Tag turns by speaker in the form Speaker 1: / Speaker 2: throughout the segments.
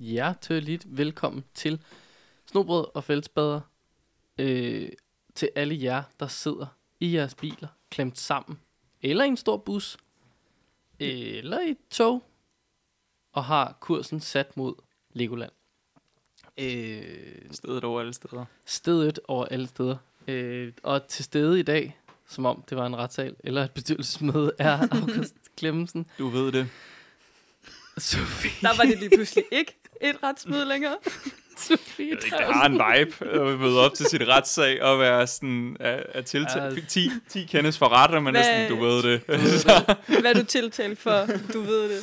Speaker 1: hjerteligt velkommen til Snobrød og Fællesbader. Øh, til alle jer, der sidder i jeres biler, klemt sammen. Eller i en stor bus. Eller i et tog. Og har kursen sat mod Legoland. Øh,
Speaker 2: Stedet over alle steder.
Speaker 1: stedet over alle steder. Øh, og til stede i dag, som om det var en retssal eller et bestyrelsesmøde, er August Clemmensen,
Speaker 2: Du ved det.
Speaker 1: Sofie,
Speaker 3: Der var det lige pludselig ikke et retsmøde længere.
Speaker 1: Sofie
Speaker 2: Det har en vibe at møde op til sit retssag og være sådan, at, at
Speaker 1: Ja.
Speaker 2: tiltale, 10, 10 kendes for ret, og man er sådan,
Speaker 3: Hvad-
Speaker 2: du ved det.
Speaker 3: Hvad er du tiltalt for? Du ved det.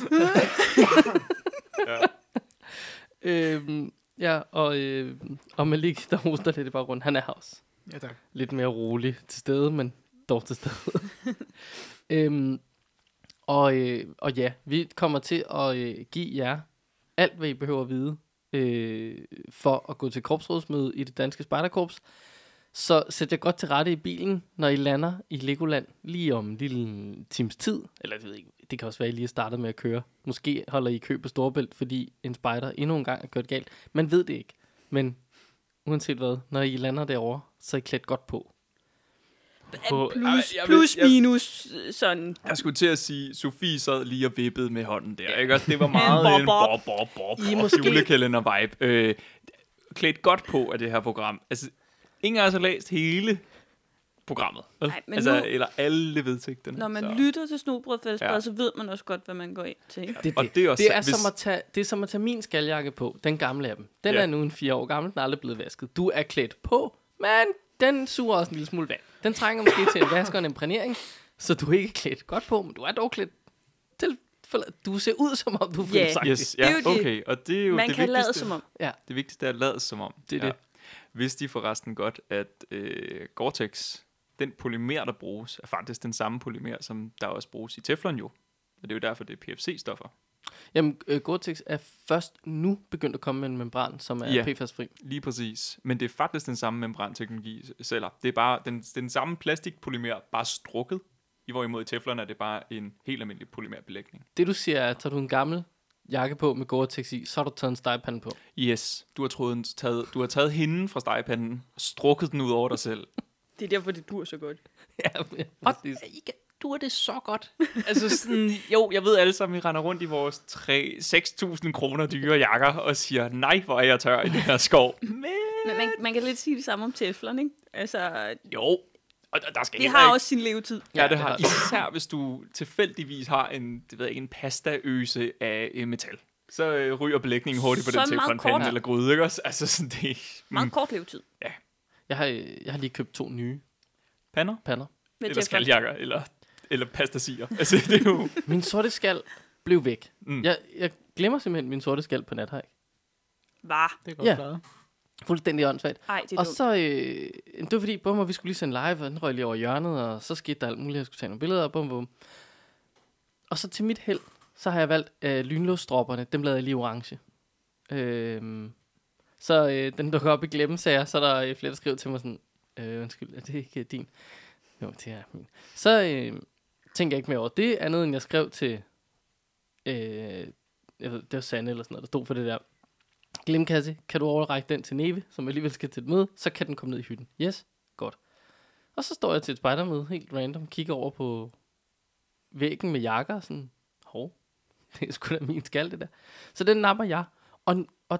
Speaker 1: øhm, ja, og, øh, og Malik, der hoster lidt i baggrunden, han er her også.
Speaker 4: Ja, tak.
Speaker 1: Lidt mere rolig til stede, men dog til stede. øhm, og, øh, og ja, vi kommer til at øh, give jer alt, hvad I behøver at vide, øh, for at gå til korpsrådsmøde i det danske spejderkorps. Så sæt jer godt til rette i bilen, når I lander i Legoland lige om en lille times tid. Eller jeg ved ikke, det kan også være, at I lige er startet med at køre. Måske holder I kø på Storebælt, fordi en spejder endnu en gang er kørt galt. Man ved det ikke. Men uanset hvad, når I lander derovre, så er I klædt godt på. På-
Speaker 3: Plus,
Speaker 2: jeg vil-
Speaker 3: plus
Speaker 2: jeg-
Speaker 3: minus øh, sådan.
Speaker 2: Jeg skulle til at sige, Sofie sad lige og vippede med hånden der,
Speaker 1: Ja.
Speaker 2: ikke? Også det var meget en
Speaker 3: bob,
Speaker 2: bob, bob, bob,
Speaker 1: I er
Speaker 2: bob,
Speaker 1: måske-
Speaker 2: julekalender-vibe. Øh, klædt godt på af det her program. Altså, ingen af os har læst hele programmet. vel?
Speaker 3: Nej, men
Speaker 2: altså,
Speaker 3: nu-
Speaker 2: eller alle vedtægterne.
Speaker 3: Når man
Speaker 2: så.
Speaker 3: så. lytter til snobrødfældsbad,
Speaker 2: Ja.
Speaker 3: ja. så ved man også godt, hvad man går ind til. ikke?
Speaker 1: Det,
Speaker 2: Og det er også-
Speaker 1: det, er
Speaker 2: hvis-
Speaker 1: som at tage, det er som at tage min skaljakke på, den gamle af dem. Den
Speaker 2: Ja.
Speaker 1: er nu en fire år gammel, den er aldrig blevet vasket. Du er klædt på, men den suger også en lille smule vand. Den trænger måske til en vask og en imprægnering, så du er ikke klædt godt på, men du er dog klædt til... forla- Du ser ud, som om du er
Speaker 3: Ja.
Speaker 1: yeah.
Speaker 2: Yes,
Speaker 3: er
Speaker 2: ja,
Speaker 3: jo det.
Speaker 2: okay. Og det er jo
Speaker 3: Man
Speaker 2: det
Speaker 3: kan
Speaker 2: vigtigste.
Speaker 3: lade som om.
Speaker 1: Ja,
Speaker 2: Det vigtigste er at lade som om.
Speaker 1: Det er det.
Speaker 2: Vidste de forresten godt, at øh, Gore-Tex, den polymer, der bruges, er faktisk den samme polymer, som der også bruges i Teflon jo. Og det er jo derfor, det er PFC-stoffer.
Speaker 1: Jamen, øh, Gore-Tex er først nu begyndt at komme med en membran, som er
Speaker 2: Ja.
Speaker 1: yeah. PFAS-fri.
Speaker 2: Lige præcis. Men det er faktisk den samme membranteknologi s- celler. Det er bare den, den samme plastikpolymer, bare strukket. I hvorimod i Teflon er det bare en helt almindelig polymerbelægning.
Speaker 1: Det du siger er, tager du en gammel jakke på med Gore-Tex i, så har du taget en stegepande på.
Speaker 2: Yes, du har, troet, en- taget, du har taget hinden fra stegepanden, strukket den ud over dig selv.
Speaker 3: Det er derfor, det dur så godt.
Speaker 1: Ja, men- præcis.
Speaker 2: I kan, du er det så godt. altså sådan, jo, jeg ved alle sammen, vi render rundt i vores 3, 6.000 kroner dyre jakker og siger, nej, hvor er jeg tør i den her skov. Men
Speaker 3: Men man, man kan lidt sige det samme om teflon, ikke? Altså,
Speaker 2: jo, og der, der skal
Speaker 3: det
Speaker 2: heller
Speaker 3: har
Speaker 2: ikke-
Speaker 3: også sin levetid.
Speaker 2: Ja, det har
Speaker 1: det.
Speaker 2: Især hvis du tilfældigvis har en, det ved jeg ikke, en pastaøse af øh, metal. Så øh, ryger belægningen hurtigt på
Speaker 3: Så
Speaker 2: den
Speaker 3: meget
Speaker 2: teflonpande
Speaker 3: kort.
Speaker 2: eller gryde, ikke også? Altså sådan det...
Speaker 3: Meget kort levetid.
Speaker 1: Jeg har, øh, jeg har lige købt to nye
Speaker 2: Pander?
Speaker 1: pander.
Speaker 3: Med
Speaker 2: Eller
Speaker 3: teflon.
Speaker 2: skaljakker, eller, eller pastasier. Altså det er jo...
Speaker 1: Min sorte skal blev væk.
Speaker 2: Mm.
Speaker 1: Mm. Jeg, jeg glemmer simpelthen min sorte skal på nathajk.
Speaker 3: Hva?
Speaker 4: Det er
Speaker 1: Ja.
Speaker 4: godt klaret.
Speaker 1: Fuldstændig åndssvagt.
Speaker 3: Ej, det er
Speaker 1: Og
Speaker 3: dumt.
Speaker 1: så, øh, det var fordi, bum, og vi skulle lige sende live, og den røg lige over hjørnet, og så skete der alt muligt, jeg skulle tage nogle billeder, og bum, bum. Og så til mit held, så har jeg valgt øh, lynlåsdropperne, dem lavede jeg lige orange. Øhm, så øh, den dukker op i glemmesager, så er der øh, flere, der skriver til mig sådan, øh, undskyld, er det ikke øh, din? Jo, det er min. Så øh, tænker jeg ikke mere over det, andet end jeg skrev til, øh, jeg ved, det var Sande eller sådan noget, der stod for det der. Glemkasse, kan du overrække den til Neve, som alligevel skal til et møde, så kan den komme ned i hytten. Yes, godt. Og så står jeg til et spejdermøde, helt random, kigger over på væggen med jakker, og sådan, hov, det er sgu da min skal, det der. Så den napper jeg, og, og,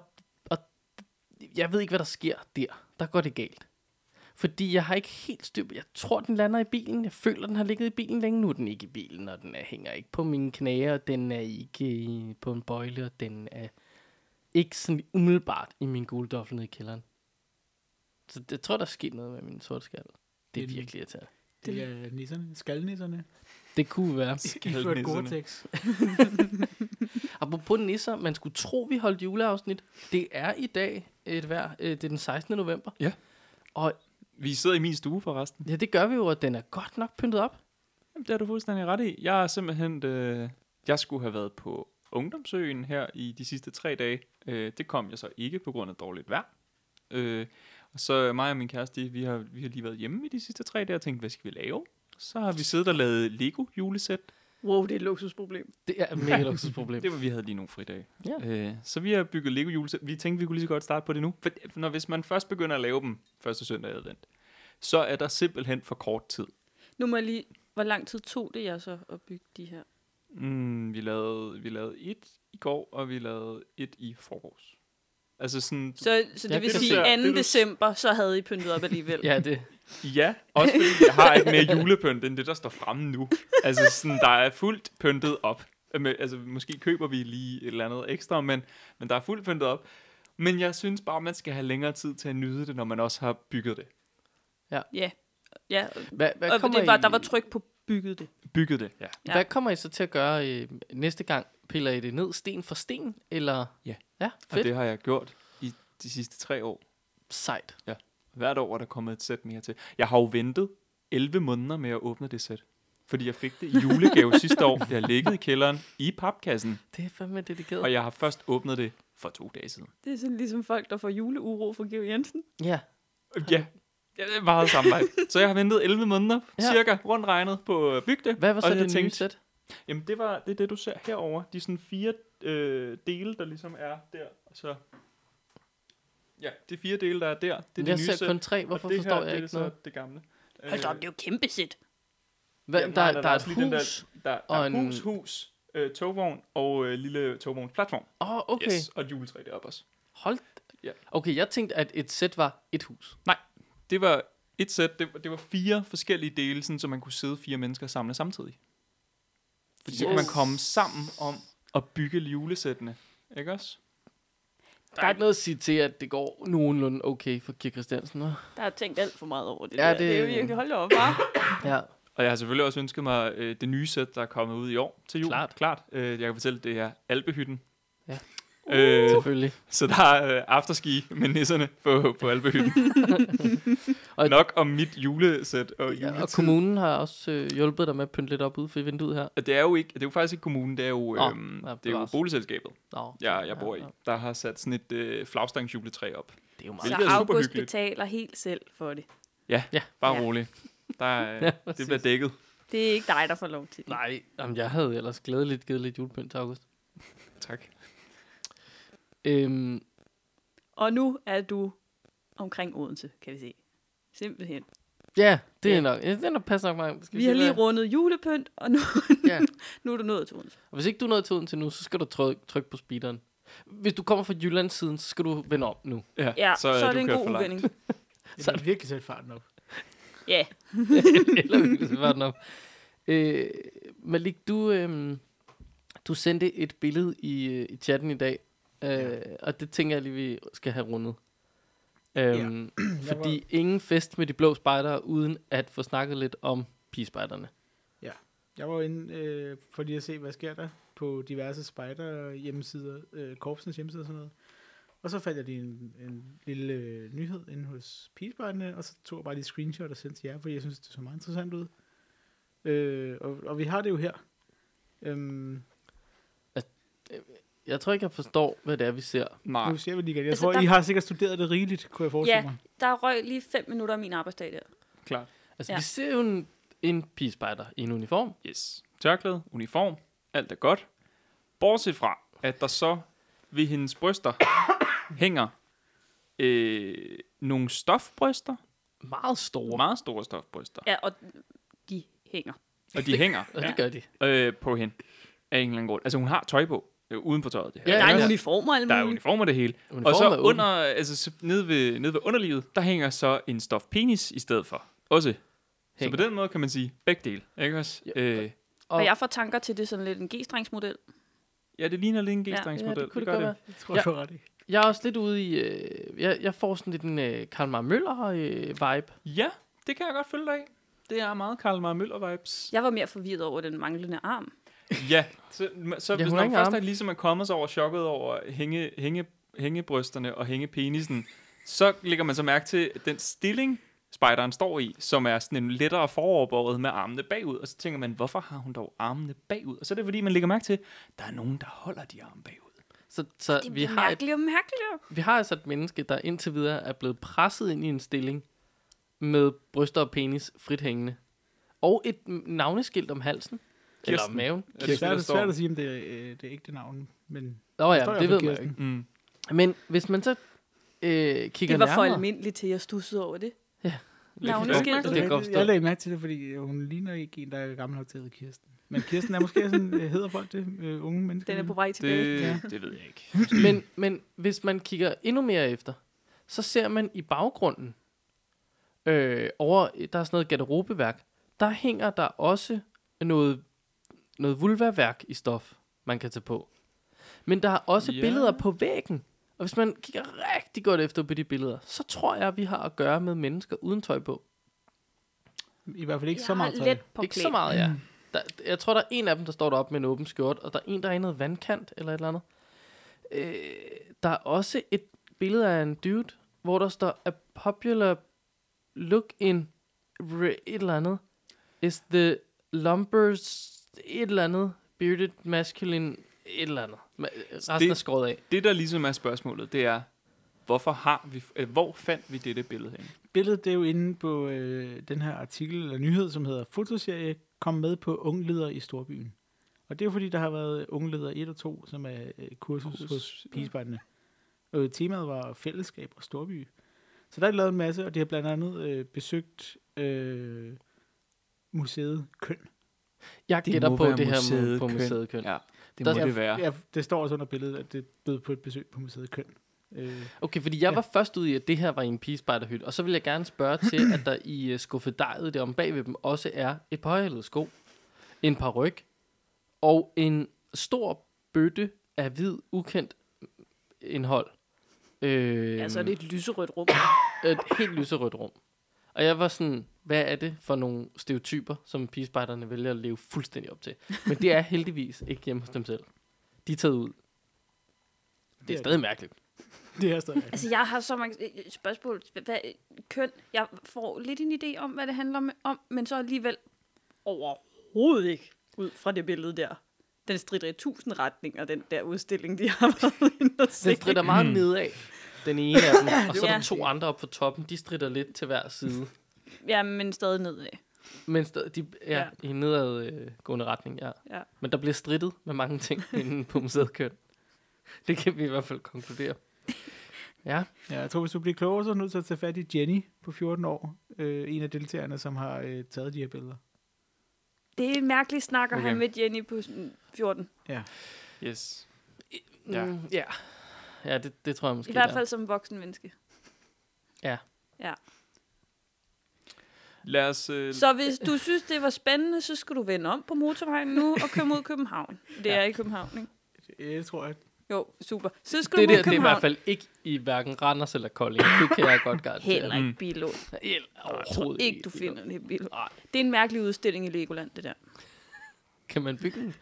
Speaker 1: og jeg ved ikke, hvad der sker der. Der går det galt. Fordi jeg har ikke helt styr på, jeg tror, den lander i bilen, jeg føler, den har ligget i bilen længe, nu er den ikke i bilen, og den er, hænger ikke på mine knæer, og den er ikke i- på en bøjle, og den er ikke sådan umiddelbart i min gule doffel nede i kælderen. Så det- jeg tror, der er sket noget med min sorte skal. Det er
Speaker 4: Det-
Speaker 1: virkelig irriterende.
Speaker 4: Det er nisserne, skaldnisserne,
Speaker 1: Det kunne være.
Speaker 4: iført
Speaker 2: Skaldnisserne.
Speaker 4: Gore-Tex.
Speaker 1: Apropos nisser, man skulle tro, vi holdt juleafsnit. Det er i dag et vejr. øh, Det er den 16. november.
Speaker 2: Ja.
Speaker 1: Og
Speaker 2: Vi sidder i min stue forresten.
Speaker 1: ja, det gør vi jo, og den er godt nok pyntet op.
Speaker 2: Jamen, det har du fuldstændig ret i. Jeg er simpelthen... Øh, jeg skulle have været på Ungdomsøen her i de sidste tre dage. Øh, det kom jeg så ikke på grund af dårligt vejr. Øh, og så mig og min kæreste, vi har, vi har lige været hjemme i de sidste tre dage og tænkt, hvad skal vi lave? Så har vi siddet og lavet Lego julesæt
Speaker 3: Wow, det er et luksusproblem.
Speaker 1: Det er et mega luksusproblem.
Speaker 2: Det var, vi havde lige nogle fridage.
Speaker 1: Ja.
Speaker 2: Øh, så vi har bygget Lego julesæt. Vi tænkte, vi kunne lige så godt starte på det nu. For når, hvis man først begynder at lave dem første søndag i advent, så er der simpelthen for kort tid.
Speaker 3: Nu må jeg lige... Hvor lang tid tog det jer så at bygge de her?
Speaker 2: Mm, vi, lavede, vi lavede et i går, og vi lavede et i forårs. Altså sådan,
Speaker 3: Så, så det
Speaker 1: Ja,
Speaker 3: vil
Speaker 1: det du
Speaker 3: sige,
Speaker 2: ser- det
Speaker 3: 2.
Speaker 2: du-
Speaker 3: december, så havde I pyntet op alligevel.
Speaker 1: ja, det.
Speaker 2: ja, også fordi jeg har ikke mere julepynt, end det, der står fremme nu. Altså sådan, der er fuldt pyntet op. Med- Altså, måske køber vi lige et eller andet ekstra, men, men der er fuldt pyntet op. Men jeg synes bare, man skal have længere tid til at nyde det, når man også har bygget det.
Speaker 3: Ja. ja.
Speaker 1: Hvad, hvad
Speaker 3: Og
Speaker 1: kommer
Speaker 3: det var,
Speaker 1: I,
Speaker 3: der var tryk på bygget det.
Speaker 2: Bygget det, ja.
Speaker 3: Ja.
Speaker 1: Hvad kommer I så til at gøre øh, næste gang? Piller I det ned sten for sten, eller?
Speaker 2: Ja.
Speaker 1: Ja,
Speaker 2: Og
Speaker 1: fedt.
Speaker 2: det har jeg gjort i de sidste tre år.
Speaker 1: Sejt.
Speaker 2: Hvert år er der kommet et sæt mere til. Jeg har jo ventet 11 måneder med at åbne det sæt. Fordi jeg fik det i julegave sidste år. Det har ligget i kælderen i papkassen.
Speaker 1: Det er fandme dedikeret.
Speaker 2: Og jeg har først åbnet det for to dage siden.
Speaker 3: Det er sådan ligesom folk, der får juleuro fra Georg Jensen.
Speaker 1: Ja.
Speaker 2: Ja, ja det er meget samarbejde. Så jeg har ventet 11 måneder,
Speaker 1: Ja.
Speaker 2: cirka rundt regnet på at bygge det.
Speaker 1: Hvad var så
Speaker 2: Og jeg
Speaker 1: det nye
Speaker 2: tænkte,
Speaker 1: sæt?
Speaker 2: Jamen, det, var, det er det, du ser herover. De sådan fire øh, dele, der ligesom er der. Og så... Ja, de fire dele, der er der, det er det
Speaker 1: jeg
Speaker 2: nye
Speaker 1: ser
Speaker 2: sæt.
Speaker 1: kun tre.
Speaker 2: Og
Speaker 1: Hvorfor
Speaker 2: det
Speaker 1: forstår
Speaker 2: her,
Speaker 1: jeg
Speaker 2: det er
Speaker 1: ikke
Speaker 2: så
Speaker 1: noget?
Speaker 2: det gamle. Øh,
Speaker 3: Hold da op, det er jo kæmpe sæt.
Speaker 1: Hvad,
Speaker 2: Jamen,
Speaker 1: der,
Speaker 2: nej,
Speaker 1: der, der,
Speaker 2: nej, nej,
Speaker 1: er
Speaker 2: også
Speaker 1: et
Speaker 2: lige den
Speaker 1: hus.
Speaker 2: Der, der
Speaker 1: og
Speaker 2: er
Speaker 1: en-
Speaker 2: hus, hus, øh, togvogn og øh, lille togvognsplatform.
Speaker 1: Åh, oh, okay.
Speaker 2: Yes, og et juletræ deroppe også.
Speaker 1: Hold.
Speaker 2: Ja.
Speaker 1: Okay, jeg tænkte, at et sæt var et hus.
Speaker 2: Det var et sæt, det, var- det var fire forskellige dele, sådan, så man kunne sidde fire mennesker og samle samtidig. Fordi så kan man
Speaker 1: Yes.
Speaker 2: komme sammen om at bygge julesættene. Ikke også?
Speaker 1: Der er ikke noget at sige til, at det går nogenlunde okay for Kirk Christiansen. hva'?
Speaker 3: Der er tænkt alt for meget over det
Speaker 1: Ja,
Speaker 3: der.
Speaker 1: det-
Speaker 3: det er jo virkelig, hold da op, hva'?
Speaker 1: Ja.
Speaker 2: Og jeg har selvfølgelig også ønsket mig øh, det nye sæt, der er kommet ud i år til jul.
Speaker 1: Klart.
Speaker 2: Klart. Øh, jeg kan fortælle, det er Alpehytten.
Speaker 1: Ja. Uh.
Speaker 2: Øh,
Speaker 1: Selvfølgelig.
Speaker 2: så der er øh, afterski med nisserne på, på Alpehytten.
Speaker 1: Og-
Speaker 2: og Nok om mit julesæt og juletid.
Speaker 1: Ja, og kommunen har også øh, hjulpet dig med at pynte lidt op ude for vinduet her.
Speaker 2: Det er jo ikke, det er jo faktisk ikke kommunen, det er jo,
Speaker 1: Nå,
Speaker 2: øhm,
Speaker 1: ja,
Speaker 2: det er jo
Speaker 1: bevares.
Speaker 2: boligselskabet,
Speaker 1: Nå,
Speaker 2: jeg, jeg bor i,
Speaker 1: Ja, ja.
Speaker 2: der har sat sådan et øh, flagstangsjuletræ op.
Speaker 1: det er jo
Speaker 2: Hvilket
Speaker 3: Så
Speaker 1: meget.
Speaker 2: er super
Speaker 3: August
Speaker 2: hyggeligt.
Speaker 3: betaler helt selv for det.
Speaker 2: Bare
Speaker 3: Ja.
Speaker 2: rolig. Der, er-
Speaker 1: Ja,
Speaker 2: det
Speaker 1: præcis.
Speaker 2: bliver dækket.
Speaker 3: Det er ikke dig, der får lov til det.
Speaker 1: Nej, jamen, jeg havde ellers glædeligt givet lidt julepynt til august.
Speaker 2: Tak.
Speaker 1: Øhm,
Speaker 3: Og nu er du omkring Odense, kan vi se. Simpelthen.
Speaker 1: ja, det er
Speaker 3: Ja.
Speaker 1: nok. Ja, det er nok passer nok mig. Skal
Speaker 3: Vi har
Speaker 1: se,
Speaker 3: lige
Speaker 1: hvad-
Speaker 3: rundet julepynt, og nu,
Speaker 1: Ja.
Speaker 3: nu er du nået til Odense.
Speaker 1: Og hvis ikke du nåede til Odense nu, så skal du trykke, trykke på speederen. Hvis du kommer fra Jyllandssiden, så skal du vende om nu.
Speaker 2: Ja,
Speaker 3: Ja, så er, så
Speaker 2: du
Speaker 3: er det en
Speaker 2: kørt
Speaker 3: god
Speaker 2: for langt.
Speaker 3: udvending.
Speaker 4: Det er virkelig sætte farten op.
Speaker 3: Ja,
Speaker 1: Eller vi kan så bare den op. Øh, Malik, du, øhm, du sendte et billede i, øh, i chatten i dag, øh,
Speaker 4: Ja.
Speaker 1: og det tænker jeg lige, vi skal have rundet. Øhm, ja.
Speaker 4: Jeg
Speaker 1: Fordi ingen fest med de blå spejdere, uden at få snakket lidt om pigespejderne.
Speaker 4: Jeg var inde øh, for lige at se, hvad sker der på diverse spider hjemmesider, øh, korpsens hjemmesider og sådan noget. Og så fandt jeg lige en, en lille øh, nyhed inde hos Peacebarnene, og så tog jeg bare lige screenshot og sendte til jer, fordi jeg synes, det så meget interessant ud. Øh, og, og vi har det jo her. Øhm,
Speaker 1: Jeg tror ikke, jeg forstår, hvad det er, vi ser.
Speaker 2: Nej,
Speaker 4: nu ser vi lige igen. Jeg
Speaker 3: Altså,
Speaker 4: tror,
Speaker 3: der-
Speaker 4: I har sikkert studeret det rigeligt, kunne jeg forestille
Speaker 3: Ja.
Speaker 4: mig.
Speaker 3: der røg lige fem minutter af min arbejdsdag der.
Speaker 2: klart.
Speaker 1: Altså, ja.
Speaker 3: Ja.
Speaker 1: vi ser jo en, en pigespejder i en uniform.
Speaker 2: Yes. Tørklæde, uniform, alt er godt. Bortset fra, at der så ved hendes bryster hænger øh, nogle stofbryster.
Speaker 1: Meget store.
Speaker 2: Meget store stofbryster.
Speaker 3: Ja, og de hænger.
Speaker 2: Og de hænger
Speaker 1: Og det gør de.
Speaker 2: øh, på hende af en eller anden grund. Altså hun har tøj på, øh, uden for tøjet. Det her.
Speaker 1: Ja,
Speaker 3: Der er
Speaker 1: ja.
Speaker 3: en uniform og alt
Speaker 2: Der er
Speaker 3: muligt.
Speaker 2: uniformer det hele.
Speaker 1: Uniform
Speaker 2: og
Speaker 1: er
Speaker 2: så
Speaker 1: åben.
Speaker 2: under, altså, så nede, ved, nede ved underlivet, der hænger så en stofpenis i stedet for. Også.
Speaker 1: Hænger.
Speaker 2: Så på den måde kan man sige begge dele. Ikke også?
Speaker 1: Ja.
Speaker 2: Ja, øh,
Speaker 3: Og jeg får tanker til det er sådan lidt en G-strengsmodel.
Speaker 2: ja det ligner lidt en
Speaker 3: Ja,
Speaker 2: G-strengsmodel.
Speaker 1: Ja, det kunne det, godt være.
Speaker 4: Jeg tror, ja.
Speaker 1: Ja.
Speaker 4: du har ret i.
Speaker 1: Jeg er også lidt ude i... Øh, jeg, jeg får sådan lidt en øh, Karl Møller-vibe. Øh, vibe.
Speaker 2: Ja, det kan jeg godt følge dig i. Det er meget Karl Mar Møller vibes.
Speaker 3: Jeg var mere forvirret over den manglende arm.
Speaker 2: Ja, så, så
Speaker 1: hun
Speaker 2: hvis
Speaker 1: har
Speaker 2: man
Speaker 1: ingen
Speaker 2: først
Speaker 1: arme.
Speaker 2: er ligesom er kommet sig over chokket over hænge, hænge, hængebrysterne og hængepenisen, så lægger man så mærke til den stilling, spejderen står i, som er sådan en lettere foroverbøjet med armene bagud. Og så tænker man, hvorfor har hun dog armene bagud? Og så er det fordi, man lægger mærke til, der er nogen, der holder de arme bagud.
Speaker 1: Så, så
Speaker 3: Det
Speaker 1: vi,
Speaker 3: er
Speaker 1: har et,
Speaker 3: mærkeligt og mærkeligt.
Speaker 1: vi har altså et menneske, der indtil videre er blevet presset ind i en stilling med bryster og penis frit hængende. Og et m- navneskilt om halsen. Eller
Speaker 2: Kirsten.
Speaker 1: maven.
Speaker 2: Er
Speaker 4: Det
Speaker 2: det,
Speaker 4: er
Speaker 2: det, der
Speaker 4: svært,
Speaker 2: står?
Speaker 4: svært at sige, om det er, øh, det er ægte navn, men
Speaker 1: Nå
Speaker 4: står
Speaker 1: ja,
Speaker 4: jeg
Speaker 1: det
Speaker 4: for
Speaker 1: ved man jo
Speaker 4: Kirsten.
Speaker 1: ikke.
Speaker 2: Mm.
Speaker 1: Men hvis man så øh, kigger
Speaker 3: Det var for
Speaker 1: nærmere...
Speaker 3: almindeligt til, at jeg stussede over det.
Speaker 2: Lidt
Speaker 3: Navneskilt.
Speaker 2: fordumt.
Speaker 4: Altså,
Speaker 1: Det kan jeg godt forstå.
Speaker 4: jeg lagde mærke til det, fordi øh, hun ligner ikke en, der er gammel nok til at hedde Kirsten. Men Kirsten er måske sådan, øh, hedder folk det, øh, unge mennesker.
Speaker 3: Den er på vej tilbage. Det...
Speaker 2: Det,
Speaker 4: Ja.
Speaker 2: det ved jeg ikke.
Speaker 1: Men, men hvis man kigger endnu mere efter, så ser man i baggrunden, øh, over, der er sådan noget garderobeværk, der hænger der også noget, noget vulvaværk i stof, man kan tage på. Men der er også
Speaker 2: Ja.
Speaker 1: yeah. billeder på væggen. Og hvis man kigger rigtig godt efter på de billeder, så tror jeg, at vi har at gøre med mennesker uden tøj på.
Speaker 4: I hvert fald ikke så meget tøj.
Speaker 3: let på
Speaker 1: Ikke så meget, ja. Der, jeg tror, der er en af dem, der står deroppe med en åben skjort, og der er en, der er i noget vandkant eller et eller andet. Øh, der er også et billede af en dude, hvor der står, a popular look in re- et eller andet, is the lumbers et eller andet, bearded masculine et eller andet. Ma- Resten
Speaker 2: Det-
Speaker 1: er skåret af.
Speaker 2: Det, der ligesom er spørgsmålet, det er, hvorfor har vi, øh, hvor fandt vi dette billede hen?
Speaker 4: Billedet det er jo inde på øh, den her artikel eller nyhed, som hedder Fotoserie kom med på ungleder i Storbyen. Og det er jo fordi, der har været øh, ungleder 1 og 2, som er øh, kursus
Speaker 2: Kursus,
Speaker 4: hos pigespejderne. Og temaet var fællesskab og storby. Så der er de lavet en masse, og de har blandt andet øh, besøgt øh, museet Køn.
Speaker 1: Jeg
Speaker 2: Det
Speaker 1: gætter
Speaker 2: må
Speaker 1: på
Speaker 2: være
Speaker 1: det her
Speaker 2: museet
Speaker 1: museet på
Speaker 2: Køn.
Speaker 1: museet Køn.
Speaker 2: Ja, det
Speaker 1: Der-
Speaker 2: må det være.
Speaker 4: Ja, det står også under billedet, at det er blevet på et besøg på museet Køn. Øh,
Speaker 1: Okay, fordi jeg
Speaker 4: Ja.
Speaker 1: var først ude i, at det her var i en pigespejderhytte, og så vil jeg gerne spørge til, at der i øh, skuffedejet der om bagved dem også er et påhældet sko, en par ryg, og en stor bøtte af hvid, ukendt indhold. Øh,
Speaker 3: Ja, så er Altså, det et lyserødt rum.
Speaker 1: Et helt lyserødt rum. Og jeg var sådan, hvad er det for nogle stereotyper, som pigespejderne vælger at leve fuldstændig op til? Men det er heldigvis ikke hjemme hos dem selv. De er taget ud. Det
Speaker 4: Det
Speaker 1: er
Speaker 4: er
Speaker 1: stadig mærkeligt.
Speaker 4: det er stadig
Speaker 3: Altså, jeg har så mange øh, spørgsmål. Hvad- Hvad, køn, jeg får lidt en idé om, hvad det handler om- om, men så alligevel overhovedet ikke ud fra det billede der. Den strider i tusind retninger, den der udstilling, de har været inde og se.
Speaker 1: Den strider meget
Speaker 2: Mm.
Speaker 1: nedad, den ene af dem. Og så er
Speaker 3: Ja.
Speaker 1: der to andre op på toppen, de strider lidt til hver side.
Speaker 3: Ja, men stadig nedad.
Speaker 1: Men stadig, de er ja.
Speaker 3: Ja.
Speaker 1: i en nedadgående retning, ja.
Speaker 3: Ja.
Speaker 1: Men der bliver strittet med mange ting inden på museet køn. Det kan vi i hvert fald konkludere. Ja,
Speaker 4: Ja, jeg tror, hvis du bliver klogere, så er du nødt til at tage fat i Jenny på 14 år. Øh, en af deltagerne, som har øh, taget de her billeder.
Speaker 3: Det er mærkeligt snakker
Speaker 2: Okay.
Speaker 3: okay. han med Jenny på sådan 14.
Speaker 2: Yes. Ja.
Speaker 1: ja. Mm, ja. ja det, det tror jeg måske.
Speaker 3: I hvert
Speaker 1: det er.
Speaker 3: fald som voksen menneske.
Speaker 2: Lad os... Øh,
Speaker 3: Så hvis du synes, det var spændende, så skal du vende om på motorvejen nu og køre mod København. Det er i København, ikke?
Speaker 4: Øh, Det tror jeg.
Speaker 3: Jo, super. Så skal
Speaker 1: Det
Speaker 3: du mod
Speaker 1: der, det er i
Speaker 3: København.
Speaker 1: hvert fald ikke i hverken Randers eller Kolding. Det kan jeg godt garantere.
Speaker 3: Heller ikke
Speaker 2: Mm.
Speaker 3: Bilund.
Speaker 1: Heller
Speaker 3: Jeg tror
Speaker 1: overhovedet
Speaker 3: ikke, du finder det i Bilund. Det er en mærkelig udstilling i Legoland, det der.
Speaker 1: Kan man bygge en,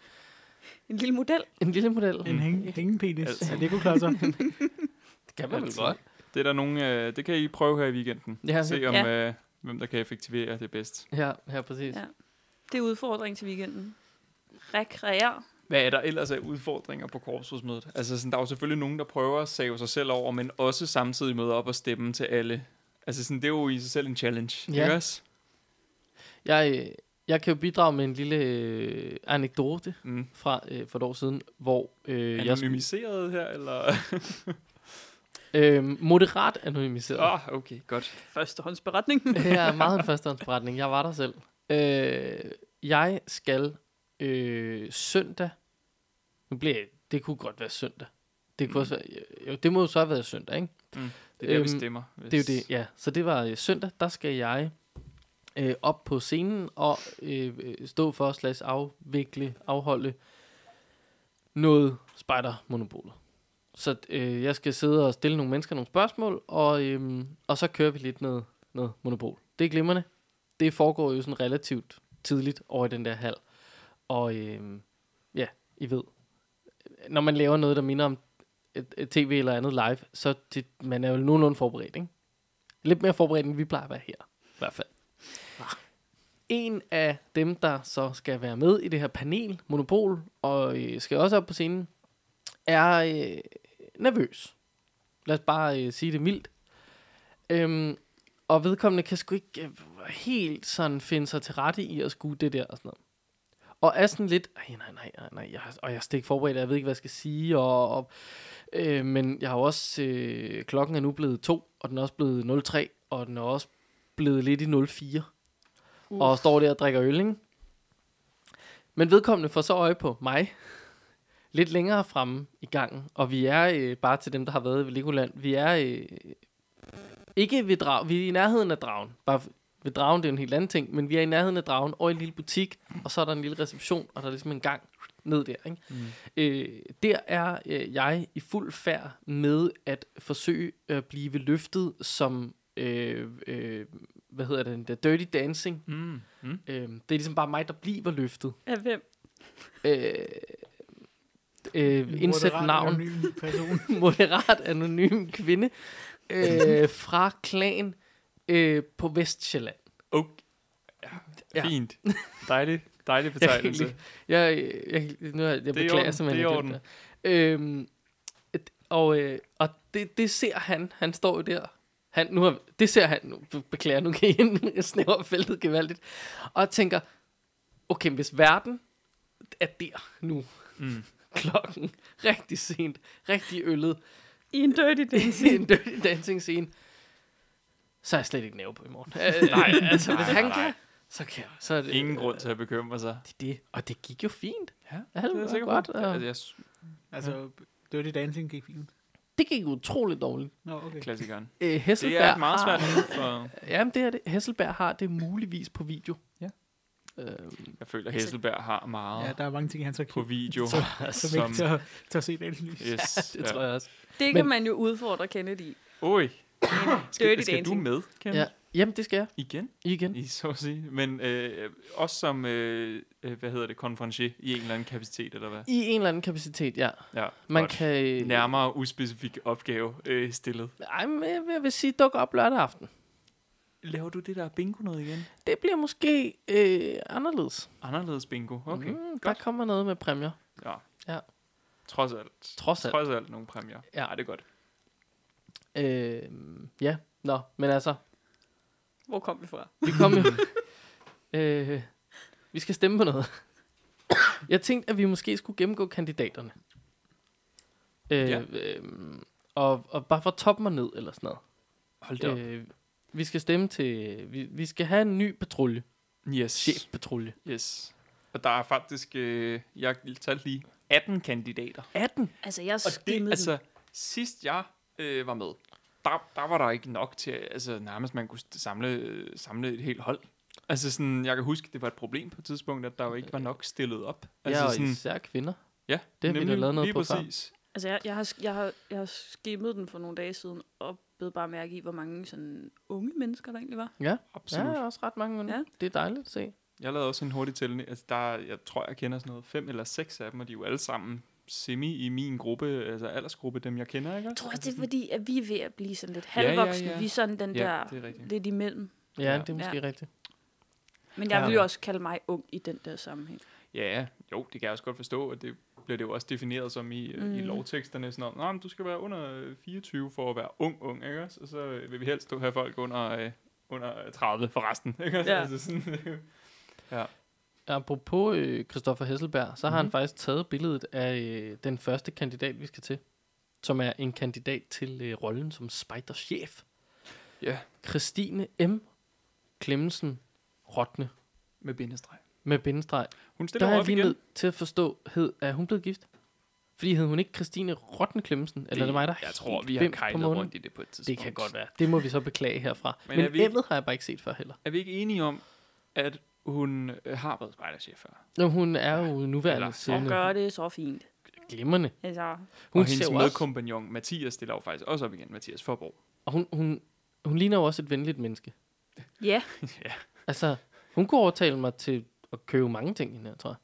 Speaker 3: En lille model.
Speaker 1: en lille model?
Speaker 4: En hæng, hængepenis
Speaker 2: Altså.
Speaker 4: altså. af Lego-klodser.
Speaker 1: Det kan man vel
Speaker 2: Altså.
Speaker 1: godt.
Speaker 2: Det er der nogen, øh, det kan I prøve her i weekenden.
Speaker 1: Ja,
Speaker 2: Se om,
Speaker 3: Ja.
Speaker 2: øh, hvem der kan effektivere det bedst.
Speaker 1: ja, ja præcis.
Speaker 3: Ja. Det er udfordring til weekenden. Rekreer.
Speaker 2: Hvad er der ellers af udfordringer på korpsrådsmødet? Altså, sådan, der er jo selvfølgelig nogen, der prøver at save sig selv over, men også samtidig møder op og stemme til alle. Altså, sådan, det er jo i sig selv en challenge,
Speaker 1: Ja.
Speaker 2: ikke også?
Speaker 1: Jeg, øh, jeg kan jo bidrage med en lille øh, anekdote
Speaker 2: Mm.
Speaker 1: fra øh, for et år siden, hvor øh, jeg skulle,
Speaker 2: Anonymiseret her, eller?
Speaker 1: øh, moderat anonymiseret.
Speaker 2: Åh, oh, okay, godt.
Speaker 3: Førstehåndsberetning.
Speaker 1: Det er meget en førstehåndsberetning. Jeg var der selv. Øh, jeg skal øh, søndag. Nu bliver jeg, det kunne godt være søndag. Det, kunne også være, jo, det må jo så have været søndag, ikke?
Speaker 2: Det er der, vi
Speaker 1: Øhm,
Speaker 2: stemmer. Hvis...
Speaker 1: Det er jo det, ja. Så det var øh, søndag, der skal jeg øh, op på scenen og øh, øh, stå for slags afvikle, afholde noget spejdermonopolet. Så øh, jeg skal sidde og stille nogle mennesker nogle spørgsmål, og, øh, og så kører vi lidt noget, noget monopol. Det er glimrende. Det foregår jo sådan relativt tidligt over i den der hal. Og øh, ja, I ved, når man laver noget, der minder om et, et tv eller andet live, så det, man er jo nogenlunde forberedt, ikke? Lidt mere forberedt, end vi plejer at være her, i hvert fald. En af dem, der så skal være med i det her panel, Monopol, og øh, skal også op på scenen, er øh, nervøs. Lad os bare øh, sige det mildt. Øhm, og vedkommende kan sgu ikke øh, helt sådan finde sig til rette i at skue det der og sådan noget. Og er sådan lidt, Ej, nej, nej, nej, nej, jeg, og jeg er slet ikke forberedt, og jeg ved ikke, hvad jeg skal sige, og, og øh, men jeg har jo også, øh, klokken er nu blevet to, og den er også blevet 03, og den er også blevet lidt i 04, uh. og står der og drikker øl, ikke? Men vedkommende får så øje på mig, lidt længere fremme i gangen, og vi er, øh, bare til dem, der har været ved Legoland, vi er øh, ikke ved drag, vi er i nærheden af dragen, bare ved dragen, det er jo en helt anden ting, men vi er i nærheden af dragen og i en lille butik, og så er der en lille reception, og der er ligesom en gang ned der. Ikke? Mm. Øh, der er øh, jeg i fuld færd med at forsøge at blive løftet som, øh, øh, hvad hedder den der, Dirty Dancing.
Speaker 2: Mm. Mm.
Speaker 1: Øh, det er ligesom bare mig, der bliver løftet.
Speaker 3: Af hvem?
Speaker 1: Øh, øh, indsæt
Speaker 4: Moderat
Speaker 1: navn
Speaker 4: anonym person.
Speaker 1: moderat anonym kvinde øh, fra klan øh, på Vestjylland.
Speaker 2: Okay. Ja,
Speaker 1: Ja.
Speaker 2: fint. Dejlig,
Speaker 1: Jeg
Speaker 2: dejlig
Speaker 1: kan ikke
Speaker 2: betegnelse.
Speaker 1: Jeg, jeg, nu har jeg, jeg
Speaker 2: Det er i
Speaker 1: beklager
Speaker 2: orden,
Speaker 1: simpelthen.
Speaker 2: det er i
Speaker 1: jeg glemte det. Øhm, et- og øh, og det, det ser han. Han står jo der. Han, nu har, det ser han. Nu, be- beklager, nu kan jeg, jeg snæver feltet gevaldigt. Og jeg tænker, okay, hvis verden er der nu,
Speaker 2: Mm.
Speaker 1: klokken, rigtig sent, rigtig øllet,
Speaker 3: I en dirty
Speaker 1: i
Speaker 3: dancing.
Speaker 1: en dirty dancing scene, så er jeg slet ikke nerve på i morgen. Øh,
Speaker 2: Nej,
Speaker 1: altså, hvis
Speaker 2: nej,
Speaker 1: han
Speaker 2: nej.
Speaker 1: kan, så kan jeg. Så er det,
Speaker 2: Ingen grund til at bekymre sig.
Speaker 1: Det, er det. Og det gik jo fint.
Speaker 2: Ja,
Speaker 1: Ja, det
Speaker 2: er
Speaker 1: var
Speaker 2: jeg sikker på.
Speaker 1: godt, og-
Speaker 2: Altså, jeg s-
Speaker 4: altså, Dirty Dancing gik fint.
Speaker 1: Det gik utroligt dårligt.
Speaker 4: Nå, okay.
Speaker 2: klassikeren.
Speaker 1: Øh,
Speaker 2: Det
Speaker 1: Hesselberg
Speaker 2: er et meget svært
Speaker 1: har,
Speaker 2: emne for...
Speaker 1: Jamen, det er det. Hesselberg har det muligvis på video.
Speaker 2: Ja.
Speaker 1: Øhm,
Speaker 2: Jeg føler, at Hesselberg har meget
Speaker 4: Ja, der er mange ting, han så
Speaker 2: på
Speaker 4: kan,
Speaker 2: video.
Speaker 1: Så-
Speaker 4: som,
Speaker 2: som-
Speaker 4: ikke tør, tør se dagens lys.
Speaker 2: Yes,
Speaker 1: det tror jeg også.
Speaker 3: Det kan
Speaker 1: Men-
Speaker 3: man jo udfordre Kennedy i.
Speaker 2: Oj. Skal, skal du
Speaker 3: dancing.
Speaker 2: med, Ken?
Speaker 1: Ja. Jamen, det skal jeg.
Speaker 2: Igen?
Speaker 1: I igen.
Speaker 2: I så at sige. Men øh, også som, øh, øh, hvad hedder det, konferencier i en eller anden kapacitet, eller hvad?
Speaker 1: I en eller anden kapacitet, ja.
Speaker 2: Ja,
Speaker 1: Man
Speaker 2: godt.
Speaker 1: kan... øh,
Speaker 2: Nærmere uspecifik opgave øh, stillet.
Speaker 1: Ej, men jeg vil- jeg vil sige, duk op lørdag aften.
Speaker 2: Laver du det der bingo noget igen?
Speaker 1: Det bliver måske øh, anderledes.
Speaker 2: Anderledes bingo, okay. Mm.
Speaker 1: mm, der
Speaker 2: godt.
Speaker 1: kommer noget med præmier.
Speaker 2: Ja.
Speaker 1: Ja.
Speaker 2: Trods alt.
Speaker 1: Trods alt.
Speaker 2: Trods alt nogle præmier.
Speaker 1: Ja.
Speaker 2: Ej, det er godt.
Speaker 1: Øh, ja, nå, men altså,
Speaker 3: Hvor kom vi fra?
Speaker 1: vi kom jo... øh, vi skal stemme på noget. Jeg tænkte, at vi måske skulle gennemgå kandidaterne. Øh,
Speaker 2: Ja.
Speaker 1: ja. øh, og, og bare fra toppen og ned, eller sådan
Speaker 2: Hold da op.
Speaker 1: noget. Øh, vi skal stemme til... Vi, vi skal have en ny patrulje.
Speaker 2: Yes.
Speaker 1: Chefpatrulje.
Speaker 2: Yes. Og der er faktisk, øh, jeg talte lige, 18 kandidater.
Speaker 1: 18.
Speaker 3: Altså, jeg
Speaker 2: Og det,
Speaker 3: skimmede altså,
Speaker 2: altså, sidst jeg øh, var med, der, der var der ikke nok til, altså nærmest man kunne samle, øh, samle et helt hold. Altså sådan, jeg kan huske, det var et problem på et tidspunkt, at der jo ikke var nok stillet op. Altså
Speaker 1: Altså ja, og
Speaker 2: sådan,
Speaker 1: især kvinder.
Speaker 2: ja,
Speaker 1: det har vi da
Speaker 2: nemlig,
Speaker 1: lavet noget
Speaker 2: lige
Speaker 1: på før.
Speaker 2: præcis.
Speaker 3: altså jeg, jeg, har, jeg, har, jeg har skimmet den for nogle dage siden, og blev bare mærke i, hvor mange sådan unge mennesker der egentlig var.
Speaker 1: Ja, ja,
Speaker 2: Absolut.
Speaker 1: der er også ret mange. Ja.
Speaker 3: Ja.
Speaker 1: Det er dejligt at se.
Speaker 2: Jeg lavede også en hurtig tælling. Altså, der, jeg tror, jeg kender sådan noget fem eller seks af dem, og de er jo alle sammen semi i min gruppe, altså aldersgruppe, dem jeg kender, ikke?
Speaker 3: Jeg tror også, det er fordi, at vi er ved at blive sådan lidt
Speaker 2: Ja, ja,
Speaker 3: halvvoksne. Ja, ja,
Speaker 2: ja.
Speaker 3: Vi er sådan den
Speaker 2: Ja,
Speaker 3: der
Speaker 2: det er rigtigt.
Speaker 3: lidt imellem.
Speaker 1: Ja,
Speaker 2: Ja.
Speaker 1: ja. det er måske ja. rigtigt.
Speaker 3: Men jeg
Speaker 1: Ja.
Speaker 3: vil jo også kalde mig ung i den der sammenhæng.
Speaker 2: Ja, jo, det kan jeg også godt forstå, og det bliver det jo også defineret som i, mm. i
Speaker 3: Mm.
Speaker 2: lovteksterne, sådan om, "Nå, men du skal være under øh, 24 for at være ung, ung, ikke også? Og så øh, vil vi helst have folk under, øh, under 30 for resten, ikke også?
Speaker 3: Ja.
Speaker 2: Altså sådan,
Speaker 1: Apropos øh, Christoffer Hesselberg, så har mm-hmm.
Speaker 2: Mhm.
Speaker 1: han faktisk taget billedet af øh, den første kandidat, vi skal til, som er en kandidat til øh, rollen som spejderchef.
Speaker 2: ja,
Speaker 1: Christine M. Klemmensen Rotne
Speaker 2: med bindestreg.
Speaker 1: med bindestreg.
Speaker 2: Hun
Speaker 1: Der
Speaker 2: stiller
Speaker 1: er jeg
Speaker 2: op
Speaker 1: lige
Speaker 2: igen.
Speaker 1: nødt til at forstå, hed, er hun blevet gift? Fordi hed hun ikke Christine Rotne Klemmensen? Eller er det mig, der er
Speaker 2: Jeg tror,
Speaker 1: helt
Speaker 2: vi har
Speaker 1: bimt på
Speaker 2: kejlet
Speaker 1: månen?
Speaker 2: rundt i det på et tidspunkt.
Speaker 1: Det kan godt være. Det må vi så beklage herfra.
Speaker 2: Men
Speaker 1: Men,
Speaker 2: er
Speaker 1: Men
Speaker 2: vi-
Speaker 1: vi... emnet har jeg bare ikke set før heller.
Speaker 2: Er vi ikke enige om, at hun øh, har været spejderchef før?
Speaker 1: Nå, hun er jo
Speaker 2: Eller-
Speaker 1: nuværende
Speaker 3: Og
Speaker 1: siddende.
Speaker 3: gør det så fint.
Speaker 1: Glimrende.
Speaker 3: Altså,
Speaker 1: Hun
Speaker 2: og
Speaker 1: ser
Speaker 2: hendes
Speaker 1: jo også...
Speaker 2: medkompagnon Mathias stiller jo faktisk også op igen, Mathias Forborg.
Speaker 1: Og hun, hun, hun ligner jo også et venligt menneske.
Speaker 3: ja.
Speaker 2: ja.
Speaker 1: Altså, hun kunne overtale mig til at købe mange ting, hende her, tror jeg.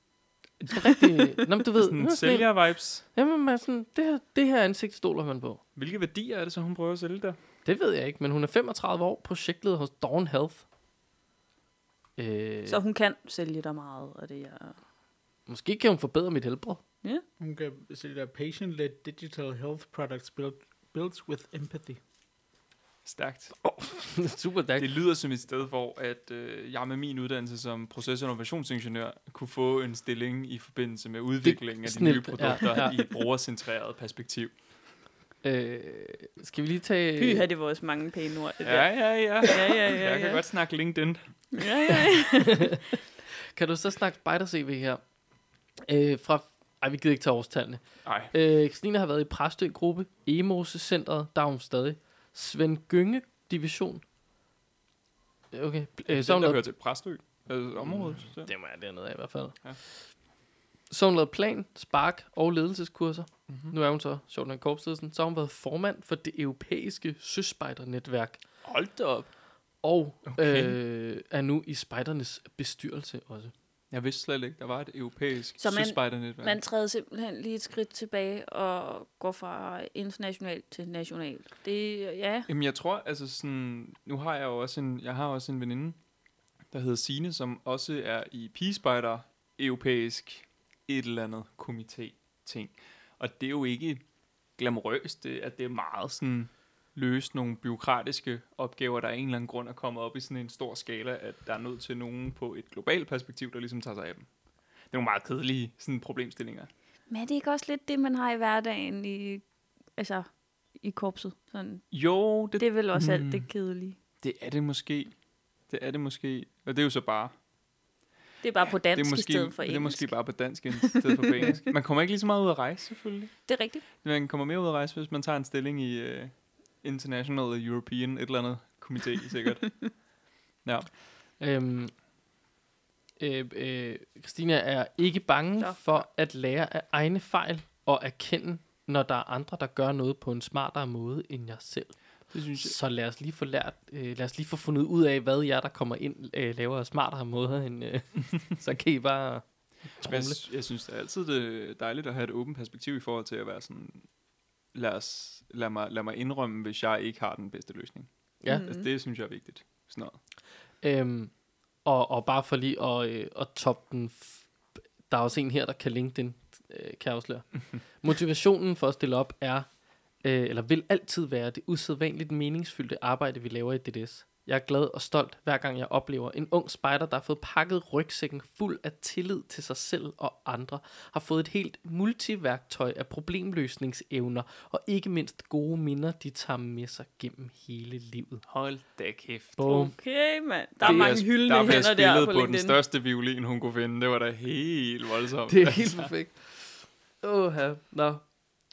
Speaker 1: Jeg tror rigtig... Nå, men du ved...
Speaker 2: Sådan
Speaker 1: Sådan sådan en,
Speaker 2: sælger-vibes.
Speaker 1: jamen, man er sådan, det, her, det her ansigt stoler man på.
Speaker 2: Hvilke værdier er det så, hun prøver at sælge der?
Speaker 1: Det ved jeg ikke, men hun er 35 år, projektleder hos Dawn Health. Øh,
Speaker 3: Så hun kan sælge dig meget, og det er...
Speaker 1: Måske kan hun forbedre mit helbred.
Speaker 4: Hun kan sælge der patient-led digital health products built, built with empathy.
Speaker 2: Stærkt.
Speaker 1: Super tak.
Speaker 2: Det lyder som et sted, hvor at, øh, jeg med min uddannelse som proces- og innovationsingeniør kunne få en stilling i forbindelse med udviklingen af de
Speaker 1: snilt,
Speaker 2: nye produkter
Speaker 1: ja,
Speaker 2: ja,
Speaker 1: ja.
Speaker 2: ja. i et brugercentreret perspektiv.
Speaker 1: Øh, skal vi lige tage...
Speaker 3: Pyha, det var også mange pæne ord. det
Speaker 2: Øh. Ja,
Speaker 3: der.
Speaker 2: ja, ja.
Speaker 3: ja, ja, ja.
Speaker 2: Jeg kan godt snakke LinkedIn.
Speaker 3: Ja, ja, ja.
Speaker 1: Kan du så snakke spider-CV her? Øh, fra... Ej, vi gider ikke tage årstallene.
Speaker 2: Nej,
Speaker 1: Øh, Christina har været i Præstø-gruppe, Emose Centret, der er hun stadig. Svend Gynge Division. Okay, øh, så har hun
Speaker 2: den der
Speaker 1: lavet
Speaker 2: hører til Præstø. Øh, området. der.
Speaker 1: Det må jeg dernede af i hvert fald. Ja.
Speaker 2: Ja.
Speaker 1: Så har hun lavet plan, spark og ledelseskurser. Mm-hmm.
Speaker 2: Mhm.
Speaker 1: Nu er hun så, sjovt nok i korpsledelsen, så har hun været formand for det europæiske søspejdernetværk.
Speaker 2: Hold da op.
Speaker 1: Og okay.
Speaker 2: Okay.
Speaker 1: øh, er nu i spejdernes bestyrelse også.
Speaker 2: Jeg vidste slet ikke, der var et europæisk
Speaker 3: Så man-
Speaker 2: søspejdernetværk.
Speaker 3: Man træder simpelthen lige et skridt tilbage og går fra internationalt til nationalt. Det, ja,
Speaker 2: Jamen, jeg tror, altså sådan, nu har jeg jo også en, jeg har også en veninde, der hedder Sine, som også er i pigespejder, europæisk, et eller andet komité ting. Og det er jo ikke glamorøst, det, at det er meget sådan, løse nogle byråkratiske opgaver, der af en eller anden grund er kommet op i sådan en stor skala, at der er nødt til nogen på et globalt perspektiv, der ligesom tager sig af dem. Det er nogle meget kedelige sådan, problemstillinger.
Speaker 3: Men er det ikke også lidt det, man har i hverdagen i, altså, i korpset? Sådan.
Speaker 2: Jo, det
Speaker 3: Det er vel også alt
Speaker 2: Hmm.
Speaker 3: det kedelige.
Speaker 2: Det er det måske. Det er det måske. Og det er jo så bare...
Speaker 3: Det er bare på dansk
Speaker 2: det er måske,
Speaker 3: i stedet for engelsk.
Speaker 2: Det er måske bare på dansk i stedet for på engelsk. Man kommer ikke lige så meget ud at rejse, selvfølgelig.
Speaker 3: det er rigtigt.
Speaker 2: Man kommer mere ud at rejse, hvis man tager en stilling i uh, International European et eller andet komité, sikkert. ja.
Speaker 1: Øhm, øh, øh, Christina er ikke bange
Speaker 3: Nå.
Speaker 1: for at lære af egne fejl og erkende, når der er andre, der gør noget på en smartere måde end jeg selv.
Speaker 2: Det synes jeg.
Speaker 1: Så lad os lige få lært, øh, lad os lige få fundet ud af, hvad jeg, der kommer ind, øh, laver af smartere måder, end, øh, så kan I bare
Speaker 2: Jeg,
Speaker 1: trumle.
Speaker 2: sy- jeg synes, det er altid det er dejligt at have et åbent perspektiv i forhold til at være sådan... Lad, os, lad, mig, lad mig indrømme, hvis jeg ikke har den bedste løsning.
Speaker 1: Ja.
Speaker 2: Mm. Altså, det synes jeg er vigtigt. Sådan noget.
Speaker 1: Øhm, og, og bare for lige at, øh, at toppe den, f- der er også en her, der kan LinkedIn, øh, kan jeg afsløre. Motivationen for at stille op er, øh, eller vil altid være, det usædvanligt meningsfyldte arbejde, vi laver i DDS. Jeg er glad og stolt, hver gang jeg oplever en ung spejder, der har fået pakket rygsækken fuld af tillid til sig selv og andre, har fået et helt multiværktøj af problemløsningsevner, og ikke mindst gode minder, de tager med sig gennem hele livet.
Speaker 2: Hold da kæft. altså-
Speaker 1: Boom.
Speaker 3: Okay, mand. Der er
Speaker 1: Det-
Speaker 3: mange hyldende
Speaker 2: der bliver
Speaker 3: hænder
Speaker 2: spillet på,
Speaker 3: der
Speaker 2: på
Speaker 3: på,
Speaker 2: den
Speaker 3: LinkedIn.
Speaker 2: største violin, hun kunne finde. Det var da helt voldsomt.
Speaker 1: Det er helt perfekt. Åh, ja. Nå.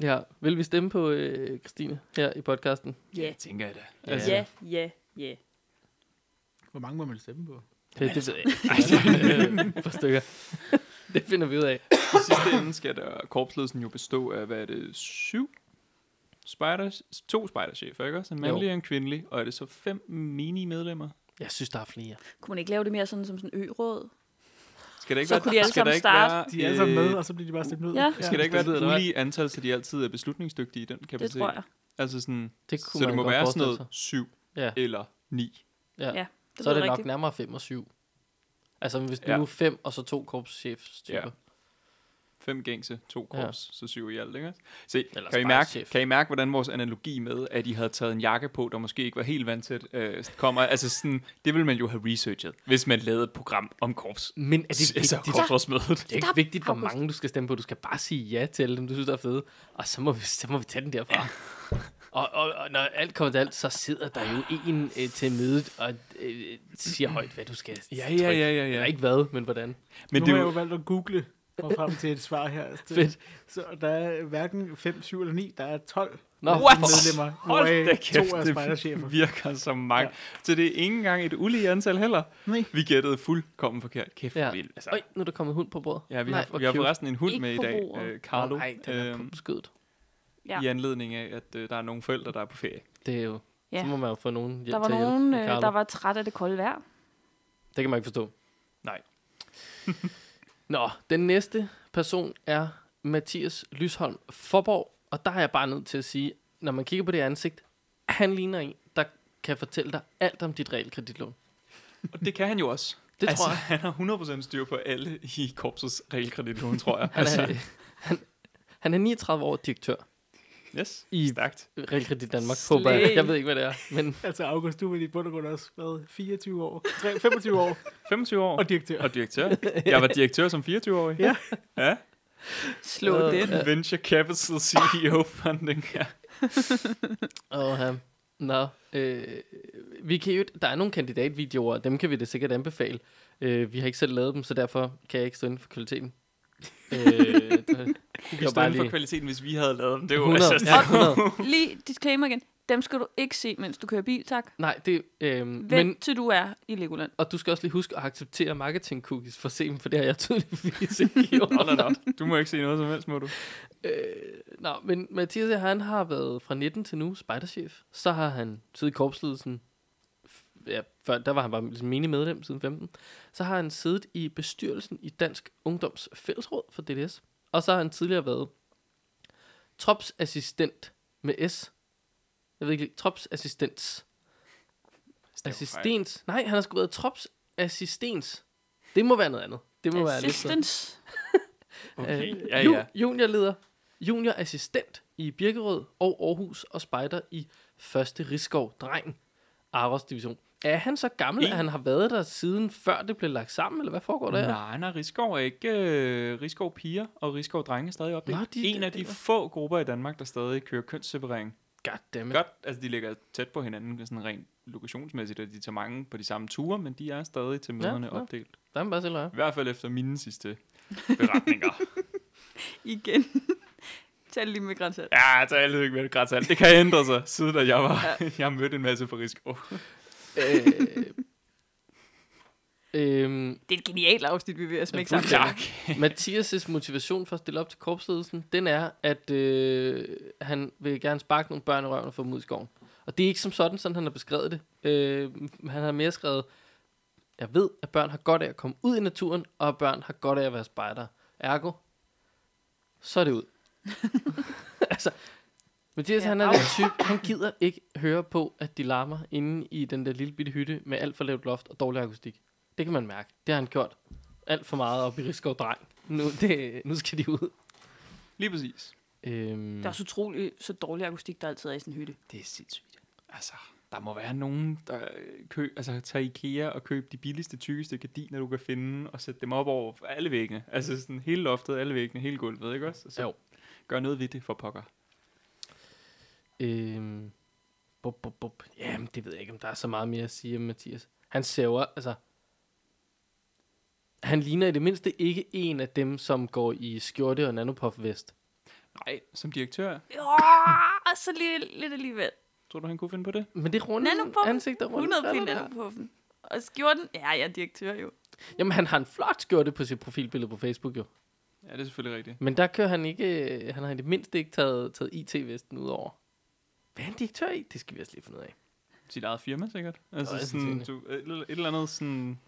Speaker 1: Ja, vil vi stemme på øh, Christine her i podcasten?
Speaker 3: Ja,
Speaker 2: tænker jeg da.
Speaker 1: Altså,
Speaker 3: ja, ja, ja.
Speaker 4: Hvor mange må man stemme på?
Speaker 1: Det, det ved jeg ikke. Altså, øh, et par stykker. det finder vi ud af.
Speaker 2: I sidste ende skal der korpsledelsen jo bestå af, hvad er det, syv spiders, to spejderchefer, ikke også? En mandlig
Speaker 1: Jo.
Speaker 2: og en kvindelig, og er det så fem mini-medlemmer?
Speaker 1: Jeg synes, der er flere.
Speaker 3: Kunne man ikke lave det mere sådan som sådan en ø-råd?
Speaker 2: Skal der ikke
Speaker 3: Så
Speaker 2: være,
Speaker 3: kunne de alle
Speaker 2: skal der
Speaker 3: sammen
Speaker 2: ikke
Speaker 3: starte.
Speaker 2: Være,
Speaker 4: De er alle sammen
Speaker 2: øh,
Speaker 4: med, og så bliver de bare stemt ud.
Speaker 3: ja.
Speaker 2: Skal der ikke være et
Speaker 1: Eller hvad?
Speaker 2: ulige antal, så de altid er beslutningsdygtige i den kapacitet?
Speaker 3: Det tror jeg.
Speaker 2: Altså sådan,
Speaker 1: Det kunne
Speaker 2: så det
Speaker 1: man
Speaker 2: må
Speaker 1: godt
Speaker 2: være sådan
Speaker 1: forestille
Speaker 2: noget
Speaker 1: sig.
Speaker 2: syv
Speaker 1: Ja,
Speaker 2: eller ni.
Speaker 1: ja. ja
Speaker 3: Ja,
Speaker 1: så er
Speaker 3: lyder
Speaker 1: det nok
Speaker 3: rigtigt.
Speaker 1: nærmere 5 og 7. Altså, hvis du
Speaker 2: Ja.
Speaker 1: nu er 5 og så to korpschefs
Speaker 2: Ja. Fem gængse, to
Speaker 1: Ja.
Speaker 2: korps, ja. så syv i alt, ikke? Se,
Speaker 1: Eller
Speaker 2: kan I,
Speaker 1: spejderchef.
Speaker 2: mærke, kan I mærke, hvordan vores analogi med, at I havde taget en jakke på, der måske ikke var helt vandtæt, øh, kommer? Altså sådan, det ville man jo have researchet, hvis man lavede et program om korps.
Speaker 1: Men er det vigtigt?
Speaker 2: altså, korpsrådsmødet.
Speaker 1: Det er ikke
Speaker 3: Stop,
Speaker 1: vigtigt, hvor
Speaker 3: August.
Speaker 1: mange du skal stemme på. Du skal bare sige ja til alle dem, du synes der er fede. Og så må vi, så må vi tage den derfra. og, og, og når alt kommer til alt, så sidder der jo en øh, til mødet og øh, siger højt, hvad du skal
Speaker 2: Ja,
Speaker 1: trykke.
Speaker 2: ja, ja, ja,
Speaker 1: Eller
Speaker 2: ja.
Speaker 1: ikke hvad, men hvordan.
Speaker 4: Men
Speaker 2: Men
Speaker 4: nu
Speaker 2: det
Speaker 4: har
Speaker 2: er
Speaker 4: jeg jo
Speaker 2: jo,
Speaker 4: valgt at google og frem til et svar her.
Speaker 1: Fedt.
Speaker 4: Så der er hverken 5, 7 eller 9, der er 12
Speaker 1: Nå,
Speaker 4: medlemmer.
Speaker 2: hold da
Speaker 4: hvoraf to er
Speaker 2: kæft,
Speaker 4: spejderchefer.
Speaker 2: det virker som mange.
Speaker 4: Ja.
Speaker 2: Så det er ikke engang et ulige antal heller.
Speaker 4: Nej.
Speaker 2: Vi gættede fuldkommen forkert. Kæft,
Speaker 1: Ja.
Speaker 2: ja. vi, altså,
Speaker 1: Øj, nu er der kommet hund på bordet.
Speaker 2: ja, vi,
Speaker 1: Nej,
Speaker 2: har,
Speaker 1: hvor
Speaker 2: vi har
Speaker 1: cute.
Speaker 2: forresten en hund
Speaker 3: Ikke
Speaker 2: med i
Speaker 3: på
Speaker 2: dag,
Speaker 3: bordet.
Speaker 2: øh, Carlo,
Speaker 1: Nej, den er
Speaker 2: øhm,
Speaker 1: på skødet.
Speaker 3: Ja.
Speaker 2: i anledning af, at øh, der er nogle forældre, der er på ferie.
Speaker 1: Det er jo...
Speaker 3: Ja.
Speaker 1: Så må man jo få nogen hjælp
Speaker 3: Der var
Speaker 1: til at hjælpe
Speaker 3: nogen,
Speaker 1: med
Speaker 3: øh,
Speaker 1: Carlo.
Speaker 3: der var træt af det kolde vejr.
Speaker 1: Det kan man ikke forstå.
Speaker 2: Nej.
Speaker 1: Nå, den næste person er Mathias Lysholm Forborg, og der er jeg bare nødt til at sige, når man kigger på det ansigt, han ligner en, der kan fortælle dig alt om dit realkreditlån.
Speaker 2: Og det kan han jo også.
Speaker 1: Det
Speaker 2: altså,
Speaker 1: tror jeg.
Speaker 2: han har 100% styr på alle i korpsets realkreditlån, tror jeg.
Speaker 1: Han er,
Speaker 2: altså,
Speaker 1: han, han er 39 år og direktør.
Speaker 2: Yes,
Speaker 1: I-
Speaker 2: stærkt.
Speaker 1: Realkredit Danmark, håber jeg.
Speaker 3: Slay.
Speaker 1: Jeg ved ikke, hvad det er, men
Speaker 4: Altså August, du er i bund og grund også været 24 år, 3, 25 år
Speaker 2: 25 år
Speaker 4: og direktør.
Speaker 2: og direktør. Jeg var direktør som 24-årig.
Speaker 4: Ja.
Speaker 2: ja.
Speaker 3: Slå
Speaker 1: Øh,
Speaker 3: det.
Speaker 1: Ja.
Speaker 2: Venture Capital CEO Funding. Ja.
Speaker 1: Åh, ja. Nå, øh, vi kan jo, der er nogle kandidatvideoer, og dem kan vi da sikkert anbefale. Øh, vi har ikke selv lavet dem, så derfor kan jeg ikke stå inden for kvaliteten. øh, det,
Speaker 2: Du
Speaker 1: var
Speaker 2: kan stå
Speaker 1: bare
Speaker 2: inden for
Speaker 1: lige-
Speaker 2: kvaliteten, hvis vi havde lavet dem. Det var
Speaker 1: 100,
Speaker 2: altså...
Speaker 1: ja, 100.
Speaker 3: Lige disclaimer igen. Dem skal du ikke se, mens du kører bil, tak.
Speaker 1: Nej, det, øh,
Speaker 3: Vent
Speaker 1: men,
Speaker 3: Men... til du er i Legoland.
Speaker 1: og du skal også lige huske at acceptere marketing cookies for at se dem, for det har jeg tydeligvis ikke gjort.
Speaker 2: Hold da op. Du må ikke se noget som helst, må du.
Speaker 1: Øh, nå, men Mathias, han har været fra 19 til nu spejderchef. Så har han siddet i korpsledelsen. F- Ja, før, der var han bare ligesom menig medlem siden 15. Så har han siddet i bestyrelsen i Dansk Ungdoms Fællesråd for DDS. Og så har han tidligere været tropsassistent med S. Jeg ved ikke, lige- tropsassistens. Assistens. Nej, han har sgu været tropsassistens. Det må være noget andet. Det må være lidt så-
Speaker 3: Assistance.
Speaker 2: Okay,
Speaker 1: Øh,
Speaker 2: ja,
Speaker 1: ju-
Speaker 2: ja.
Speaker 1: Juniorleder, juniorassistent i Birkerød og Aarhus og spejder i første Rigskov Dreng Aros Division. Er han så gammel,
Speaker 2: En-
Speaker 1: at han har været der siden før det blev lagt sammen, eller hvad foregår der? her?
Speaker 2: Nej, nej, Rigskov er ikke... Øh, Rigskov piger og Rigskov drenge er stadig opdelt.
Speaker 1: Nå, de-
Speaker 2: en af de
Speaker 1: det var-
Speaker 2: få grupper i Danmark, der stadig kører kønsseparering.
Speaker 1: Goddammit.
Speaker 2: Godt, altså de ligger tæt på hinanden sådan rent lokationsmæssigt, og de tager mange på de samme ture, men de er stadig til møderne
Speaker 1: nå.
Speaker 2: opdelt.
Speaker 1: Der er man bare selv røre.
Speaker 2: I hvert fald efter mine sidste beretninger.
Speaker 3: Igen. Tag lige med grænsat.
Speaker 2: ja, altså, jeg tager altid ikke med det grætsalt. Det kan ændre sig, siden at jeg, var, jeg mødte en masse på Rigskov.
Speaker 1: øh, øhm,
Speaker 3: Det er et genialt afsnit, vi er ved at smække
Speaker 1: Ja,
Speaker 3: sammen.
Speaker 1: fuldstændig. Mathias' motivation for at stille op til korpsledelsen, den er, at øh, han vil gerne sparke nogle børn i røven og få dem ud i skoven. Og det er ikke som sådan, sådan han har beskrevet det. Øh, han har mere skrevet, jeg ved, at børn har godt af at komme ud i naturen, og at børn har godt af at være spejdere. Ergo, så er det ud. altså, Mathias,
Speaker 3: Ja,
Speaker 1: ja, han er
Speaker 3: au.
Speaker 1: den type, han gider ikke høre på, at de larmer inde i den der lille bitte hytte med alt for lavt loft og dårlig akustik. Det kan man mærke. Det har han gjort alt for meget op i Rigskov Dreng. Nu, det, nu skal de ud.
Speaker 2: Lige præcis.
Speaker 1: Øhm,
Speaker 3: Der er så utroligt så dårlig akustik, der altid er i sådan en hytte.
Speaker 2: Det er sindssygt. Altså, der må være nogen, der øh, køb, altså, tager IKEA og køber de billigste, tykkeste gardiner, du kan finde, og sætte dem op over for alle væggene. Altså sådan hele loftet, alle væggene, hele gulvet, ikke også? Så
Speaker 1: Jo.
Speaker 2: gør noget ved det for pokker.
Speaker 1: øhm, bup, bup, bup. Jamen, det ved jeg ikke, om der er så meget mere at sige om Mathias. Han ser jo, altså... Han ligner i det mindste ikke en af dem, som går i skjorte og nanopuff vest.
Speaker 2: Nej, som direktør,
Speaker 3: Åh, så lige, lidt alligevel.
Speaker 2: tror du, han kunne finde på det?
Speaker 1: Men det runde
Speaker 3: Nanopuffen,
Speaker 1: ansigt der rundt.
Speaker 3: 100 pinde er på den. Og skjorten, ja, jeg er direktør jo.
Speaker 1: Jamen, han har en flot skjorte på sit profilbillede på Facebook, jo.
Speaker 2: Ja, det er selvfølgelig rigtigt.
Speaker 1: Men der kører han ikke... øh, Han har i det mindste ikke taget, taget IT-vesten ud over. Hvad er han direktør i? Det skal vi også lige finde ud af.
Speaker 2: Sit eget firma, sikkert.
Speaker 1: Nå,
Speaker 2: Altså
Speaker 1: jeg
Speaker 2: sådan,
Speaker 1: synes,
Speaker 2: du, et, eller- et eller andet sådan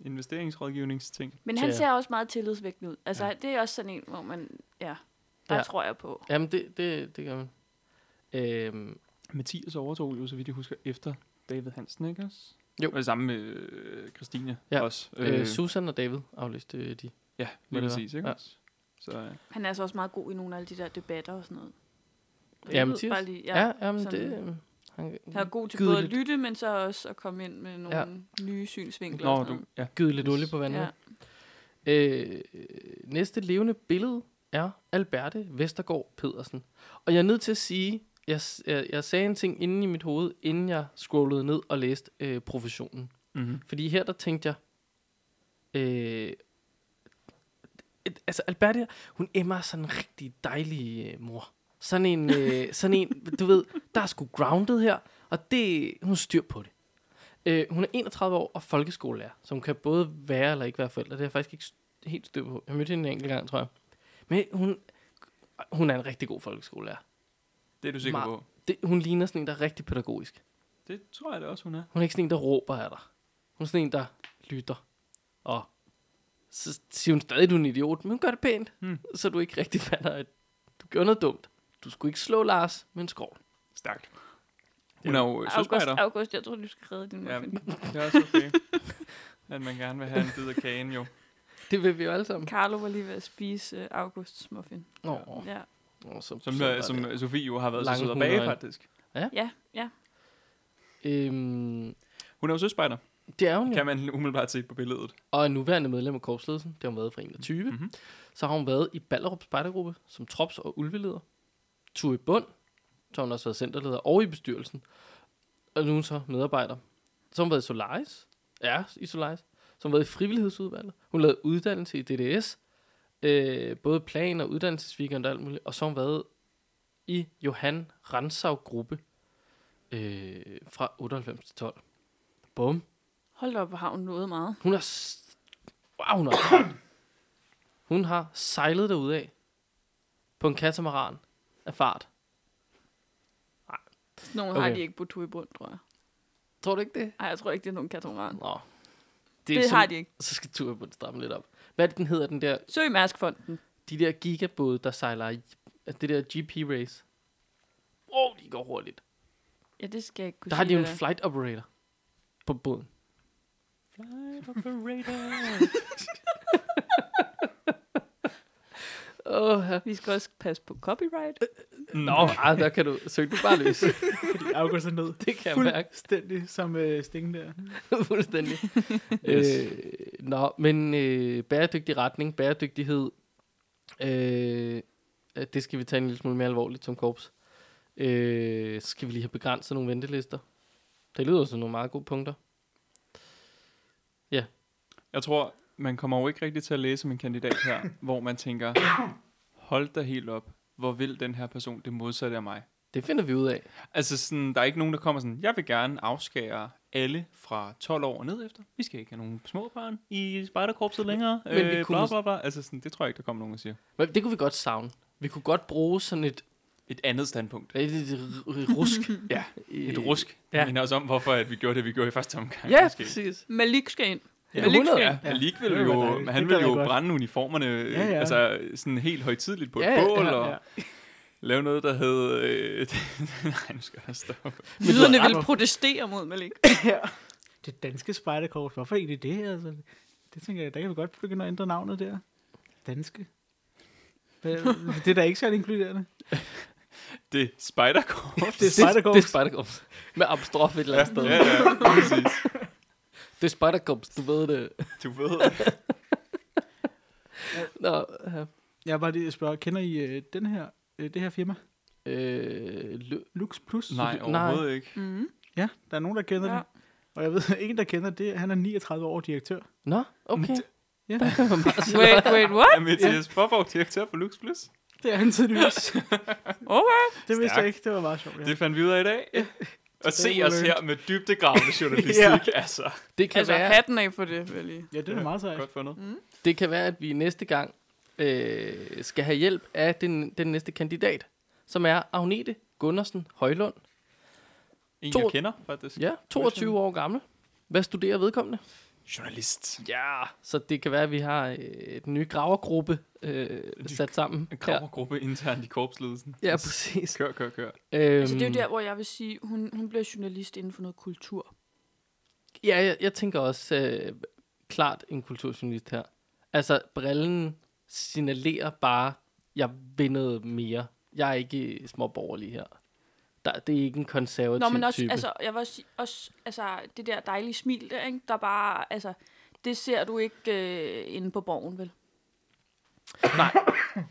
Speaker 2: investeringsrådgivningsting.
Speaker 3: Men
Speaker 1: Så
Speaker 3: han
Speaker 1: ja.
Speaker 3: ser også meget tillidsvægtende ud. Altså, det er også sådan en, hvor man, ja, der
Speaker 1: Ja.
Speaker 3: tror jeg på.
Speaker 1: Jamen, det, det, det gør man. Øhm,
Speaker 2: Mathias overtog jo, så vidt jeg husker, efter David Hansen, ikke også?
Speaker 1: Jo.
Speaker 2: Og det samme med øh, Christine
Speaker 1: Ja.
Speaker 2: også.
Speaker 1: øh, Susan og David aflyste øh, de.
Speaker 2: ja,
Speaker 1: det
Speaker 2: lige
Speaker 1: var.
Speaker 2: præcis, ikke
Speaker 1: Ja.
Speaker 2: også? Så øh,
Speaker 3: Han er altså også meget god i nogle af alle de der debatter og sådan noget.
Speaker 1: Ja,
Speaker 3: Jeg ved
Speaker 1: Mathias.
Speaker 3: Bare lige, ja,
Speaker 1: Ja, ja jamen,
Speaker 3: sådan-
Speaker 1: det... øh, Han
Speaker 3: Han er god til
Speaker 1: gyder
Speaker 3: både at
Speaker 1: lidt-
Speaker 3: lytte, men så også at komme ind med nogle nye synsvinkler. og
Speaker 2: Nå,
Speaker 3: sådan
Speaker 2: du,
Speaker 3: noget.
Speaker 2: ja.
Speaker 1: gyde lidt olie på vandet.
Speaker 3: Ja.
Speaker 1: Ja. Øh, næste levende billede er Alberte Vestergaard Pedersen. Og jeg er nødt til at sige, jeg, s- jeg, jeg sagde en ting inde i mit hoved, inden jeg scrollede ned og læste øh, professionen.
Speaker 2: Mm-hmm.
Speaker 1: Fordi her der tænkte jeg, øh, et- altså Alberta, hun emmer sådan en rigtig dejlig øh, mor. Sådan en, øh, sådan en, du ved, der er sgu grounded her, og det, hun har styr på det. Øh, hun er 31 år og folkeskolelærer, så hun kan både være eller ikke være forældre. Det har jeg faktisk ikke st- helt styr på. Jeg mødte hende en enkelt gang, tror jeg. Men hun, hun er en rigtig god folkeskolelærer.
Speaker 2: Det er du sikker
Speaker 1: Meget.
Speaker 2: på.
Speaker 1: Det, hun ligner sådan en, der er rigtig pædagogisk.
Speaker 2: Det tror jeg da også, hun er.
Speaker 1: Hun er ikke sådan en, der råber af dig. Hun er sådan en, der lytter. Og så siger hun stadig, du er en idiot, men hun gør det pænt.
Speaker 2: Hmm.
Speaker 1: Hmm. Så du ikke rigtig fatter, at du gjorde noget dumt. Du skulle ikke slå Lars med en skrov.
Speaker 2: Stærkt. Hun er jo øh,
Speaker 3: August,
Speaker 2: søspejder.
Speaker 3: August, jeg tror, du skal redde din
Speaker 2: Ja,
Speaker 3: muffin.
Speaker 2: det er også okay. At man gerne vil have en bid af kagen, jo.
Speaker 1: Det vil vi jo alle sammen.
Speaker 3: Carlo var lige ved at spise uh, Augusts muffin.
Speaker 1: Nå,
Speaker 3: øh, Ja.
Speaker 1: Og så,
Speaker 2: Som,
Speaker 1: så var
Speaker 2: øh,
Speaker 1: det-
Speaker 2: som Sofie jo har været så
Speaker 1: Lange
Speaker 2: sød og bage,
Speaker 1: hundeøjne.
Speaker 2: faktisk.
Speaker 3: Ja, ja.
Speaker 1: Øhm,
Speaker 2: Hun er jo søspejder,
Speaker 1: det er hun jo.
Speaker 2: kan man umiddelbart se på billedet.
Speaker 1: Og er nuværende medlem af korpsledelsen. Det har hun været fra 21.
Speaker 2: Mhm.
Speaker 1: Mm-hmm. Så har hun været i Ballerup Spejdergruppe som trops- og ulveleder. Tue Bund, så har hun også været centerleder og i bestyrelsen. Og nu er hun så medarbejder. Så har hun været i Solaris. Ja, i Solaris. Så har hun været i frivillighedsudvalget. Hun lavede uddannelse i DDS. Øh, både plan og uddannelsesweekend og alt muligt. Og så har hun været i Johan Ransau Gruppe øh, fra 98 til 12. Bum.
Speaker 3: Hold da op, hvor har hun nået meget.
Speaker 1: Hun har... s- Wow, hun har... hun har sejlet derudad af på en katamaran af fart.
Speaker 3: Sådan nogle okay. har
Speaker 1: Okay.
Speaker 3: de ikke på tur i bund, tror jeg.
Speaker 1: Tror du ikke det?
Speaker 3: Nej, jeg tror ikke, det er nogen katamaran.
Speaker 1: Nå.
Speaker 3: Det, det
Speaker 1: så,
Speaker 3: har de ikke.
Speaker 1: Så skal tur på stramme lidt op. Hvad er det, den hedder, den der,
Speaker 3: Søg Mærskfonden.
Speaker 1: de der gigabåde, der sejler i altså det der GP-race? Wow, de går hurtigt.
Speaker 3: Ja, det skal jeg ikke kunne
Speaker 1: Der har de
Speaker 3: sige,
Speaker 1: jo en
Speaker 3: hvad det er.
Speaker 1: flight operator på båden. Åh, oh,
Speaker 3: Vi skal også passe på copyright.
Speaker 1: Øh, Nå, ej, der kan du, søg du bare løs.
Speaker 4: Fordi August er ned.
Speaker 1: Det kan jeg mærke.
Speaker 4: Fuldstændig som øh, stingen der.
Speaker 1: Fuldstændig.
Speaker 2: Yes.
Speaker 1: Øh, nå, men øh, bæredygtig retning, bæredygtighed, øh, øh, det skal vi tage en lille smule mere alvorligt som korps. Øh, så skal vi lige have begrænset nogle ventelister. Det lyder som nogle meget gode punkter.
Speaker 2: Jeg tror, man kommer jo ikke rigtig til at læse min kandidat her, hvor man tænker, hold da helt op, hvor vil den her person det modsatte af mig.
Speaker 1: Det finder vi ud af.
Speaker 2: Altså sådan, der er ikke nogen, der kommer sådan, jeg vil gerne afskære alle fra 12 år og ned efter. Vi skal ikke have nogen små børn i spejderkorpset længere.
Speaker 1: Men vi
Speaker 2: øh,
Speaker 1: kunne
Speaker 2: bla,
Speaker 1: mås-
Speaker 2: bla, bla. Altså sådan, det tror jeg ikke, der kommer nogen, der siger.
Speaker 1: Men det kunne vi godt savne. Vi kunne godt bruge sådan et,
Speaker 2: Et andet standpunkt.
Speaker 1: et, et, et rusk.
Speaker 2: Ja,
Speaker 1: Et
Speaker 2: Et rusk. Ja.
Speaker 1: Ja.
Speaker 2: Det minder også om, hvorfor at vi gjorde det, vi gjorde i første omgang.
Speaker 1: Ja,
Speaker 2: måske.
Speaker 1: præcis.
Speaker 3: Malik skal ind.
Speaker 1: Ja,
Speaker 2: Malik
Speaker 1: 100.
Speaker 2: Ja,
Speaker 4: Ja.
Speaker 2: Malik
Speaker 4: Det
Speaker 2: ville
Speaker 4: ville være
Speaker 2: jo,
Speaker 4: dejligt.
Speaker 2: han
Speaker 4: Det
Speaker 2: ville
Speaker 4: gad
Speaker 2: jo
Speaker 4: jeg godt.
Speaker 2: brænde uniformerne,
Speaker 4: Ja, ja.
Speaker 2: altså sådan helt højtidligt på et
Speaker 1: Ja, ja,
Speaker 2: bål,
Speaker 1: ja,
Speaker 2: og
Speaker 4: ja.
Speaker 2: lave noget, der hed... Øh, nej, nu skal jeg stoppe.
Speaker 3: Jyderne vil protestere mod Malik.
Speaker 4: Det danske spejderkorps, hvorfor egentlig det her? Altså, det tænker jeg, der kan vi godt begynde at ændre navnet der. Danske. Hvad- Det er da ikke særlig inkluderende.
Speaker 2: Det spiderkorps.
Speaker 4: Det er spejderkorps.
Speaker 1: Det er spejderkorps. Med apostrof et eller andet sted.
Speaker 2: Ja, ja, præcis.
Speaker 1: Det er spejderkorps, du ved det.
Speaker 2: Du ved.
Speaker 1: Nå, ja.
Speaker 4: Jeg er bare lige at spørge, kender I øh, den her, øh, det her firma?
Speaker 1: øh, lø-
Speaker 4: Lux Plus?
Speaker 2: Nej, overhovedet ikke.
Speaker 3: Mm.
Speaker 4: Ja, der er nogen, der kender ja.
Speaker 3: Ja.
Speaker 4: det. Og jeg ved, en, der kender det, han er 39 år direktør.
Speaker 1: Nå, okay.
Speaker 4: Ja.
Speaker 1: Der kan man bare se.
Speaker 3: Wait, wait, what?
Speaker 2: Er Mathias Forborg direktør for Lux Plus?
Speaker 4: Det er han tydeligvis.
Speaker 3: Okay.
Speaker 4: Det vidste
Speaker 2: Stærkt.
Speaker 4: jeg ikke, det var meget sjovt. Ja.
Speaker 2: Det fandt vi ud af i dag. Og se
Speaker 4: Total
Speaker 2: os her med dybdegravende journalistik, altså.
Speaker 1: Det kan,
Speaker 3: Altså,
Speaker 1: være,
Speaker 3: hatten af for det, vil jeg lige.
Speaker 4: Ja, det er da meget sejt.
Speaker 2: Godt fundet.
Speaker 1: det kan være, at vi næste gang øh, skal have hjælp af den, den næste kandidat, som er Agnete Gundersen Højlund.
Speaker 2: En,
Speaker 1: To-
Speaker 2: jeg kender, faktisk.
Speaker 1: Ja, 22 år gammel. Hvad studerer vedkommende?
Speaker 2: Journalist.
Speaker 1: Ja. Så det kan være, at vi har øh, et ny gravergruppe øh, sat sammen.
Speaker 2: En
Speaker 1: Ja,
Speaker 2: krammergruppe internt i korpsledelsen.
Speaker 1: ja præcis.
Speaker 2: Kør, kør, kør.
Speaker 1: Øhm,
Speaker 3: Altså, det er jo der, hvor jeg vil sige, hun, hun bliver journalist inden for noget kultur.
Speaker 1: Ja, jeg, jeg tænker også øh, klart en kulturjournalist her. Altså, brillen signalerer bare, jeg vil noget mere. Jeg er ikke småborgerlig her. Der, det er ikke en konservativ
Speaker 3: Nå, men også,
Speaker 1: type.
Speaker 3: altså, jeg vil også, sige- også, altså, det der dejlige smil der, ikke? der bare, altså, det ser du ikke øh, inde på borgen, vel?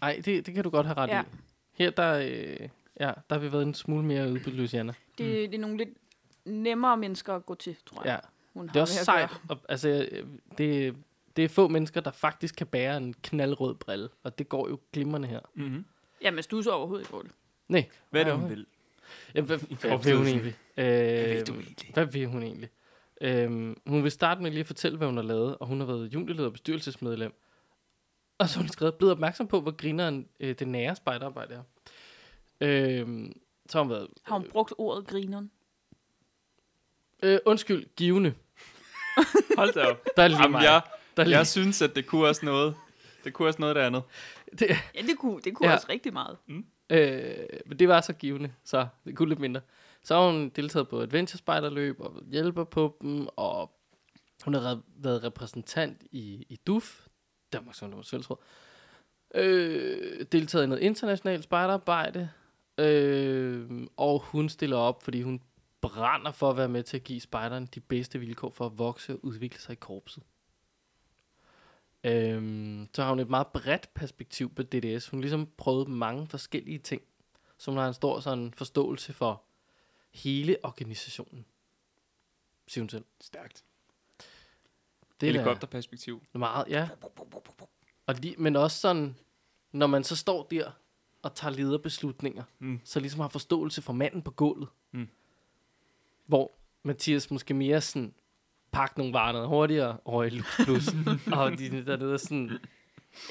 Speaker 1: Nej, det, det kan du godt have ret ja.
Speaker 3: Ja.
Speaker 1: i. Her der, øh, ja, der har vi været en smule mere ude på Louisiana.
Speaker 3: Det, mm. det er nogle lidt nemmere mennesker at gå til, tror jeg.
Speaker 1: Ja,
Speaker 3: hun har
Speaker 1: det er også
Speaker 3: med at
Speaker 1: sejt.
Speaker 3: gøre.
Speaker 1: Og, altså, øh, det, det er få mennesker, der faktisk kan bære en knaldrød brille, og det går jo glimrende her.
Speaker 2: Mm-hmm.
Speaker 3: Ja, men du så overhovedet ikke over det.
Speaker 1: Nej.
Speaker 2: Hvad er det, hun vil?
Speaker 1: Ja, hvad, hvad vil hun
Speaker 2: opsættelsen.
Speaker 1: egentlig? Øh,
Speaker 2: vil du egentlig?
Speaker 1: Hvad vil hun egentlig? Øhm, hun vil starte med lige at fortælle, hvad hun har lavet, og hun har været juniorleder og bestyrelsesmedlem. Og så har hun skrevet, blevet opmærksom på, hvor grineren øh, det nære spejderarbejde er. Øhm, så har hun været,
Speaker 3: Har hun brugt ordet grineren?
Speaker 1: øh, undskyld, givende.
Speaker 2: Hold da op.
Speaker 1: Der er lige
Speaker 2: Jamen,
Speaker 1: mig.
Speaker 2: jeg,
Speaker 1: der er lige,
Speaker 2: jeg synes, at det kunne også noget. Det kunne også noget af det andet.
Speaker 1: det,
Speaker 3: Ja, det kunne, det kunne
Speaker 1: Ja.
Speaker 3: ja. også rigtig meget.
Speaker 1: Øh, men det var så givende, så det kunne lidt mindre. Så har hun deltaget på Adventure Spider-løb og været hjælper på dem, og hun har re- været repræsentant i, i DUF, Danmarks Ungdoms Fællesråd. Øh, deltaget i noget internationalt spejderarbejde. Øh, og hun stiller op, fordi hun brænder for at være med til at give spejderne de bedste vilkår for at vokse og udvikle sig i korpset. Øhm, så har hun et meget bredt perspektiv på DDS. Hun har ligesom prøvet mange forskellige ting, så hun har en stor sådan forståelse for hele organisationen. Siger hun selv.
Speaker 2: Stærkt.
Speaker 1: Det er da-
Speaker 2: Helikopterperspektiv.
Speaker 1: Meget, ja. Og lige, men også sådan, når man så står der og tager lederbeslutninger,
Speaker 2: Mm.
Speaker 1: mm. så ligesom har forståelse for manden på gulvet.
Speaker 2: Mm.
Speaker 1: Hvor Mathias måske mere sådan, pak nogle varer noget hurtigere over i lus plus. og de dernede er sådan,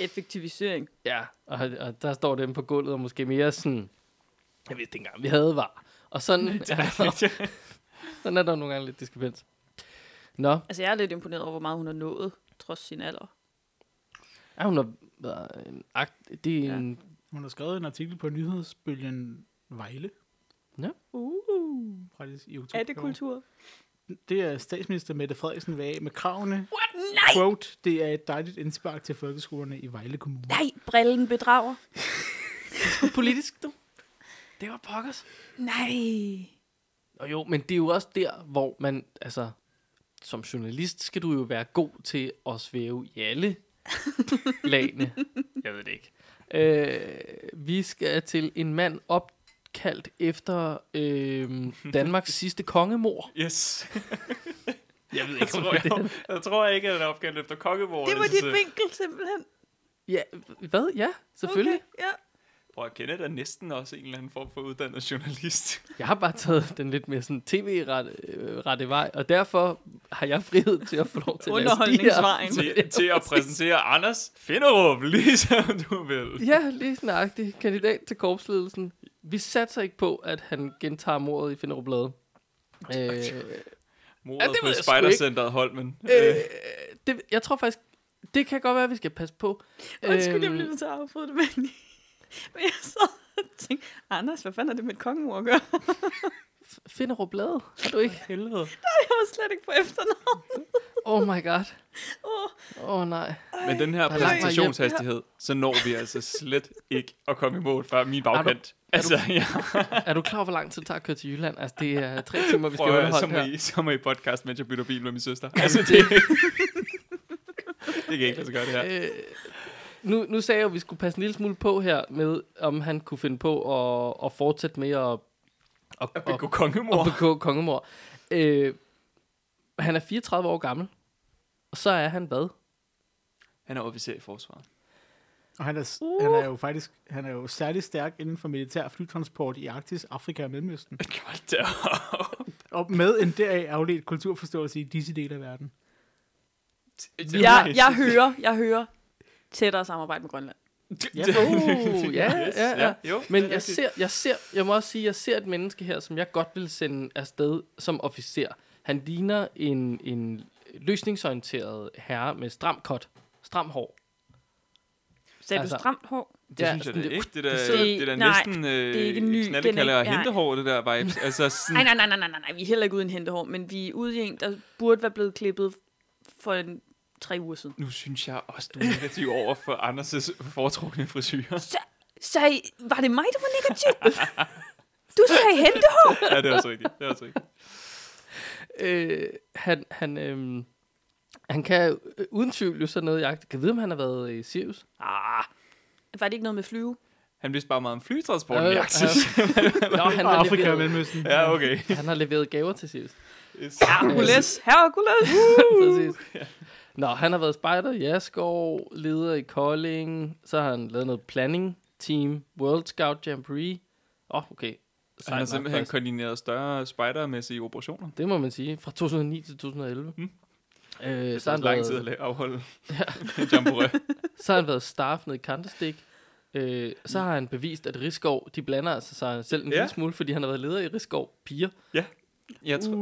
Speaker 3: Effektivisering.
Speaker 1: ja, og, og der står dem på gulvet og måske mere sådan, jeg vidste ikke engang, vi havde var. Og sådan, ja, sådan er der nogle gange lidt diskrepans. Nå,
Speaker 3: Altså, jeg er lidt imponeret over, hvor meget hun har nået, trods sin alder.
Speaker 1: er hun har været en akt, det er
Speaker 3: Ja.
Speaker 1: en
Speaker 4: Hun har skrevet en artikel på nyhedsbølgen Vejle
Speaker 3: Uh,
Speaker 4: faktisk i oktober.
Speaker 3: er det kultur?
Speaker 4: Det er statsminister Mette Frederiksen ved af med kravene. What? Nej! Quote, det er et dejligt indspark til folkeskolerne i Vejle Kommune.
Speaker 3: Nej, brillen bedrager.
Speaker 1: politisk, du. Det var pokkers.
Speaker 3: Nej.
Speaker 1: Og jo, men det er jo også der, hvor man, altså, som journalist skal du jo være god til at svæve i alle lagene. Jeg ved det ikke. Øh, vi skal til en mand opkaldt efter øh, Danmarks sidste kongemor.
Speaker 2: Yes.
Speaker 1: Jeg ved
Speaker 2: Jeg tror, jeg, jeg tror ikke, at den er opkaldt efter kokkevård.
Speaker 3: Det var dit vinkel, simpelthen.
Speaker 1: Ja, hvad? Ja, selvfølgelig. Okay.
Speaker 3: Okay, ja.
Speaker 2: Prøv at kende der næsten også en eller anden form for uddannet journalist.
Speaker 1: Jeg har bare taget den lidt mere sådan tv-rette øh, rette vej, og derfor har jeg frihed til at få lov til at lade de her
Speaker 3: Underholdningsvejen.
Speaker 2: til, til at præsentere Anders Finderup, ligesom du vil.
Speaker 1: Ja, lige snakket. Kandidat til korpsledelsen. Vi satser ikke på, at han gentager mordet i Finderup Blade. Øh,
Speaker 2: Mordet
Speaker 1: ved
Speaker 2: på
Speaker 1: jeg sgu
Speaker 2: Spejdercenteret Holmen.
Speaker 1: øh,
Speaker 2: Øh,
Speaker 1: det, jeg tror faktisk, det kan godt være, at vi skal passe på.
Speaker 3: Undskyld, jeg
Speaker 1: Øhm,
Speaker 3: blev nødt til at afbryde det, men, men jeg sad og tænkte, Anders, hvad fanden er det med et kongemor at gøre?
Speaker 1: Finderup Blade, har du ikke?
Speaker 2: helvede.
Speaker 3: Jeg var slet ikke på efternavn.
Speaker 1: Oh my god.
Speaker 3: Åh,
Speaker 1: Åh oh, nej.
Speaker 2: Men den her
Speaker 1: Der er langt vej hjem.
Speaker 2: præsentationshastighed, så når vi altså slet ikke at komme i mål fra min
Speaker 1: du-
Speaker 2: bagkant. Altså, jeg
Speaker 1: Er du klar over, hvor lang tid det tager at køre til Jylland? Altså, det er tre timer, vi skal
Speaker 2: prøver, så
Speaker 1: underholde
Speaker 2: må,
Speaker 1: her.
Speaker 2: I, så må I podcast, mens jeg bytter bil med min søster. Altså, det, det kan ikke lade sig gøre, det her.
Speaker 1: Øh, nu, nu sagde jeg jo, at vi skulle passe en lille smule på her med, om han kunne finde på at, at fortsætte med at, at,
Speaker 2: At begå
Speaker 1: og
Speaker 2: kongemor.
Speaker 1: begå kongemor. Øh, han er 34 år gammel, og så er han hvad?
Speaker 2: Han er officer i forsvaret.
Speaker 4: Og han er, uh. han er jo faktisk han er jo særlig stærk inden for militær flytransport i Arktis, Afrika og Mellemøsten.
Speaker 2: Hold da op.
Speaker 4: Og med en deraf afledt kulturforståelse i disse dele af verden.
Speaker 3: jeg, jeg hører, jeg hører tættere samarbejde med Grønland.
Speaker 4: Ja.
Speaker 1: Uh, ja,
Speaker 2: Yes,
Speaker 1: ja, ja.
Speaker 2: Jo,
Speaker 1: Men
Speaker 2: det er
Speaker 1: jeg
Speaker 2: rigtigt.
Speaker 1: ser, jeg ser, jeg må også sige, jeg ser et menneske her, som jeg godt vil sende afsted som officer. Han ligner en, en løsningsorienteret herre med stram kot, stram hår.
Speaker 3: Sagde altså,
Speaker 1: Altså,
Speaker 3: du stramt hår?
Speaker 2: Det synes jeg da
Speaker 1: sådan
Speaker 2: ikke. Det er da,
Speaker 3: sidder-
Speaker 2: det er da
Speaker 3: Nej,
Speaker 2: næsten øh,
Speaker 3: det er ikke en ny- den er
Speaker 2: knalde kalder
Speaker 3: ikke- nej.
Speaker 2: hentehår, det der vibes. Altså
Speaker 3: Nej,
Speaker 2: sådan,
Speaker 3: nej, nej, nej, nej, nej, nej, vi er heller ikke uden hentehår, men vi er ude i en, der burde være blevet klippet for en, tre uger siden.
Speaker 2: nu synes jeg også, du er negativ over for Anders' foretrukne frisyrer.
Speaker 3: Så, så I- var det mig, der var negativ? Du sagde hentehår?
Speaker 2: Ja, det er også rigtigt. Det er også rigtigt.
Speaker 1: Øh, han, han, øh, han kan øh, uden tvivl jo sådan noget jagt. Kan vide, om han har været i Sirius? Ah,
Speaker 3: Var det ikke noget med flyve?
Speaker 2: Han vidste bare meget om flytransport
Speaker 1: Ja,
Speaker 2: i
Speaker 1: ja.
Speaker 2: Arktis.
Speaker 1: Nå, han
Speaker 4: Og
Speaker 1: har,
Speaker 4: Afrika og
Speaker 1: leveret,
Speaker 4: Mellemøsten.
Speaker 2: Ja, okay.
Speaker 1: han har leveret gaver til Sirius.
Speaker 2: Yes.
Speaker 3: Hercules, Hercules!
Speaker 1: Præcis. Nå, han har været spejder i Askov, leder i Kolding, så har han lavet noget planning, team, World Scout Jamboree. Åh, oh, okay. Sejt
Speaker 2: Han har
Speaker 1: nok,
Speaker 2: simpelthen
Speaker 1: faktisk.
Speaker 2: koordineret større spejdermæssige operationer.
Speaker 1: Det må man sige. Fra 2009 til 2011.
Speaker 2: Mm.
Speaker 1: Mm. Øh,
Speaker 2: Det
Speaker 1: så,
Speaker 2: er
Speaker 1: har han
Speaker 2: lang tid at
Speaker 1: været,
Speaker 2: lave- afholde jamboree.
Speaker 1: så har han været staff nede i Kanterstik. Øh, så har han bevist, at Rigskov, de blander altså sig selv en
Speaker 2: Ja.
Speaker 1: lille smule, fordi han har været leder i Rigskov Piger.
Speaker 2: Jeg tror,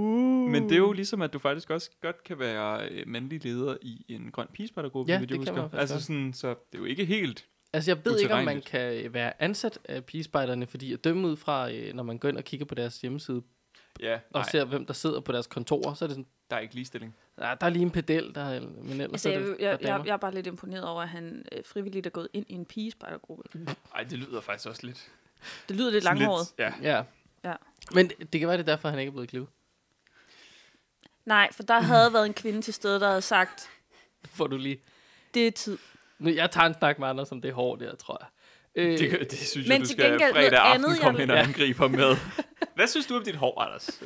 Speaker 2: Men det er jo ligesom, at du faktisk også godt kan være øh, mandlig leder i en grøn pigespejdergruppe,
Speaker 1: Ja,
Speaker 2: hvis jeg
Speaker 1: det kan
Speaker 2: husker.
Speaker 1: man faktisk
Speaker 2: altså
Speaker 1: godt.
Speaker 2: sådan, så det er jo ikke helt...
Speaker 1: Altså, jeg ved ikke, om man
Speaker 2: Utilregneligt.
Speaker 1: kan være ansat af pigespejderne, fordi at dømme ud fra, øh, når man går ind og kigger på deres hjemmeside,
Speaker 2: Ja,
Speaker 1: og
Speaker 2: nej,
Speaker 1: ser, hvem der sidder på deres kontorer, så er det sådan,
Speaker 2: der er ikke ligestilling.
Speaker 1: ah, der er lige en pedel, der er, men ellers
Speaker 3: Altså,
Speaker 1: er det
Speaker 3: jeg, jeg,
Speaker 1: bare damer."
Speaker 3: jeg, jeg er bare lidt imponeret over, at han øh, frivilligt er gået ind i en pigespejdergruppe.
Speaker 2: Nej, det lyder faktisk også lidt...
Speaker 3: Det lyder lidt
Speaker 2: sådan lidt-
Speaker 3: langhåret.
Speaker 2: Ja,
Speaker 1: Ja.
Speaker 3: Ja.
Speaker 1: Men det, det kan være, det er derfor, han ikke er blevet klivet.
Speaker 3: Nej, for der havde været en kvinde til stede, der havde sagt,
Speaker 1: Får du lige...
Speaker 3: det er tid.
Speaker 1: Nu, jeg tager en snak med Anders om det hår der, tror jeg. Øh,
Speaker 2: det, det synes
Speaker 3: Men
Speaker 2: jeg, du
Speaker 3: til
Speaker 2: skal
Speaker 3: gengæld noget
Speaker 2: fredag aften
Speaker 3: andet, jeg
Speaker 2: komme
Speaker 3: vil-
Speaker 2: ind og
Speaker 1: Ja.
Speaker 2: angribe ham med. Hvad synes du om dit hår, Anders?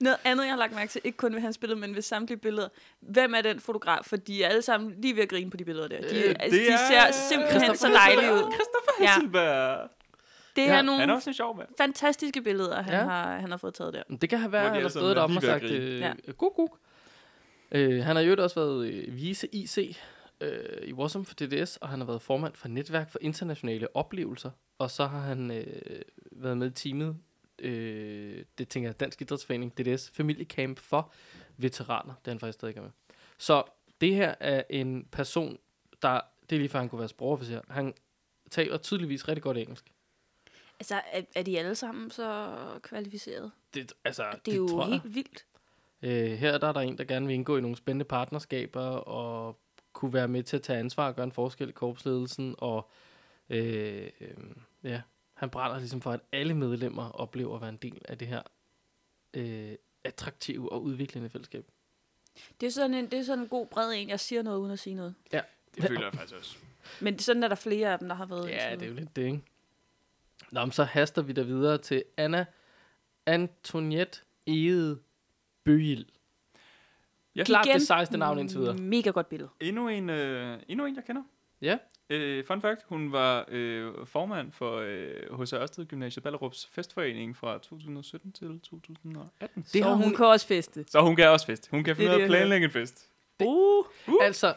Speaker 3: Noget andet, jeg har lagt mærke til, ikke kun ved hans billede, men ved samtlige billeder. Hvem er den fotograf? For de er alle sammen lige ved at grine på de billeder der. De,
Speaker 1: Øh,
Speaker 3: øh, altså,
Speaker 2: det
Speaker 3: de
Speaker 2: er-
Speaker 3: ser simpelthen så
Speaker 1: Christopher
Speaker 3: dejlige ud.
Speaker 2: Christoffer
Speaker 3: Ja.
Speaker 2: Hasselberg.
Speaker 3: Det
Speaker 1: Ja,
Speaker 3: er
Speaker 2: Han er
Speaker 3: nogle
Speaker 2: også en sjov mand.
Speaker 3: fantastiske billeder, han,
Speaker 1: Ja.
Speaker 3: har, han har fået taget der.
Speaker 1: Men Det kan have
Speaker 2: Hvor
Speaker 1: været,
Speaker 2: de
Speaker 1: at han har
Speaker 2: alle sammen
Speaker 1: stået
Speaker 2: er
Speaker 1: deroppe og
Speaker 2: lige ved at
Speaker 1: sagt, øh,
Speaker 3: grine.
Speaker 1: ja. guk, guk. Øh, han har jo også været øh, vice IC øh, i Wasm for DDS, og han har været formand for Netværk for Internationale Oplevelser. Og så har han øh, været med i teamet, øh, det tænker jeg, Dansk Idrætsforening, DDS, familiecamp for veteraner. Det er han faktisk stadig ikke er med. Så det her er en person, der, det er lige før han kunne være sprogofficer, han taler tydeligvis rigtig godt engelsk.
Speaker 3: Altså, er, er de alle sammen så kvalificerede?
Speaker 1: Det, altså, det,
Speaker 3: Det er jo
Speaker 1: tror jeg.
Speaker 3: helt vildt.
Speaker 1: Øh, her der er der en, der gerne vil indgå i nogle spændende partnerskaber og kunne være med til at tage ansvar og gøre en forskel i korpsledelsen. Og øh, øh, ja, han brænder ligesom for, at alle medlemmer oplever at være en del af det her øh, attraktive og udviklende fællesskab.
Speaker 3: Det er, sådan en, det er sådan en god bred en, jeg siger noget uden at sige noget.
Speaker 2: Det føler jeg faktisk også.
Speaker 3: Men sådan er der flere af dem, der har været
Speaker 1: Ja,
Speaker 3: indtil
Speaker 1: det er jo
Speaker 3: nu.
Speaker 1: lidt det, ikke? Nå, men så haster vi der videre til Anna Antoniette Egede Bøgil.
Speaker 2: Ja.
Speaker 1: Klart
Speaker 3: Igen,
Speaker 1: det sejeste navn indtil videre.
Speaker 3: Mega godt billede.
Speaker 2: Endnu en, øh, endnu en jeg kender.
Speaker 1: Ja.
Speaker 2: Øh, fun fact, hun var øh, formand for øh, H.C. Ørsted Gymnasiet Ballerups festforening fra 2017 til 2018.
Speaker 1: Det har hun
Speaker 3: kan også feste.
Speaker 2: Så hun kan også fest. Hun kan finde
Speaker 3: Det er
Speaker 2: ud af at
Speaker 3: det, jeg
Speaker 2: planlægge en fest.
Speaker 1: Uh,
Speaker 2: Uh.
Speaker 1: Altså,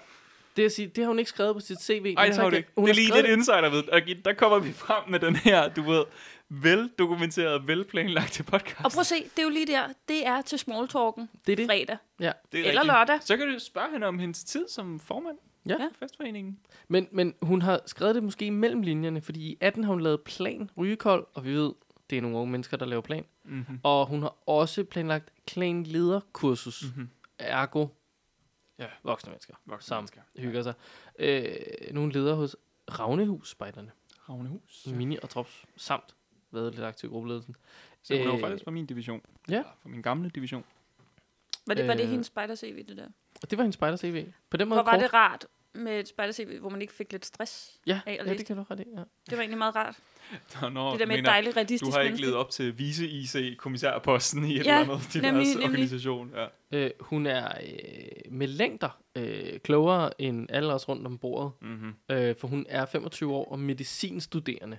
Speaker 1: det, at sige, det har hun ikke skrevet på sit CV.
Speaker 2: Ej,
Speaker 1: men
Speaker 2: det
Speaker 1: så
Speaker 2: har hun
Speaker 1: kan-
Speaker 2: ikke. Det er
Speaker 1: har
Speaker 2: lige
Speaker 1: skrevet
Speaker 2: lidt insider ved. Okay, der kommer vi frem med den her, du ved, veldokumenteret, velplanlagte podcast.
Speaker 3: Og prøv at se, det er jo lige der. Det er til smalltalken
Speaker 1: Det er det.
Speaker 3: fredag.
Speaker 2: Det
Speaker 3: Eller lørdag.
Speaker 2: Så kan du spørge hende om hendes tid som formand
Speaker 1: Ja.
Speaker 2: for festforeningen.
Speaker 1: Men, men hun har skrevet det måske mellem linjerne, fordi i 18 har hun lavet plan rygekold, og vi ved, det er nogle unge mennesker, der laver plan.
Speaker 2: Mm-hmm.
Speaker 1: Og hun har også planlagt klanlederkursus, mm-hmm.
Speaker 2: Mhm.
Speaker 1: ergo
Speaker 2: Ja.
Speaker 1: voksne mennesker,
Speaker 2: Voksne
Speaker 1: som
Speaker 2: mennesker.
Speaker 1: hygger sig. Øh, nogle ledere hos Ravnehus-spejderne,
Speaker 2: Ravnehus.
Speaker 1: ja. Mini og Trops, samt været lidt aktiv i gruppeledelsen.
Speaker 2: Så hun er jo
Speaker 1: Øh,
Speaker 2: faktisk fra min division.
Speaker 1: ja.
Speaker 2: Fra min gamle division.
Speaker 3: Var det, var det
Speaker 1: Øh.
Speaker 3: hendes spider-CV, det der?
Speaker 1: Og det var hendes spejder-CV. På den måde
Speaker 3: Hvor var
Speaker 1: kort.
Speaker 3: det rart med et spider-CV, hvor man ikke fik lidt stress?
Speaker 1: Ja,
Speaker 3: af at
Speaker 1: ja,
Speaker 3: læse
Speaker 1: det kan du ret i. Ja.
Speaker 3: Det var egentlig meget rart.
Speaker 2: Nå, nå, du
Speaker 3: det der med et
Speaker 2: mener,
Speaker 3: dejligt, realistisk
Speaker 2: Du har ikke
Speaker 3: menneske.
Speaker 2: levet op til vice-IC-kommissærposten i et
Speaker 3: Ja,
Speaker 2: eller andet
Speaker 3: nemlig,
Speaker 2: diverse
Speaker 3: nemlig.
Speaker 2: organisation. Ja.
Speaker 1: Øh, hun er øh, med længder øh, klogere end alle os rundt om bordet.
Speaker 2: Mm-hmm.
Speaker 1: Øh, for hun er 25 år og medicinstuderende.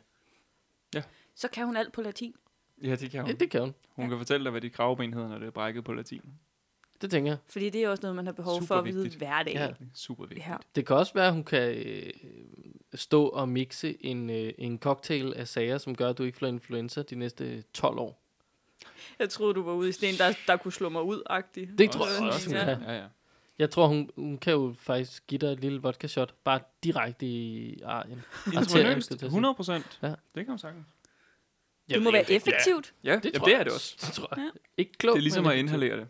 Speaker 3: Så kan hun alt på latin.
Speaker 2: ja, det kan
Speaker 1: Ja,
Speaker 2: hun.
Speaker 1: det kan hun.
Speaker 2: Hun kan fortælle dig, hvad dit kravben hedder, når det er brækket på latin.
Speaker 1: Det tænker jeg.
Speaker 3: Fordi det er også noget, man har behov
Speaker 2: Super
Speaker 3: for at vide
Speaker 2: vigtigt.
Speaker 3: hver dag.
Speaker 1: Ja.
Speaker 3: Ja.
Speaker 2: Super vigtigt.
Speaker 3: Ja.
Speaker 1: Det kan også være, at hun kan øh, stå og mixe en, øh, en cocktail af sager, som gør, at du ikke får influenza de næste 12 år.
Speaker 3: Jeg troede, du var ude i sten, der, der kunne slå mig ud agtigt
Speaker 1: Det tror jeg
Speaker 2: Også-
Speaker 1: også, hun
Speaker 3: Ja.
Speaker 1: kan.
Speaker 2: Ja, ja.
Speaker 1: Jeg tror, hun, hun kan jo faktisk give dig et lille vodka-shot, bare direkte i arjen.
Speaker 2: Intravenøst,
Speaker 1: skulle jeg til at sige.
Speaker 2: 100 procent.
Speaker 1: Ja.
Speaker 2: Ja. Det kan man sagtens.
Speaker 3: Det må være effektivt.
Speaker 2: Ja, det,
Speaker 1: tror
Speaker 2: det er
Speaker 1: jeg.
Speaker 2: det også.
Speaker 1: Det tror jeg.
Speaker 3: Ja.
Speaker 1: Ikke klogt.
Speaker 2: Det er ligesom
Speaker 1: men
Speaker 2: at
Speaker 1: effektivt.
Speaker 2: inhalere det.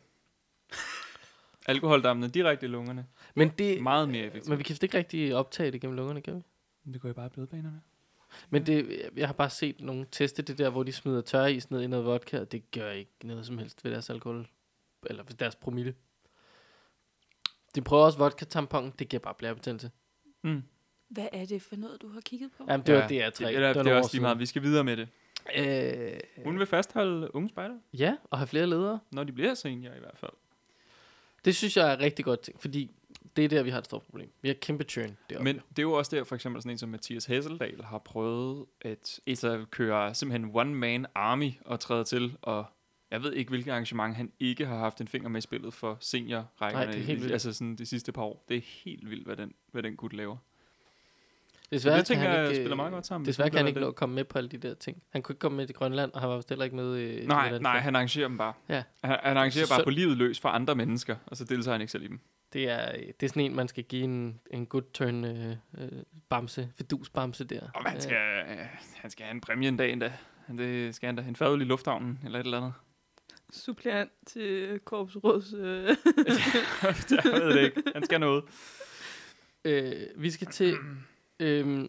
Speaker 2: Alkoholdammene direkte i lungerne.
Speaker 1: Men, det,
Speaker 2: Meget mere effektivt.
Speaker 1: men vi kan slet ikke rigtig optage det gennem lungerne, kan vi?
Speaker 2: Det går jo bare i blodbanerne.
Speaker 1: Men det, jeg har bare set nogen teste det der, hvor de smider tørris ned i noget vodka, og det gør ikke noget som helst ved deres alkohol, eller ved deres promille. De prøver også vodka-tampon, det giver bare blærebetændelse.
Speaker 2: Mm.
Speaker 3: Hvad er det for noget, du har kigget på?
Speaker 1: Jamen, det var det, jeg
Speaker 2: Det,
Speaker 1: tre.
Speaker 2: eller, det,
Speaker 1: nogle
Speaker 2: er
Speaker 1: år
Speaker 2: også lige meget. Vi skal videre med det.
Speaker 1: siden.
Speaker 2: Hun vil fastholde unge spejder,
Speaker 1: Øh, ja, og have flere ledere.
Speaker 2: når de bliver senior i hvert fald.
Speaker 1: Det synes jeg er rigtig godt ting, fordi det er der, vi har et stort problem. Vi har kæmpe churn deroppe.
Speaker 2: Men det er jo også der, for eksempel sådan en som Mathias Hesseldal har prøvet at altså, køre simpelthen one-man army og træde til, og jeg ved ikke, hvilket arrangement han ikke har haft en finger med i spillet for
Speaker 1: Nej,
Speaker 2: seniorrækkerne
Speaker 1: det er
Speaker 2: i
Speaker 1: helt
Speaker 2: de-
Speaker 1: vildt.
Speaker 2: altså sådan de sidste par år. Det er helt vildt, hvad den, hvad den gut laver.
Speaker 1: desværre
Speaker 2: det
Speaker 1: kan
Speaker 2: tænker
Speaker 1: han
Speaker 2: jeg
Speaker 1: ikke, øh,
Speaker 2: spiller meget godt sammen. hvis
Speaker 1: Desværre kan han
Speaker 2: bliver
Speaker 1: ikke nå at komme med på alle de der ting. Han kunne ikke komme med til Grønland, og han var vist heller ikke med... Øh,
Speaker 2: det.
Speaker 1: til
Speaker 2: Nej,
Speaker 1: Grønland
Speaker 2: nej,
Speaker 1: før.
Speaker 2: han arrangerer dem bare.
Speaker 1: Ja.
Speaker 2: Han, han arrangerer
Speaker 1: Så
Speaker 2: bare
Speaker 1: synd.
Speaker 2: på livet løs for andre mennesker, og så deltager han ikke selv i dem.
Speaker 1: Det er, det er sådan en, man skal give en, en good turn øh, øh, bamse, fedus bamse der.
Speaker 2: Og han
Speaker 1: Øh,
Speaker 2: skal, øh, han skal have en præmie en dag endda. Han- Det skal han da. En fadøl i lufthavnen, eller et eller andet.
Speaker 3: suppleant til korpsråds... Øh.
Speaker 2: jeg ved det ikke. Han skal noget.
Speaker 1: Øh, vi skal til... Øh,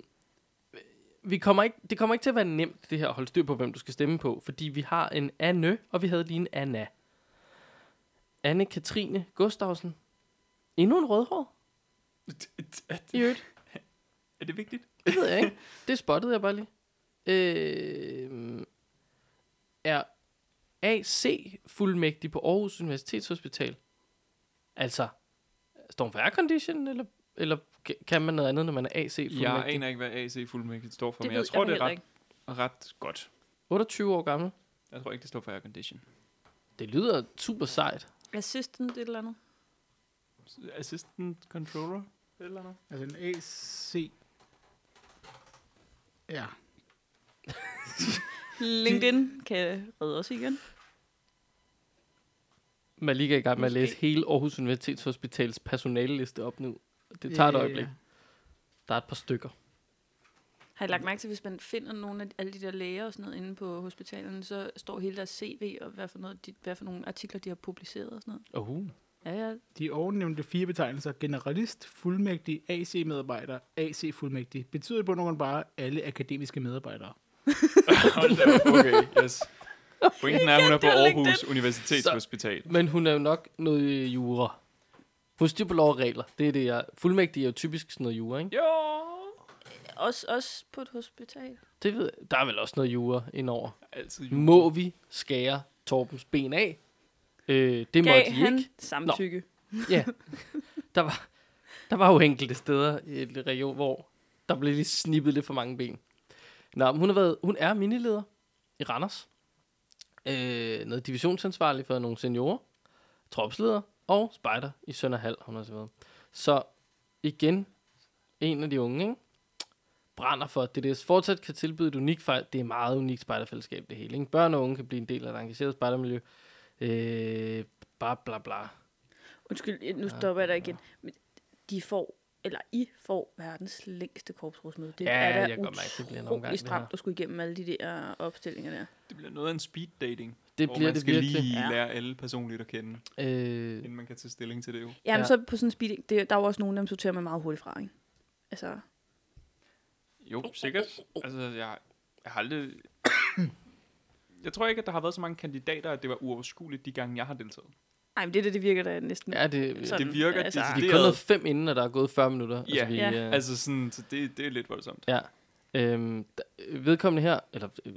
Speaker 1: vi kommer ikke, det kommer ikke til at være nemt, det her at holde styr på, hvem du skal stemme på, fordi vi har en Anne, og vi havde lige en Anna. Anne-Katrine Gustafsen. Endnu en rødhår, i øvrigt.
Speaker 2: Er det vigtigt?
Speaker 1: Det ved jeg ikke. Det spottede jeg bare lige. Øh, er AC-fuldmægtig på Aarhus Universitetshospital? Altså, står hun for aircondition, eller, eller ka- kan man noget andet, når man er
Speaker 2: Jeg
Speaker 1: AC-fuldmægtig?
Speaker 2: aner ikke, hvad AC fuldmægtigt står for,
Speaker 3: Det
Speaker 2: men
Speaker 3: ved
Speaker 2: jeg tror,
Speaker 3: jeg
Speaker 2: det er
Speaker 3: heller
Speaker 2: ret, ret godt.
Speaker 1: 28 år gammel.
Speaker 2: Jeg tror ikke, det står for aircondition.
Speaker 1: Det lyder super sejt.
Speaker 3: Assistant et eller andet.
Speaker 2: Assistant controller? Eller noget?
Speaker 4: Altså en AC... Ja.
Speaker 3: LinkedIn kan redde os igen.
Speaker 1: Man er lige i gang med at
Speaker 3: Måske.
Speaker 1: læse hele Aarhus Universitets Hospitals personaleliste op nu. Det tager et øjeblik. Der er et par stykker.
Speaker 3: Har I lagt mærke til, hvis man finder nogle af alle de der læger og sådan noget inde på hospitalerne, så står hele deres CV og hvad for, noget, de, hvad for nogle artikler, de har publiceret og sådan noget.
Speaker 1: Oh.
Speaker 3: Ja, ja.
Speaker 4: De ovennævnte fire betegnelser, generalist, fuldmægtig, AC-medarbejder, AC-fuldmægtig, betyder i bund og grund bare alle akademiske medarbejdere.
Speaker 2: Hold da op, okay, yes. Pointen er, hun er på
Speaker 3: det var
Speaker 2: Aarhus Universitetshospital.
Speaker 1: Men hun er jo nok noget øh, jura. Hun styrer på lov og regler. Det er det, jeg... Fuldmægtig er jo typisk sådan noget jura, ikke?
Speaker 2: Jo!
Speaker 3: Også, også på et hospital.
Speaker 1: Det ved jeg. Der er vel også noget jura indover.
Speaker 2: Altid jul.
Speaker 1: Må vi skære Torbens ben af? Øh, det måtte
Speaker 3: Gav
Speaker 1: de
Speaker 3: han
Speaker 1: ikke.
Speaker 3: samtykke? Nå.
Speaker 1: Ja. Der var, der var jo enkelte steder i et region, hvor der blev lige snippet lidt for mange ben. Nå, men hun, har været, hun er minileder i Randers. Øh, noget divisionsansvarlig for nogle seniorer, tropsleder og spejder i Sønderhal, hun har også været. Så igen, en af de unge, ikke? brænder for, at DDS fortsat kan tilbyde et unikt fejl. Det er meget unikt spejderfællesskab, det hele. Ikke? Børn og unge kan blive en del af et engageret spejdermiljø. Øh, bla bla bla.
Speaker 3: Undskyld, nu stopper jeg dig igen. Men de får, eller I får verdens længste korpsrådsmøde. Det
Speaker 1: Ja,
Speaker 3: er da
Speaker 1: jeg kan godt mærke, det bliver en omgang,
Speaker 3: utrolig
Speaker 1: det
Speaker 3: stramt
Speaker 1: her.
Speaker 3: at skulle igennem alle de der opstillinger der.
Speaker 2: Det bliver noget af en speed dating,
Speaker 1: Det
Speaker 2: hvor
Speaker 1: bliver
Speaker 2: man
Speaker 1: det
Speaker 2: skal
Speaker 1: virkelig.
Speaker 2: lige
Speaker 3: Ja.
Speaker 2: lære alle personligt at kende,
Speaker 1: Øh,
Speaker 2: inden man kan tage stilling til det jo.
Speaker 3: Jamen,
Speaker 1: Ja.
Speaker 3: ja. så på sådan en speeding, det, der er jo også nogen, der sorterer man meget hurtigt fra, ikke? Altså,
Speaker 2: Jo, sikkert. Altså, jeg, jeg har aldrig... Jeg tror ikke, at der har været så mange kandidater, at det var uoverskueligt de gange, jeg har deltaget.
Speaker 3: ej, men det der, det virker da næsten.
Speaker 1: ja, det,
Speaker 3: Sådan,
Speaker 2: Det virker
Speaker 3: altså,
Speaker 1: vi er
Speaker 2: decideret.
Speaker 1: kun nået fem inden, og der er gået 40 minutter.
Speaker 2: Ja.
Speaker 1: vi,
Speaker 3: Ja.
Speaker 1: øh,
Speaker 2: Altså sådan, så det, det er lidt voldsomt.
Speaker 1: ja. Øhm, d- vedkommende her, eller øh,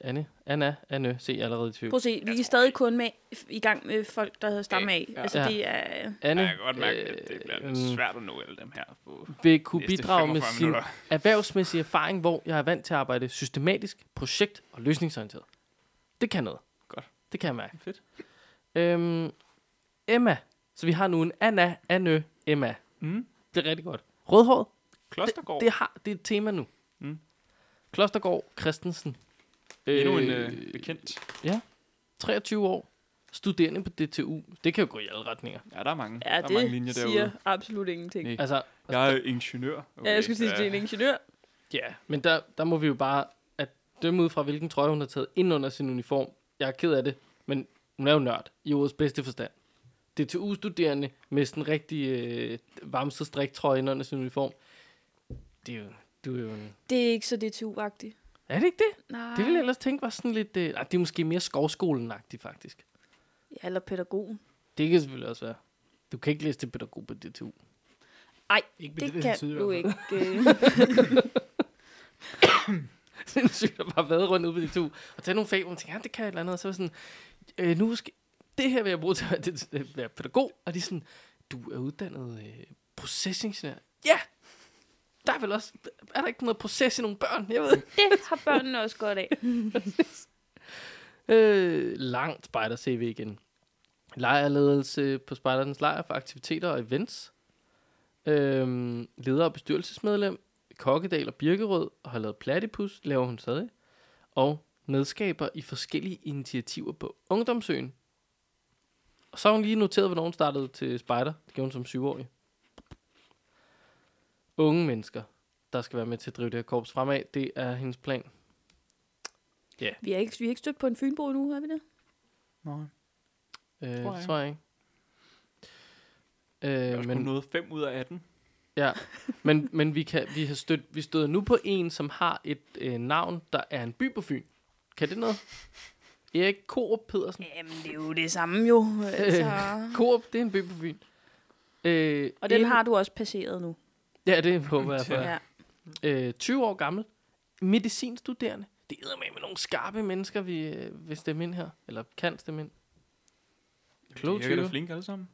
Speaker 1: Anne, Anna, Anne, se jeg er allerede i tvivl.
Speaker 3: Prøv at se, vi er stadig kun med, i gang med folk, der hedder stamme af.
Speaker 2: Ja.
Speaker 3: Ja. Altså,
Speaker 1: Ja.
Speaker 3: det er...
Speaker 1: Anne,
Speaker 2: Jeg kan godt mærke, at det bliver
Speaker 1: øhm,
Speaker 2: lidt svært at nå alle dem her på
Speaker 1: vil kunne
Speaker 2: næste
Speaker 1: bidrage med
Speaker 2: 45
Speaker 1: sin
Speaker 2: minutter.
Speaker 1: erhvervsmæssige erfaring, hvor jeg er vant til at arbejde systematisk, projekt- og løsningsorienteret. Det kan noget.
Speaker 2: Godt.
Speaker 1: Det kan jeg mærke.
Speaker 2: Fedt.
Speaker 1: Øhm, Emma. Så vi har nu en Anna, Anne, Emma.
Speaker 2: Mm.
Speaker 1: Det er rigtig godt. Rødhåret,
Speaker 2: Klostergård.
Speaker 1: Det, det, har, det er et tema nu.
Speaker 2: Mm.
Speaker 1: Klostergaard Christensen.
Speaker 2: Endnu en øh, bekendt.
Speaker 1: 23 år. Studerende på DTU. Det kan jo gå i alle retninger.
Speaker 2: Ja, der er mange.
Speaker 3: Ja,
Speaker 2: der er
Speaker 3: det
Speaker 2: mange linjer
Speaker 3: siger
Speaker 2: derude.
Speaker 3: absolut ingenting.
Speaker 2: Nej.
Speaker 1: Altså,
Speaker 2: Jeg er ingeniør.
Speaker 3: Okay, ja, jeg skulle sige,
Speaker 2: så-
Speaker 3: at det er en ingeniør.
Speaker 1: ja. Men der, der må vi jo bare at dømme ud fra, hvilken trøje hun har taget ind under sin uniform. Jeg er ked af det, men hun er jo nørd. I ordets bedste forstand. DTU-studerende med sådan en rigtig øh, varmset striktrøje ind under sin uniform. Det er jo, du er jo en...
Speaker 3: Det er ikke så DTU-agtigt.
Speaker 1: Er det ikke det?
Speaker 3: Nej.
Speaker 1: Det ville jeg ellers tænke var sådan lidt... Øh, nej, det er måske mere skovskolen-agtigt, faktisk.
Speaker 3: Ja, eller pædagogen.
Speaker 1: Det kan selvfølgelig også være. Du kan ikke læse til pædagog på DTU.
Speaker 4: Ikke med
Speaker 3: Det,
Speaker 4: den
Speaker 3: kan
Speaker 4: tid i hvert
Speaker 3: du
Speaker 4: fald.
Speaker 3: ikke. øh.
Speaker 1: Sindssygt at bare vade rundt ude på DTU. Og tage nogle fag, hvor man tænker, ja, det kan jeg et eller andet. Og så er jeg sådan, øh, nu skal, det her vil jeg bruge til at være, det, øh, være pædagog. Og de er sådan, du er uddannet øh, procesingeniør. Ja! Der er vel også, er der ikke noget proces i nogle børn? Jeg ved ikke.
Speaker 3: det har børnene også godt af.
Speaker 1: Øh, langt spejder-CV igen. Lejerledelse på spejdernes lejr for aktiviteter og events. Øhm, leder og bestyrelsesmedlem. Kokkedal og Birkerød og har lavet platypus, laver hun stadig. Og medskaber i forskellige initiativer på Ungdomsøen. Og så har hun lige noteret, hvornår hun startede til spejder. Det gjorde hun som syvårig. Unge mennesker, der skal være med til at drive det her korps fremad, det er hendes plan.
Speaker 3: Vi har ikke, vi har ikke stødt på en fynbo endnu, har vi det?
Speaker 4: Nej.
Speaker 1: Øh,
Speaker 2: Tror jeg
Speaker 1: det tror jeg ikke. Øh,
Speaker 2: Jeg men... nåede 5 ud af 18.
Speaker 1: Ja, men, men vi, kan, vi, har stødt, vi støder nu på en, som har et øh, navn, der er en by på Fyn. Kan det noget? Erik Korup Pedersen.
Speaker 3: Jamen, det er jo det samme jo. Altså.
Speaker 1: Korup, det er en by på Fyn. Øh,
Speaker 3: Og den
Speaker 1: en-
Speaker 3: har du også passeret nu.
Speaker 1: Ja, det håber jeg for.
Speaker 3: Ja.
Speaker 1: Øh, 20 år gammel. Medicinstuderende. Det er med med nogle skarpe mennesker, vi øh, vil stemme ind her. Eller kan stemme ind. Kloge
Speaker 2: Jeg er da
Speaker 1: typer.
Speaker 2: flink alle sammen.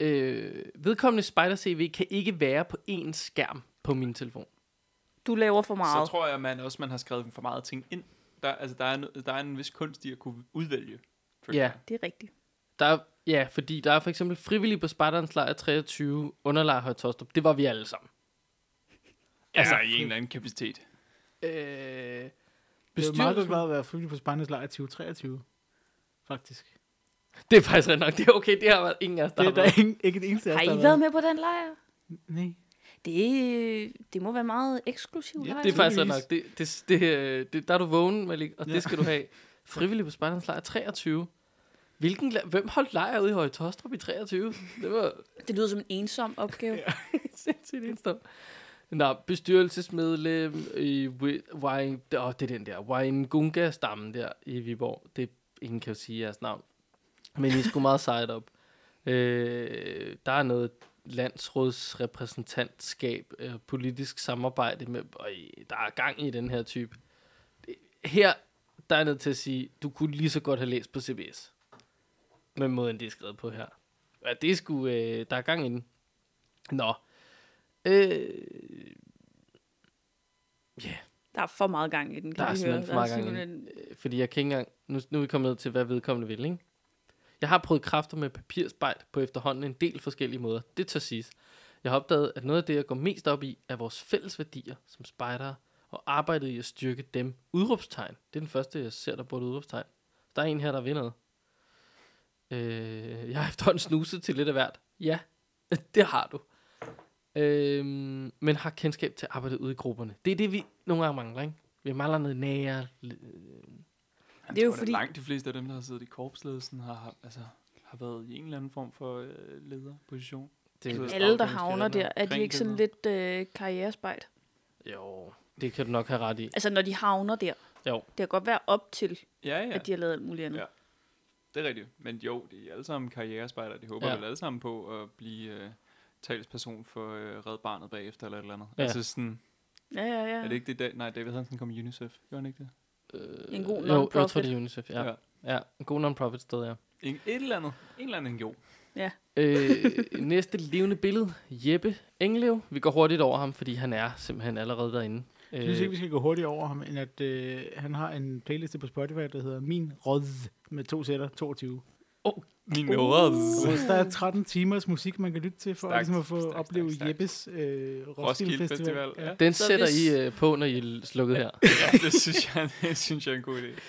Speaker 1: Øh, vedkommende Spider-CV kan ikke være på én skærm på min telefon.
Speaker 3: Du laver for
Speaker 2: Meget.
Speaker 3: meget.
Speaker 2: Så tror jeg man også, man har skrevet for meget ting ind. Der, altså, der, er en, der er en vis kunst i at kunne udvælge. føler
Speaker 1: Ja.
Speaker 2: jeg.
Speaker 3: Det er rigtigt.
Speaker 1: Der er, ja, fordi der er for eksempel frivillige på Spartans lejr 23, underlejr Høje Tostrup. Det var vi alle sammen.
Speaker 2: Altså, i en eller anden kapacitet.
Speaker 1: Øh,
Speaker 4: Det er jo meget godt
Speaker 1: bestyrelsen,
Speaker 4: været at være frivillig på Spandes lejr 2023. Faktisk.
Speaker 1: det er faktisk ret nok. Det er okay, det har været ingen af os, der
Speaker 4: Det
Speaker 1: har
Speaker 4: er der
Speaker 1: været.
Speaker 4: er ingen, ikke et eneste af os,
Speaker 3: Har
Speaker 4: der
Speaker 3: I været med på den lejr? øh,
Speaker 4: Nej.
Speaker 3: Det, det må være meget eksklusivt.
Speaker 4: Ja,
Speaker 3: lejr.
Speaker 1: Det er faktisk ret nok.
Speaker 4: Tydeligvis.
Speaker 1: Det, det, det, øh, det, der er du vågen, Malik, og ja.
Speaker 4: Ja.
Speaker 1: det skal du have. Frivillige på Spartans lejr 23. Hvilken, la- hvem holdt lejr ude i Høje Tostrup i 23? Det var
Speaker 3: det lyder som en ensom opgave.
Speaker 1: sindssygt ensom. Nå, bestyrelsesmedlem i Wi- Wai- Åh, det er den der. Waingunga-stammen der i Viborg. Det, ingen kan jo sige jeres navn. Men I er sgu meget sejt op. Øh, der er noget landsrådsrepræsentantskab, øh, politisk samarbejde med, og I- der er gang i den her type. Det- Her, der er jeg nødt til at sige, du kunne lige så godt have læst på CBS. Med måden, det er skrevet på her. Ja, det er sgu, øh, der er gang i den. Nå. Øh,
Speaker 3: Der er for meget gang i den, kan
Speaker 1: Der er
Speaker 3: vi
Speaker 1: simpelthen
Speaker 3: høre.
Speaker 1: for meget gang i den.
Speaker 3: simpelthen-
Speaker 1: Øh, fordi jeg kan ikke engang... Nu, nu er vi kommet ned til, hvad vedkommende vil, ikke? Jeg har prøvet kræfter med papirspejl på efterhånden en del forskellige måder. Det tør siges. Jeg har opdaget, at noget af det, jeg går mest op i, er vores fælles værdier som spejdere, og arbejdet i at styrke dem. Udråbstegn. Det er den første, jeg ser, der bruger et udråbstegn. Der er en her, der vinder. Øh, jeg har efterhånden snuset til lidt af hvert. Ja, det har du. Øh, men har kendskab til arbejdet ude i grupperne. Det er det, vi nogle gange mangler, ikke? Vi mangler noget nære,
Speaker 2: Jeg
Speaker 3: Det er jo
Speaker 2: tror da,
Speaker 3: fordi-
Speaker 2: Langt de fleste af dem, der har siddet i korpsledelsen, har, har- altså, har været i en eller anden form for øh, lederposition.
Speaker 1: Det
Speaker 2: Så-
Speaker 3: Alle, der havner der, er de
Speaker 2: Kring
Speaker 3: ikke sådan
Speaker 2: det
Speaker 3: lidt øh, karrierespejt?
Speaker 1: Jo, det kan du nok have ret i.
Speaker 3: Altså, når de havner der.
Speaker 1: Jo.
Speaker 3: Det kan godt være op til,
Speaker 2: Ja, ja.
Speaker 3: at de har lavet alt muligt andet.
Speaker 2: Ja. Det er rigtigt. Men jo, det er alle sammen karrierespejdere. De håber
Speaker 1: Ja.
Speaker 2: ja. vel alle sammen på at blive øh, talsperson for øh, Red Barnet bagefter eller et eller andet.
Speaker 1: Ja.
Speaker 2: Ja. Altså sådan,
Speaker 3: Ja, ja, ja.
Speaker 2: er det ikke det, da, nej, David Hansen kom i UNICEF. Gjorde han ikke det?
Speaker 1: Øh,
Speaker 3: En god
Speaker 1: jo, jo, jeg tror,
Speaker 3: non-profit.
Speaker 1: det er UNICEF, ja. ja. ja en god non-profit sted, ja.
Speaker 2: En, et eller andet. En eller anden NGO.
Speaker 1: Øh, næste levende billede, Jeppe Englev. Vi går hurtigt over ham, fordi han er simpelthen allerede derinde.
Speaker 4: Jeg synes ikke,
Speaker 1: Øh,
Speaker 4: vi skal gå hurtigt over ham, end at øh, han har en playliste på Spotify, der hedder Min Råd med to sætter, 22.
Speaker 2: Min uh.
Speaker 4: Så der er 13 timers musik, man kan lytte til, for
Speaker 2: Stærkt,
Speaker 4: at, ligesom at få
Speaker 2: stærkt,
Speaker 4: opleve
Speaker 2: stærkt, stærkt.
Speaker 4: Jeppes øh, Roskilde,
Speaker 2: Roskilde Festival.
Speaker 4: Festival.
Speaker 2: Ja.
Speaker 1: den
Speaker 3: Så
Speaker 1: sætter
Speaker 3: hvis-
Speaker 1: I øh, på, når I er slukket her.
Speaker 2: ja, det synes jeg, det synes jeg er en god idé.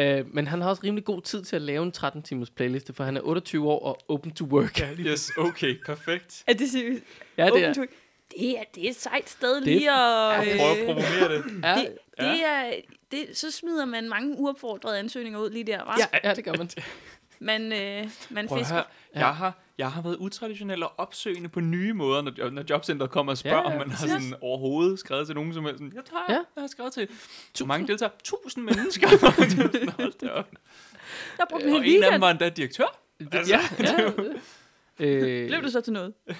Speaker 1: Øh, men han har også rimelig god tid til at lave en 13-timers playliste, for han er 28 år og open to work. Ja,
Speaker 2: Yes, okay, perfekt.
Speaker 3: Er det seriøst?
Speaker 1: ja det er.
Speaker 3: Open to- det er, det er et sejt sted
Speaker 1: er-
Speaker 3: lige at... Øh,
Speaker 2: Prøv at promovere det.
Speaker 1: Ja,
Speaker 3: det, det er, det, så smider man mange uopfordrede ansøgninger ud lige der, var.
Speaker 1: ja, ja, det gør man.
Speaker 3: Altså, Man, øh, man
Speaker 2: Prøv at
Speaker 3: fisker.
Speaker 2: høre, jeg har, jeg har været utraditionel og opsøgende på nye måder, når, jo- når jobcenteret kommer og spørger,
Speaker 1: Ja,
Speaker 2: ja,
Speaker 1: ja,
Speaker 2: om man har
Speaker 1: præcis.
Speaker 2: sådan overhovedet skrevet til nogen, som er sådan, jeg tror,
Speaker 1: Ja.
Speaker 2: ja. jeg har skrevet til Hvor mange deltagere, tusind mennesker. Hold da op.
Speaker 3: Jeg brugte en hel
Speaker 2: Øh, og en af dem
Speaker 3: weekend.
Speaker 2: var endda direktør.
Speaker 1: Det, ja, ja. Øh,
Speaker 3: Blev det så til noget?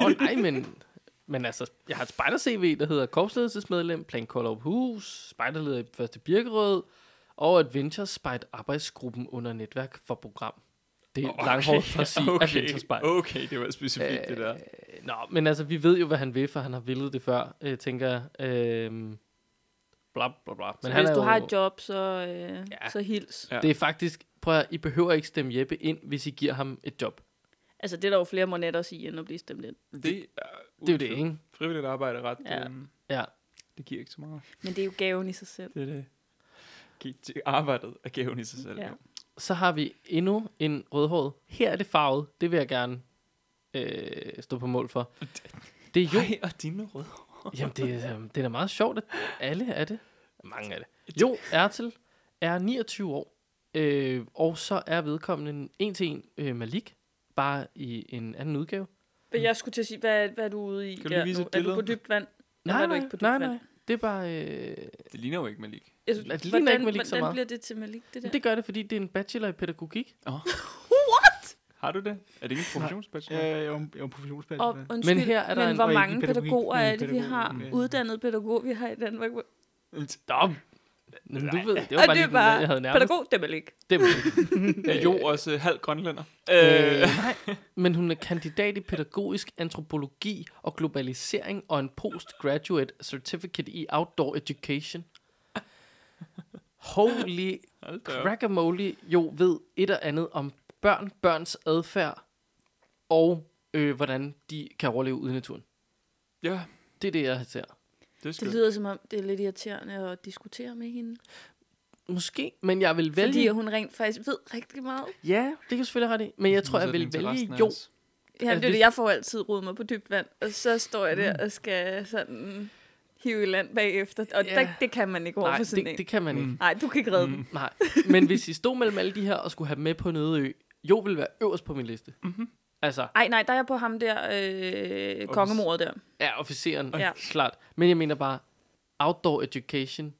Speaker 1: Åh oh, nej, men, men altså, jeg har et spejder-CV, der hedder Korpsledelsesmedlem, Plan Kolderup Hus, spejderleder i Første Birkerød, og Adventure Spejt Arbejdsgruppen under Netværk for Program. Det er okay, langhårdt for at sige okay,
Speaker 2: okay,
Speaker 1: Adventure Spejt.
Speaker 2: okay, det var specifikt øh, det der.
Speaker 1: Øh, Nå, men altså, vi ved jo, hvad han vil, for han har villet det før, øh, tænker jeg. Øh, bla, bla, bla. Men
Speaker 3: Men så hvis
Speaker 1: er
Speaker 3: du
Speaker 1: jo-
Speaker 3: har et job, så, øh,
Speaker 1: Ja.
Speaker 3: ja. så hils.
Speaker 2: Ja.
Speaker 1: Det er faktisk, prøv at, I behøver ikke stemme Jeppe ind, hvis I giver ham et job.
Speaker 3: Altså, det er der jo flere måneder at sige, end at blive stemt ind.
Speaker 2: Det,
Speaker 1: Det er jo det, ikke?
Speaker 2: Frivilligt arbejde er ret,
Speaker 3: Ja.
Speaker 2: ja. øhm,
Speaker 1: Ja.
Speaker 2: det giver ikke så meget.
Speaker 3: Men det er jo gaven i sig selv.
Speaker 2: Det er det. Gi- til Arbejdet er gaven i sig selv.
Speaker 3: Ja.
Speaker 2: jo.
Speaker 1: Så har vi endnu en rødhåret. Her er det farvet. Det vil jeg gerne øh, stå på mål for. Det er jo...
Speaker 2: Hej, og dine røde.
Speaker 1: Jamen, det, er, øhm, det er da meget sjovt, at alle er det. Mange er det. Jo, Ertel er 29 år Øh, og så er vedkommende en- en til en øh, Malik, bare i en anden udgave.
Speaker 3: Men jeg skulle til at sige, hvad, hvad er du ude i?
Speaker 2: Kan du lige
Speaker 3: der
Speaker 2: vise
Speaker 3: nu?
Speaker 2: et
Speaker 3: er du
Speaker 2: billede?
Speaker 3: på dybt vand? Eller
Speaker 1: Nej,
Speaker 3: er du
Speaker 1: nej,
Speaker 3: ikke på dybt
Speaker 1: nej,
Speaker 3: vand?
Speaker 1: nej. Det er bare... Øh,
Speaker 2: Det ligner jo ikke Malik.
Speaker 3: Jeg
Speaker 1: Det ligner
Speaker 3: hvordan,
Speaker 1: ikke Malik så
Speaker 3: hvordan
Speaker 1: meget.
Speaker 3: bliver det til Malik, det der?
Speaker 1: det gør det, fordi det er en bachelor i pædagogik.
Speaker 2: Har du det? Er det ikke en professionsbachelor?
Speaker 4: Ja, jeg er jo en- jeg er jo en professionsbachelor.
Speaker 3: Og
Speaker 4: Og,
Speaker 3: undskyld,
Speaker 1: Men her er der
Speaker 3: men
Speaker 1: en-
Speaker 3: hvor
Speaker 4: og ikke i
Speaker 3: mange
Speaker 4: pædagogik,
Speaker 3: pædagoger
Speaker 4: men i
Speaker 3: er det, vi
Speaker 4: pædagogik,
Speaker 3: har?
Speaker 4: ja.
Speaker 3: Uddannede pædagog, vi har i Danmark. Det var
Speaker 2: Øh, Dom!
Speaker 1: Men du ved, det
Speaker 3: og
Speaker 1: var bare
Speaker 3: det
Speaker 1: lige
Speaker 3: er
Speaker 1: den,
Speaker 3: bare,
Speaker 1: jeg havde nærmest.
Speaker 3: pædagog, det er Malik.
Speaker 1: Det var
Speaker 2: Jeg er jo også øh, halv grønlænder.
Speaker 1: Øh,
Speaker 2: Øh,
Speaker 1: nej, men hun er kandidat i pædagogisk antropologi og globalisering og en postgraduate certificate i outdoor education. Holy
Speaker 2: hold da op.
Speaker 1: crackamole jo ved et og andet om børn, børns adfærd og øh, hvordan de kan overleve ude i naturen.
Speaker 2: Ja,
Speaker 1: Det er det, jeg ser.
Speaker 2: det er
Speaker 3: Det
Speaker 2: skønt.
Speaker 3: lyder som om, det er lidt irriterende at diskutere med hende.
Speaker 1: Måske, men jeg vil
Speaker 3: Vælge. Fordi
Speaker 1: vælge...
Speaker 3: hun rent faktisk ved rigtig meget.
Speaker 1: Ja, det kan du selvfølgelig have ret i, men jeg tror, jeg
Speaker 2: Modsætning
Speaker 1: vil
Speaker 2: til resten
Speaker 1: vælge
Speaker 2: af
Speaker 1: jo.
Speaker 2: os.
Speaker 3: Ja,
Speaker 1: Altså,
Speaker 3: det er
Speaker 1: hvis-
Speaker 3: det, jeg får altid rodet mig på dybt vand, og så står jeg der og skal sådan hive i land bagefter, og
Speaker 1: Ja.
Speaker 3: yeah. det, det kan man ikke
Speaker 1: Nej,
Speaker 3: overfor sådan
Speaker 1: det,
Speaker 3: en.
Speaker 1: det kan man ikke.
Speaker 2: Mm.
Speaker 3: Nej, du kan ikke redde mm. den.
Speaker 1: Nej, men hvis I stod mellem alle de her og skulle have dem med på en øde ø, jo vil være øverst på min liste. Mm-hmm. Altså,
Speaker 3: Ej, nej, der er jeg på ham der, øh, kongemordet der.
Speaker 1: ja, officeren, ja.
Speaker 3: Ja.
Speaker 1: klart. Men jeg mener bare, outdoor education,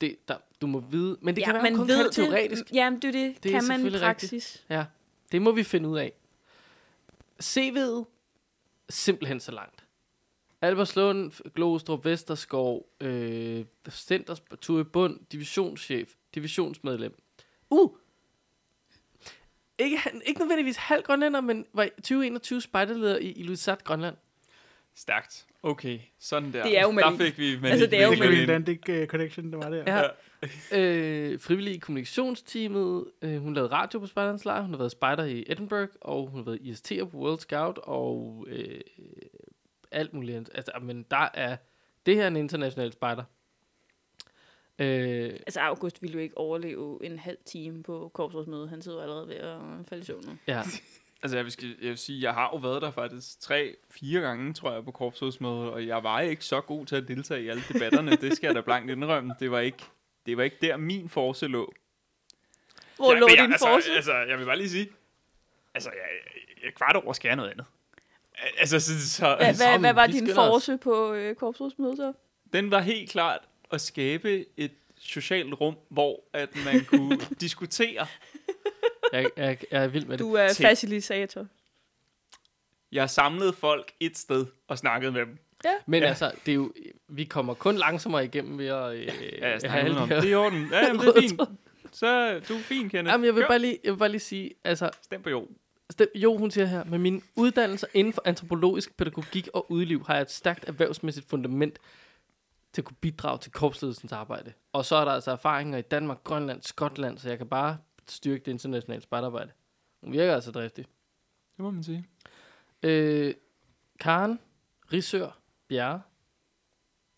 Speaker 1: det, der, du må vide, men det ja, kan være, man kun kan det teoretisk.
Speaker 3: Det. Mm, Jamen, det er det.
Speaker 1: Det
Speaker 3: det
Speaker 1: er
Speaker 3: kan man i
Speaker 1: selvfølgelig rigtigt.
Speaker 3: praksis.
Speaker 1: Ja, det må vi finde ud af. CV'et, simpelthen så langt. Alberslund, Glostrup, Vesterskov, øh, Stenders, Ture Bund, divisionschef, divisionsmedlem. Uh! Ikke, han- ikke nødvendigvis halv grønlænder, men var i 2021 spejderleder i Ilulissat, Grønland.
Speaker 2: Stærkt. Okay, sådan der.
Speaker 3: Det er jo Malik.
Speaker 2: Der fik vi Malik.
Speaker 3: Altså, det er jo
Speaker 4: det
Speaker 2: virkelig
Speaker 4: Green
Speaker 2: ind.
Speaker 4: Atlantic uh, Connection, der var der.
Speaker 1: Ja. Øh, frivillig i kommunikationsteamet. Øh, hun lavede radio på Spejderens Lejr. Hun har været spejder i Edinburgh, og hun har været IST'er på World Scout, og øh, alt muligt andet. Altså, men der er... Det her er en international spejder. Øh,
Speaker 3: Altså, August ville jo ikke overleve en halv time på korpsrådsmødet. Han sidder jo allerede ved at falde i søvn nu.
Speaker 1: ja.
Speaker 2: Altså, jeg vil, sk- jeg vil sige, jeg har jo været der faktisk tre, fire gange, tror jeg, på korpsrådsmødet, og jeg var ikke så god til at deltage i alle debatterne. det skal jeg da blankt indrømme. Det var ikke, det var ikke der, min force lå.
Speaker 3: Hvor
Speaker 2: Ja,
Speaker 3: lå
Speaker 2: men jeg-
Speaker 3: din
Speaker 2: altså,
Speaker 3: forse?
Speaker 2: Altså, jeg vil bare lige sige, altså, jeg, jeg kvart over skal jeg noget andet. Altså, så, så,
Speaker 3: Hvad, hvad, hvad
Speaker 1: Sammen,
Speaker 3: var
Speaker 1: vi
Speaker 3: din
Speaker 1: skynder os.
Speaker 3: force på øh, korpsrådsmødet så?
Speaker 2: den var helt klart at skabe et socialt rum, hvor at man kunne diskutere.
Speaker 1: Jeg, jeg, jeg er vild med det.
Speaker 3: Du er
Speaker 2: Til-
Speaker 3: facilitator.
Speaker 2: Jeg samlede folk et sted og snakkede med dem.
Speaker 1: Men
Speaker 2: Ja.
Speaker 1: altså, det er jo, vi kommer kun langsommere igennem ved at øh,
Speaker 2: Ja, jeg
Speaker 1: have
Speaker 2: snakkede
Speaker 1: alle
Speaker 2: udenom.
Speaker 1: de
Speaker 2: Det er i
Speaker 1: her.
Speaker 2: orden. Ja, jamen, det er fint. Så du er fin, Kenneth.
Speaker 1: Jamen, jeg vil
Speaker 2: Kør.
Speaker 1: bare lige, jeg vil bare lige sige, altså,
Speaker 2: Stem på jo.
Speaker 1: Stem- Jo, hun siger her, med mine uddannelser inden for antropologisk pædagogik og udliv, har jeg et stærkt erhvervsmæssigt fundament til at kunne bidrage til korpsledelsens arbejde. Og så er der altså erfaringer i Danmark, Grønland, Skotland, så jeg kan bare styrke det internationale spejderarbejde. Hun virker altså driftig.
Speaker 2: Det må man sige.
Speaker 1: Øh, Karen, Risør, Bjerre,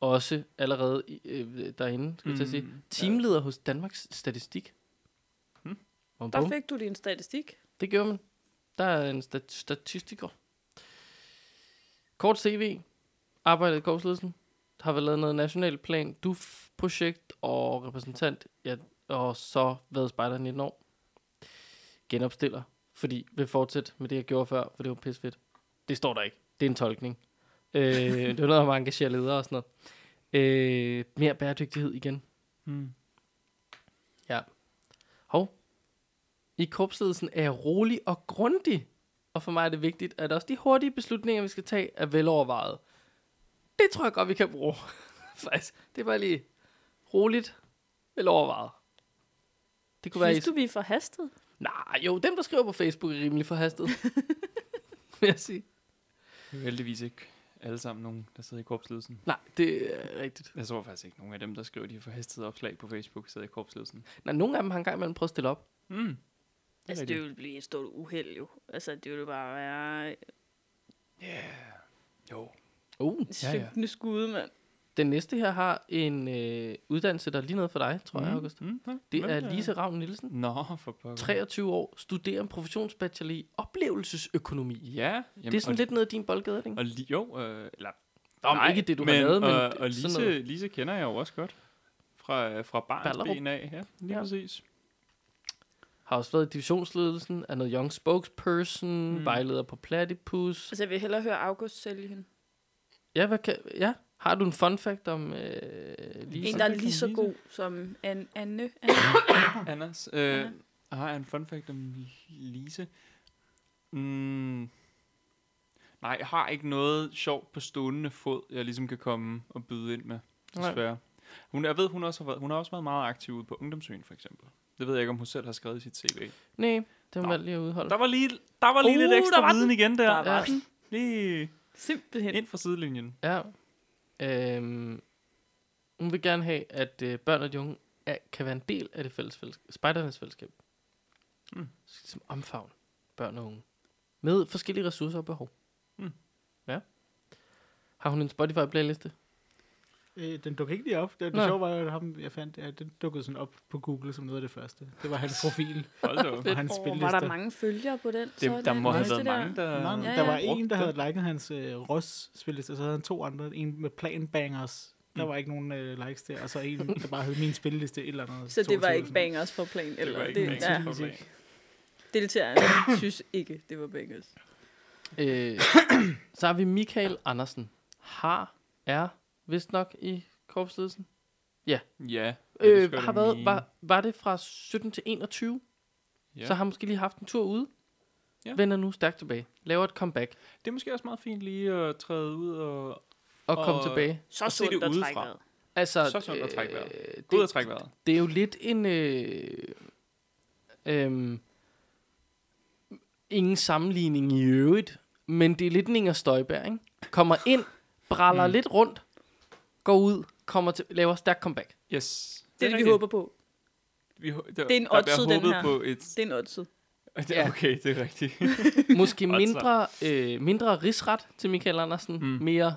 Speaker 1: også allerede i, øh, derinde, skal jeg til at sige.
Speaker 2: Mm,
Speaker 1: Teamleder hos Danmarks Statistik.
Speaker 2: Hmm.
Speaker 1: Og
Speaker 3: Der
Speaker 1: bum.
Speaker 3: fik du din statistik.
Speaker 1: Det gjorde man. Der er en stat- statistiker. Kort CV. Arbejdet i korpsledelsen. Har været lavet noget national plan. DUF-projekt og repræsentant. Ja, og så været spejder i 19 år. Genopstiller. Fordi vil fortsætte med det, jeg gjorde før, for det var pissefedt. Det står der ikke. Det er en tolkning. øh, det er noget om at engagere ledere og sådan noget. Øh, mere bæredygtighed igen.
Speaker 3: Hmm.
Speaker 2: Mm.
Speaker 1: Hov. I korpsledelsen er jeg rolig og grundig. Og for mig er det vigtigt, at også de hurtige beslutninger, vi skal tage, er velovervejet. Det tror jeg godt, vi kan bruge. Faktisk. Det er bare lige roligt, velovervejet. Det kunne
Speaker 3: Synes
Speaker 1: være...
Speaker 3: du, vi er forhastet?
Speaker 1: Nej, jo, dem, der skriver på Facebook, er rimelig forhastet. vil jeg sige.
Speaker 2: Det er jo heldigvis ikke alle sammen nogen, der sidder i korpsledelsen.
Speaker 1: Nej, det er rigtigt.
Speaker 2: Jeg tror faktisk ikke, nogen af dem, der skriver de forhastede opslag på Facebook, sidder i korpsledelsen.
Speaker 1: Nej, nogle af dem har engang imellem prøvet at stille op.
Speaker 2: Mm.
Speaker 3: Altså,
Speaker 2: rigtigt.
Speaker 3: det ville blive et stort uheld jo. Altså, det ville bare være
Speaker 2: Jo.
Speaker 1: Uh.
Speaker 3: 17. Ja, ja. skud, mand.
Speaker 1: Den næste her har en øh, uddannelse, der er lige noget for dig, tror mm. jeg, August.
Speaker 2: Mm. ja,
Speaker 1: Det
Speaker 2: hvem Mm.
Speaker 1: er
Speaker 2: der-
Speaker 1: Lise Ravn Nielsen.
Speaker 2: Nå, for pokker.
Speaker 1: 23 år, studerer en professionsbachelor i oplevelsesøkonomi.
Speaker 2: Ja. Jamen,
Speaker 1: det er sådan
Speaker 2: og,
Speaker 1: lidt noget af din boldgade, er det ikke?
Speaker 2: Og li- jo, øh, eller...
Speaker 1: Nå, men ikke det, du har
Speaker 2: men, øh,
Speaker 1: lavet, men
Speaker 2: Og, og
Speaker 1: sådan
Speaker 2: Lise,
Speaker 1: noget.
Speaker 2: Lise kender jeg jo også godt. Fra, fra barns
Speaker 1: Ballerup.
Speaker 2: ben af. Ja, lige
Speaker 1: Ja.
Speaker 2: ja. præcis.
Speaker 1: Har også været i divisionsledelsen, er noget young spokesperson, mm.
Speaker 2: Mm.
Speaker 1: vejleder på Platypus.
Speaker 3: Altså, jeg vil hellere høre August sælge hende.
Speaker 1: Ja, hvad kan, ja. Har du en fun fact om øh,
Speaker 3: En,
Speaker 1: Lisa?
Speaker 3: der er
Speaker 2: det kan
Speaker 3: lige så
Speaker 2: man
Speaker 3: god som An- Anne. Anne.
Speaker 2: Anders, øh, har jeg en fun fact om Lise? Mm, nej, jeg har ikke noget sjovt på stående fod, jeg ligesom kan komme og byde ind med,
Speaker 1: Nej.
Speaker 2: desværre. Hun, jeg ved, hun, også har været, hun har også været meget aktiv ude på Ungdomsøen, for eksempel. Det ved jeg ikke, om hun selv har skrevet i sit CV.
Speaker 1: Nej, det
Speaker 2: Nå.
Speaker 1: var lige at udholde.
Speaker 2: Der var lige, der var lige uh, lidt
Speaker 3: Uh, der var
Speaker 2: ekstra
Speaker 3: den.
Speaker 2: viden igen der.
Speaker 3: Der var
Speaker 2: ja.
Speaker 1: den.
Speaker 2: Lige
Speaker 3: Simpelthen.
Speaker 2: ind fra sidelinjen.
Speaker 1: Ja. Øhm, hun vil gerne have, at øh, børn og de unge er, kan være en del af det fælles fællesskab, spejdernes fællesskab.
Speaker 2: Mm.
Speaker 1: Så ligesom omfavn børn og unge. Med forskellige ressourcer og behov.
Speaker 2: Mm.
Speaker 1: Ja. Har hun en Spotify-playliste?
Speaker 4: Øh, den dukkede ikke lige op. Det,
Speaker 1: Nå.
Speaker 4: det sjove var, at ham, jeg fandt, at den dukkede sådan op på Google som noget af det første. Det var hans profil
Speaker 2: Hold da op.
Speaker 1: Fedt.
Speaker 4: og hans
Speaker 3: Åh,
Speaker 4: spillelister.
Speaker 3: var der mange følgere på den?
Speaker 2: Det, der må have
Speaker 4: nice,
Speaker 2: været mange, der...
Speaker 4: Nej, nej,
Speaker 3: Ja,
Speaker 4: der
Speaker 3: ja.
Speaker 4: var en, der
Speaker 2: brugte
Speaker 4: havde
Speaker 2: det.
Speaker 4: liket hans øh, Ross spilleliste, og så havde han to andre. En med Plan Bangers. Der
Speaker 2: Mm.
Speaker 4: var ikke nogen øh, likes der, og så en, der bare hed min spilleliste et eller andet.
Speaker 3: Så det var
Speaker 4: 22
Speaker 3: ikke
Speaker 4: sådan.
Speaker 3: bangers for plan? Eller?
Speaker 2: Det var ikke
Speaker 4: bangers.
Speaker 3: Ja,
Speaker 2: en
Speaker 4: ja.
Speaker 2: ja.
Speaker 3: deltagerne synes ikke, det var bangers.
Speaker 1: Øh, så har vi Michael Andersen. Har, er, vist nok i korpsledelsen.
Speaker 2: Ja. jeg
Speaker 1: Øh,
Speaker 2: husker
Speaker 1: har
Speaker 2: det
Speaker 1: været,
Speaker 2: mine.
Speaker 1: var, var det fra 17 til 21?
Speaker 2: Ja.
Speaker 1: Så har måske lige haft en tur ude.
Speaker 2: Ja.
Speaker 1: Vender nu stærkt tilbage. Laver et comeback.
Speaker 2: Det er måske også meget fint lige at træde ud og
Speaker 1: Og, og komme
Speaker 2: Og-
Speaker 1: tilbage.
Speaker 3: Så
Speaker 2: Og se det
Speaker 3: sundt at trække
Speaker 2: udefra.
Speaker 3: vejret.
Speaker 1: Altså, øh,
Speaker 2: Så sundt at trække vejret. gå ud og
Speaker 1: det,
Speaker 2: trække vejret.
Speaker 1: det er jo lidt en... Øh, øh, ingen sammenligning i øvrigt, men det er lidt en Inger Støjberg, ikke? Kommer ind, braller mm. lidt rundt, går ud, kommer til, laver stærk comeback.
Speaker 2: Yes.
Speaker 3: Det er det, vi
Speaker 2: rigtigt.
Speaker 3: håber på.
Speaker 2: Vi, ho- der,
Speaker 3: Det er en
Speaker 2: der bliver
Speaker 3: oddset, den
Speaker 2: håbet
Speaker 3: her.
Speaker 2: På et,
Speaker 3: Det er en oddset.
Speaker 1: Ja.
Speaker 2: ja. Okay, det er rigtigt.
Speaker 1: Måske
Speaker 2: Godt så.
Speaker 1: mindre, øh, mindre rigsret til Michael Andersen, mm.
Speaker 2: Mm.
Speaker 1: mere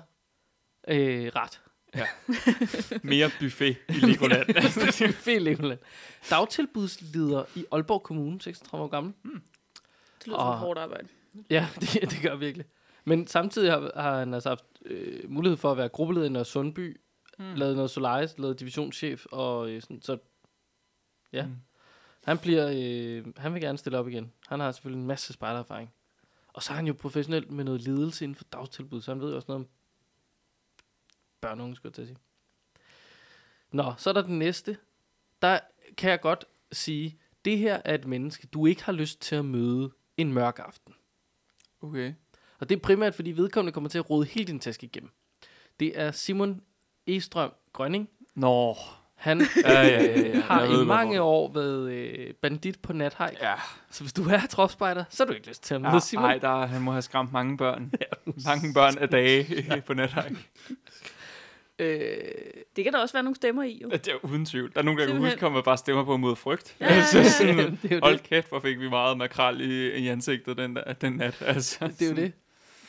Speaker 1: øh, ret.
Speaker 2: Mere buffet i Legoland.
Speaker 1: Fæleland. Dagtilbudsleder i Aalborg Kommune, 36 år gammel.
Speaker 3: Det lyder som
Speaker 1: Og-
Speaker 3: et hårdt arbejde.
Speaker 1: Ja, det, det gør virkelig. Men samtidig har, har han altså haft øh, mulighed for at være gruppeleder i Nørre Sundby, mm. lavet noget Solaris, lavet divisionschef, og øh, sådan, så ja. Mm.
Speaker 2: Mm.
Speaker 1: Han bliver, øh, han vil gerne stille op igen. Han har selvfølgelig en masse spejdererfaring. Og så er han jo professionel med noget ledelse inden for dagtilbud, så han ved jo også noget om børn og unge, skulle jeg til at sige. Nå, så er der den næste. Der kan jeg godt sige, det her er et menneske, du ikke har lyst til at møde en mørk aften.
Speaker 2: okay.
Speaker 1: Og det er primært, fordi vedkommende kommer til at rode hele din taske igennem. Det er Simon Estrøm Grønning.
Speaker 2: Nå.
Speaker 1: Han øh,
Speaker 2: Ja, ja, ja, ja. Jeg
Speaker 1: har
Speaker 2: ved,
Speaker 1: i mange
Speaker 2: hvorfor.
Speaker 1: år været øh, bandit på nathajk. Ja.
Speaker 2: Ja,
Speaker 1: Så hvis du er tropspejder, så har du ikke lyst til at møde
Speaker 2: ja
Speaker 1: Simon.
Speaker 2: ej, der, han må have skræmt mange børn. mange børn af dage på nathak.
Speaker 1: Øh,
Speaker 3: Det kan der også være nogle stemmer i, jo.
Speaker 2: Det er uden tvivl. Der er nogen, der kan
Speaker 3: Simpelthen.
Speaker 2: huske, at man bare stemmer på mod frygt.
Speaker 3: Ja, ja, ja.
Speaker 2: sådan,
Speaker 1: det er jo
Speaker 2: hold
Speaker 1: det.
Speaker 2: kæft, hvor fik vi meget makrel i, i ansigtet den, der, den nat. Altså,
Speaker 1: Det er jo det.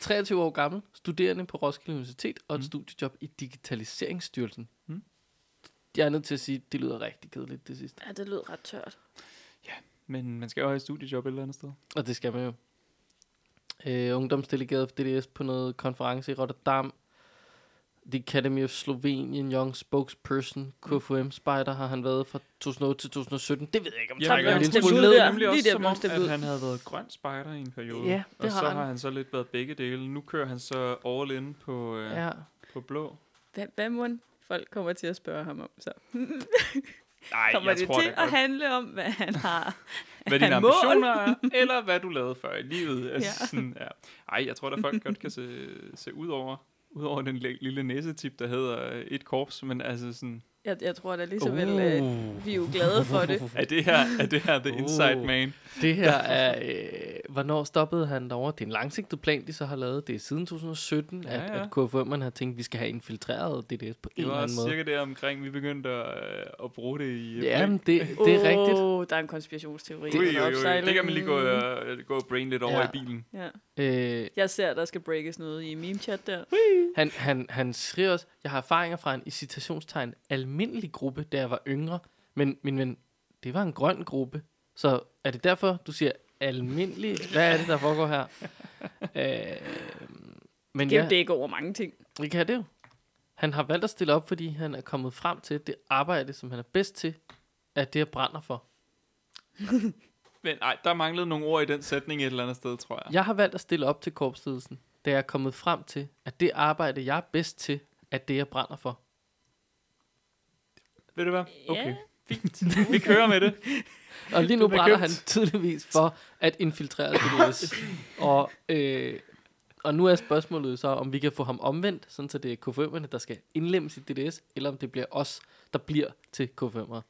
Speaker 1: 23 år gammel, studerende på Roskilde Universitet og et mm. studiejob i Digitaliseringsstyrelsen. Mm.
Speaker 2: Mm.
Speaker 1: Jeg er nødt til at sige, at det lyder rigtig kedeligt det sidste.
Speaker 3: Ja, det lød ret tørt.
Speaker 2: Men man skal jo have et studiejob et eller andet sted.
Speaker 1: Og det skal man jo. Øh, ungdomsdelegeret for DDS på noget konference i Rotterdam. The Academy of Slovenian Young Spokesperson, KFUM Spider, har han været fra 2008 til 2017. Det ved jeg ikke, om
Speaker 2: Ja,
Speaker 1: trækker
Speaker 2: men
Speaker 1: en
Speaker 2: han
Speaker 1: lille
Speaker 3: stemte
Speaker 1: smule
Speaker 3: ud
Speaker 1: ned.
Speaker 3: der.
Speaker 2: nemlig
Speaker 3: Lige
Speaker 2: også
Speaker 3: der
Speaker 2: som
Speaker 3: blev
Speaker 2: om,
Speaker 3: han stemt
Speaker 2: at
Speaker 3: ud.
Speaker 2: han havde været grøn spejder i en periode.
Speaker 1: Ja, det
Speaker 2: og
Speaker 1: har
Speaker 2: så
Speaker 1: han.
Speaker 2: har han så lidt været begge dele. Nu kører han så all in på, øh, ja.
Speaker 1: Ja.
Speaker 2: på blå.
Speaker 3: Hvad, hvad må folk kommer til at spørge ham om, så?
Speaker 2: Nej,
Speaker 3: Kommer det til at handle om, hvad han har?
Speaker 2: Hvad dine
Speaker 3: han mål?
Speaker 2: ambitioner er, eller hvad du lavede før i livet. Altså,
Speaker 3: Ja.
Speaker 2: ja. Sådan, ja. Ej, jeg tror da, folk godt kan se, se ud over, ud over den li- lille næsetip, der hedder øh, et korps, men altså sådan,
Speaker 3: Jeg, jeg tror da lige så vel,
Speaker 1: Øh,
Speaker 3: uh. vi er jo glade for det.
Speaker 2: er det her, er det her the inside
Speaker 1: Uh.
Speaker 2: man?
Speaker 1: Det her er, øh, hvornår stoppede han derovre? Det er en langsigtet plan, de så har lavet. Det er siden 2017, ja,
Speaker 2: Ja,
Speaker 1: ja.
Speaker 2: ja.
Speaker 1: at, at KFUM'erne har tænkt, at vi skal have infiltreret DDS på en
Speaker 2: Det
Speaker 1: eller
Speaker 2: var
Speaker 1: anden måde.
Speaker 2: cirka der omkring, vi begyndte at, øh, at bruge det i... øh,
Speaker 1: Ja,
Speaker 2: plan.
Speaker 1: men det, det er rigtigt.
Speaker 3: Åh, der er en
Speaker 2: Ui,
Speaker 3: konspirationsteori. der er
Speaker 2: ui, ui.
Speaker 3: opsejlet.
Speaker 2: Det kan man lige gå, øh, gå og brain lidt over
Speaker 1: Ja.
Speaker 2: ja. i bilen.
Speaker 3: Ja.
Speaker 1: Øh,
Speaker 3: Jeg ser, at der skal breakes noget i meme-chat der.
Speaker 1: Han, han, han skriver også, jeg har erfaringer fra en i citationstegn almindelig gruppe, da jeg var yngre. Men, men, men det var en grøn gruppe. Så er det derfor, du siger almindelig? Hvad er det, der foregår her? øh, men
Speaker 3: Det kan
Speaker 1: ja,
Speaker 3: jo dække over mange ting.
Speaker 1: det kan det jo. Han har valgt at stille op, fordi han er kommet frem til, at det arbejde, som han er bedst til, er det, jeg brænder for.
Speaker 2: Men nej, der manglede nogle ord i den sætning et eller andet sted, tror jeg.
Speaker 1: Jeg har valgt at stille op til korpsledelsen, da jeg er kommet frem til, at det arbejde, jeg er bedst til, er det, jeg brænder for.
Speaker 2: Ved du hvad?
Speaker 3: Ja.
Speaker 2: Okay. Fint. Vi kører med det.
Speaker 1: Og lige nu
Speaker 4: Den er
Speaker 1: brænder
Speaker 4: købt.
Speaker 1: han tydeligvis for at infiltrere Dolores. og, øh, og nu er spørgsmålet jo så, om vi kan få ham omvendt, sådan så det er KFM'erne, der skal indlemmes i DDS, eller om det bliver os, der bliver til KFM'er.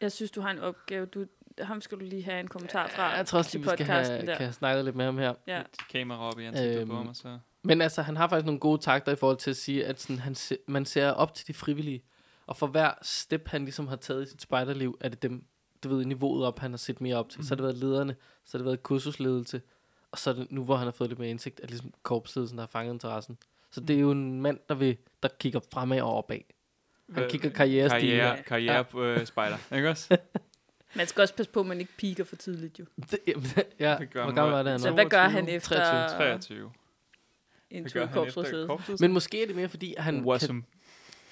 Speaker 3: Jeg synes, du har en opgave. Du, ham skal du lige have en kommentar fra.
Speaker 1: Jeg tror også,
Speaker 3: til
Speaker 1: at vi skal
Speaker 3: podcasten
Speaker 1: have,
Speaker 3: der.
Speaker 1: kan have snakket lidt med ham her.
Speaker 3: Ja.
Speaker 2: Kamera op i ansigtet øhm. på
Speaker 1: Øhm.
Speaker 2: mig, så...
Speaker 1: Men altså, han har faktisk nogle gode takter i forhold til at sige, at sådan, han se, man ser op til de frivillige, og for hver step, han ligesom har taget i sit spejderliv, er det dem, du ved, niveauet op, han har set mere op til. Mm. Så
Speaker 2: Mhm.
Speaker 1: har det været lederne, så har det været kursusledelse, og så er det nu, hvor han har fået lidt mere indsigt, at ligesom korpsledelsen der har fanget interessen. Så det er jo en mand, der, vil, der kigger fremad og opad. Han
Speaker 2: Øh,
Speaker 1: kigger karrierestil.
Speaker 2: Karriere, karriere på øh, spejder, ikke også?
Speaker 3: Man skal også passe på, at man ikke piker for tidligt, jo.
Speaker 1: ja,
Speaker 2: Det gør
Speaker 1: hvor
Speaker 2: man
Speaker 1: gammel
Speaker 2: godt.
Speaker 1: var det, han
Speaker 3: Så
Speaker 1: var?
Speaker 3: hvad gør
Speaker 2: 22,
Speaker 3: han efter
Speaker 1: 23,
Speaker 2: 23.
Speaker 3: en
Speaker 2: Hvad
Speaker 3: tur
Speaker 2: gør
Speaker 3: i
Speaker 2: han efter
Speaker 3: korpsrådsledet?
Speaker 2: korpsledelsen?
Speaker 1: Men måske er det mere, fordi han kan
Speaker 2: Wasm.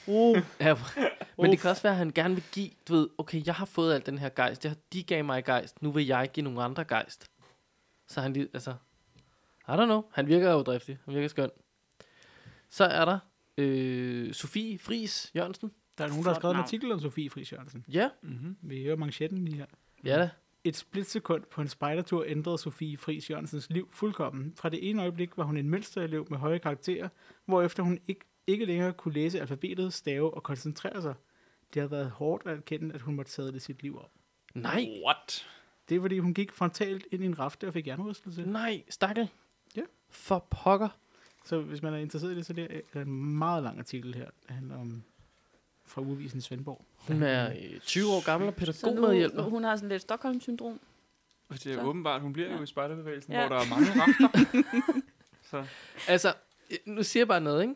Speaker 1: Uh. Ja, men det
Speaker 4: Uf.
Speaker 1: kan også være, at han gerne vil give, du ved, okay, jeg har fået al den her gejst, jeg, de gav mig gejst, nu vil jeg give nogle andre gejst. Så han lige, altså, I don't know, han virker jo driftig, han virker skøn. Så er der øh, Sofie Fris Jørgensen.
Speaker 4: Der er nogen, der har
Speaker 3: Flot
Speaker 4: skrevet en
Speaker 3: navn.
Speaker 4: artikel om Sofie Friis Jørgensen.
Speaker 1: Ja,
Speaker 2: Mm-hmm.
Speaker 4: Vi hører manchetten lige her.
Speaker 1: ja da.
Speaker 4: Et splitsekund på en spejdertur ændrede Sofie Friis Jørgensens liv fuldkommen. Fra det ene øjeblik var hun en mønsterelev med høje karakterer, hvorefter hun ikke, ikke længere kunne læse alfabetet, stave og koncentrere sig. Det har været hårdt at erkende, at hun måtte sadle sit liv op.
Speaker 1: Nej,
Speaker 2: What?
Speaker 4: Det er fordi, hun gik frontalt ind i en rafte og fik hjernerystelse.
Speaker 1: nej, stakkel.
Speaker 4: Ja.
Speaker 1: For pokker.
Speaker 4: Så hvis man er interesseret i det, så det er der en meget lang artikel her, der handler om fra ugevisen Svendborg.
Speaker 1: Hun er øh, 20 år gammel og
Speaker 3: Så
Speaker 1: pædagog
Speaker 3: nu,
Speaker 1: medhjælper.
Speaker 3: nu- hun har sådan lidt Stockholm-syndrom.
Speaker 2: Og Det er
Speaker 3: Så.
Speaker 2: åbenbart, hun bliver jo i spejderbevægelsen,
Speaker 3: Ja.
Speaker 2: hvor der er mange rafter. så
Speaker 1: Altså, øh, nu siger jeg bare noget, ikke?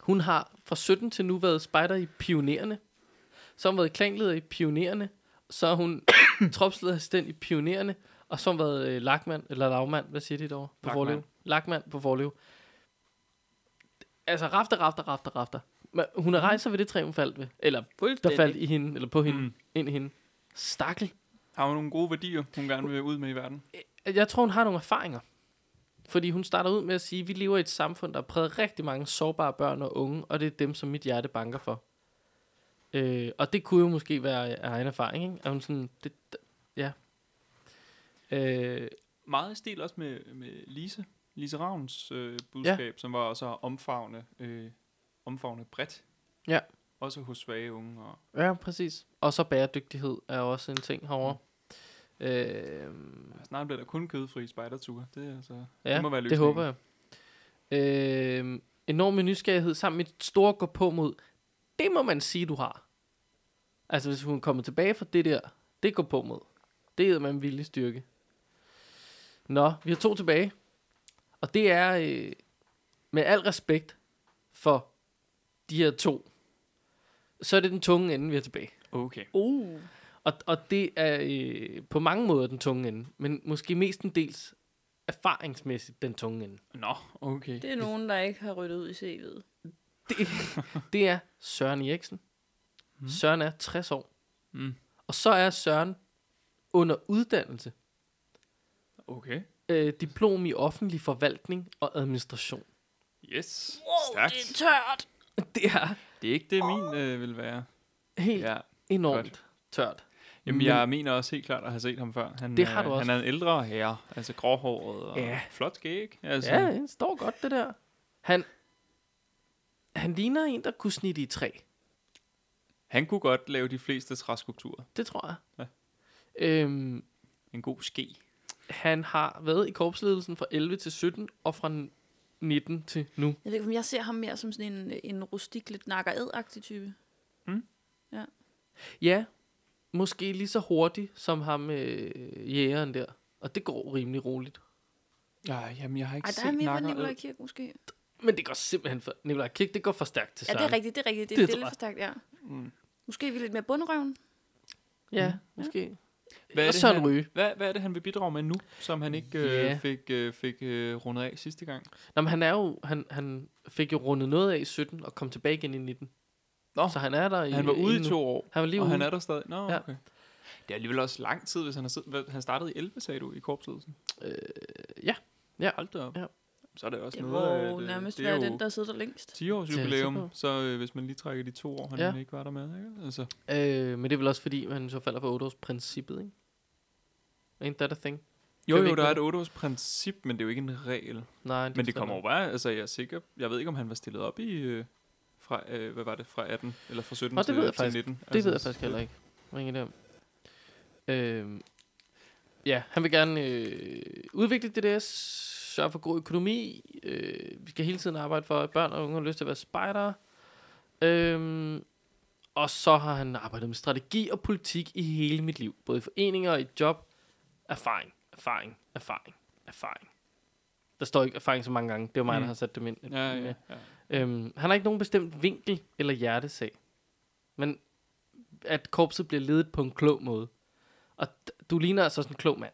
Speaker 1: Hun har fra 17 til nu været spejder i Pionererne. Så har hun været klangleder i Pionererne. Så har hun tropslederassistent i Pionererne. Og så har hun været øh, lagmand, eller lavmand, hvad siger de derovre? På
Speaker 2: Lagmand.
Speaker 1: forlev. Lagmand på forlev. Altså, rafter, rafter, rafter, rafter. Men hun har rejser ved det træ, hun faldt ved. Eller der faldt i hende, eller på hende, mm.
Speaker 2: Mm.
Speaker 1: ind i hende. Stakkel.
Speaker 2: har hun nogle gode værdier, hun gerne vil ud med i verden.
Speaker 1: Øh, Jeg tror, hun har nogle erfaringer. Fordi hun starter ud med at sige, at vi lever i et samfund, der er præget af rigtig mange sårbare børn og unge, og det er dem, som mit hjerte banker for. Øh, og det kunne jo måske være af egen erfaring, ikke? At hun sådan, det, d- ja. Øh,
Speaker 2: Meget i stil også med, med Lise. Lise Ravns øh, budskab, som var også at omfavne, øh, omfavne bredt.
Speaker 1: Ja.
Speaker 2: Også hos svage unge. Og,
Speaker 1: ja, præcis. Og så bæredygtighed er jo også en ting herovre. Øh,
Speaker 2: snart bliver der kun kødfri spejderture. Det, er altså,
Speaker 1: ja,
Speaker 2: det må være
Speaker 1: det
Speaker 2: løsningen.
Speaker 1: håber jeg. Øh, enorme nysgerrighed sammen med et store gå på mod. Det må man sige, du har. Altså, hvis hun kommer tilbage fra det der, det går på mod. Det er man villig styrke. Nå, vi har to tilbage. Og det er øh, med al respekt for de her to, så er det den tunge ende, vi har tilbage.
Speaker 2: Okay.
Speaker 3: Uh.
Speaker 1: Og, og det er øh, på mange måder den tunge ende, men måske mestendels erfaringsmæssigt den tunge ende.
Speaker 2: Nå, okay.
Speaker 3: Det er nogen, der ikke har ryddet ud i CV'et.
Speaker 1: Det er Søren Eriksen. Mm. Søren er 60 år.
Speaker 2: Mm.
Speaker 1: Og så er Søren under uddannelse.
Speaker 2: Okay.
Speaker 1: Øh, diplom i offentlig forvaltning og administration.
Speaker 2: Yes.
Speaker 3: Wow,
Speaker 2: Stærkt.
Speaker 3: det er tørt.
Speaker 1: Det er
Speaker 2: Det er ikke det, min øh, vil være.
Speaker 1: helt ja,
Speaker 2: Ja.
Speaker 1: enormt
Speaker 2: godt.
Speaker 1: tørt.
Speaker 2: Jamen,
Speaker 1: Men-
Speaker 2: jeg mener også helt klart at have set ham før. Han,
Speaker 1: Det har
Speaker 2: øh,
Speaker 1: du også.
Speaker 2: Han er en ældre herre, altså gråhåret og
Speaker 1: Ja.
Speaker 2: ja. flot skæg. Altså,
Speaker 1: Ja, det står godt det der. Han, han ligner en, der kunne snitte i træ.
Speaker 2: Han kunne godt lave de fleste træskulpturer.
Speaker 1: Det tror jeg.
Speaker 2: Ja.
Speaker 1: Øhm,
Speaker 2: En god ske.
Speaker 1: han har været i korpsledelsen fra 11 til 17 og fra 19 til nu.
Speaker 3: Jeg ved ikke, om jeg ser ham mere som sådan en, en rustik, lidt nakker type.
Speaker 1: Ja, måske lige så hurtigt som ham øh, jægeren der. Og det går rimelig roligt.
Speaker 2: Ja, jamen, jeg har ikke
Speaker 3: Ej, der er
Speaker 2: set
Speaker 3: mere på
Speaker 2: nakker.
Speaker 3: Nikolaj Kirk, måske. Ja,
Speaker 1: Men det går simpelthen for... Nikolaj Kirk, det går for stærkt til
Speaker 3: det
Speaker 1: Søren.
Speaker 3: er rigtigt, det er rigtigt. Det,
Speaker 1: Det
Speaker 3: det, det er
Speaker 1: tror
Speaker 3: lidt for stærkt, ja.
Speaker 2: Mm.
Speaker 3: Måske er vi lidt mere bunderøven.
Speaker 1: Ja, måske.
Speaker 2: Hvad er,
Speaker 1: Og
Speaker 2: det,
Speaker 1: Søren
Speaker 2: han,
Speaker 1: Ryge.
Speaker 2: hvad, hvad er det, han vil bidrage med nu, som han ikke
Speaker 1: Ja.
Speaker 2: øh, fik, øh, fik øh, rundet af sidste gang?
Speaker 1: Nå, men han er jo... Han, han fik jo rundet noget af i 17 og kom tilbage igen i 19.
Speaker 2: Nå.
Speaker 1: Så han er der i...
Speaker 2: Han var ude i
Speaker 1: inden nu.
Speaker 2: to år,
Speaker 1: Han var lige
Speaker 2: og
Speaker 1: ude.
Speaker 2: han er der stadig. Nå,
Speaker 1: Ja.
Speaker 2: okay. Det er alligevel også lang tid, hvis han har siddet... hvad, Han startede i 11, sagde du, i korpsledelsen.
Speaker 1: Øh, Ja.
Speaker 2: Hold da op.
Speaker 1: Ja.
Speaker 2: Så er det også
Speaker 3: Det må
Speaker 2: noget...
Speaker 3: jo
Speaker 2: at, øh,
Speaker 3: nærmest
Speaker 2: det er
Speaker 3: være
Speaker 2: jo
Speaker 3: den, der sidder længst.
Speaker 2: 10 års jubilæum,
Speaker 1: på.
Speaker 2: så øh, hvis man lige trækker de to år, han
Speaker 1: Ja.
Speaker 2: ja. ikke var der med, ikke? Altså,
Speaker 1: Øh, men det er vel også fordi, man så falder for 8-årsprincippet, ikke? Ain't that a thing?
Speaker 2: jo,
Speaker 1: vi
Speaker 2: jo,
Speaker 1: ikke
Speaker 2: der er
Speaker 1: med
Speaker 2: et 8 års princip, men det er jo ikke en regel.
Speaker 1: Nej,
Speaker 2: Men det
Speaker 1: forstår
Speaker 2: kommer
Speaker 1: jeg.
Speaker 2: over, altså jeg er sikker, jeg ved ikke, om han var stillet op i, øh, fra, øh, hvad var det, fra 18, eller fra 17
Speaker 1: Nå, det
Speaker 2: til,
Speaker 1: ved jeg
Speaker 2: til Altså,
Speaker 1: faktisk-
Speaker 2: 19.
Speaker 1: Det ved jeg faktisk heller ikke. Ringe det om. Øhm, ja, han vil gerne øh, udvikle det der, sørge for god økonomi. Øh, vi skal hele tiden arbejde for, at børn og unge har lyst til at være spejdere. Øhm, og så har han arbejdet med strategi og politik i hele mit liv. Både i foreninger og i job. Erfaring, erfaring, erfaring, erfaring. Der står ikke erfaring så mange gange. Det var mig, mm.
Speaker 2: Mm.
Speaker 1: der har sat dem ind.
Speaker 2: Ja, ja, ja.
Speaker 1: Øhm, han har ikke nogen bestemt vinkel eller hjertesag, men at korpset bliver ledet på en klog måde. Og d- du ligner altså sådan en klog mand.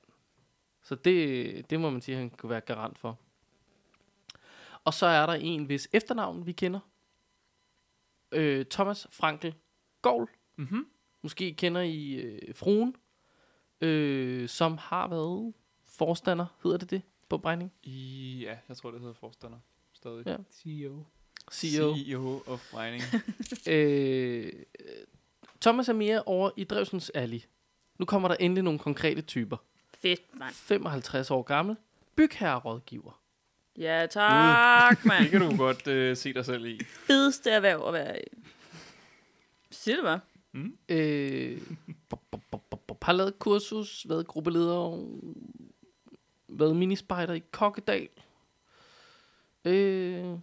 Speaker 1: Så det, det må man sige, han kunne være garant for. Og så er der en, hvis efternavn vi kender. Øh, Thomas Frankel Gård.
Speaker 2: Mm-hmm.
Speaker 1: Måske kender I øh, fruen, øh, som har været forstander, hedder det det, på Bregning?
Speaker 2: I, ja, jeg tror, det hedder forstander stadig.
Speaker 1: Ja.
Speaker 4: CEO.
Speaker 1: CEO.
Speaker 2: CEO of Mining.
Speaker 1: Øh, Thomas er mere over i Drevsens Alley. Nu kommer der endelig nogle konkrete typer.
Speaker 3: Fedt, mand.
Speaker 1: 55 år gammel. Bygherrerådgiver.
Speaker 3: Ja, tak,
Speaker 2: det
Speaker 3: mand.
Speaker 2: kan du godt øh, se dig selv i.
Speaker 3: Fedeste erhverv at være i. Siger det bare.
Speaker 1: Øh, bop, bop, bop, bop, bop. har lavet kursus, været gruppeleder, været minispejder i Kokkedal. Øh,
Speaker 3: Jeg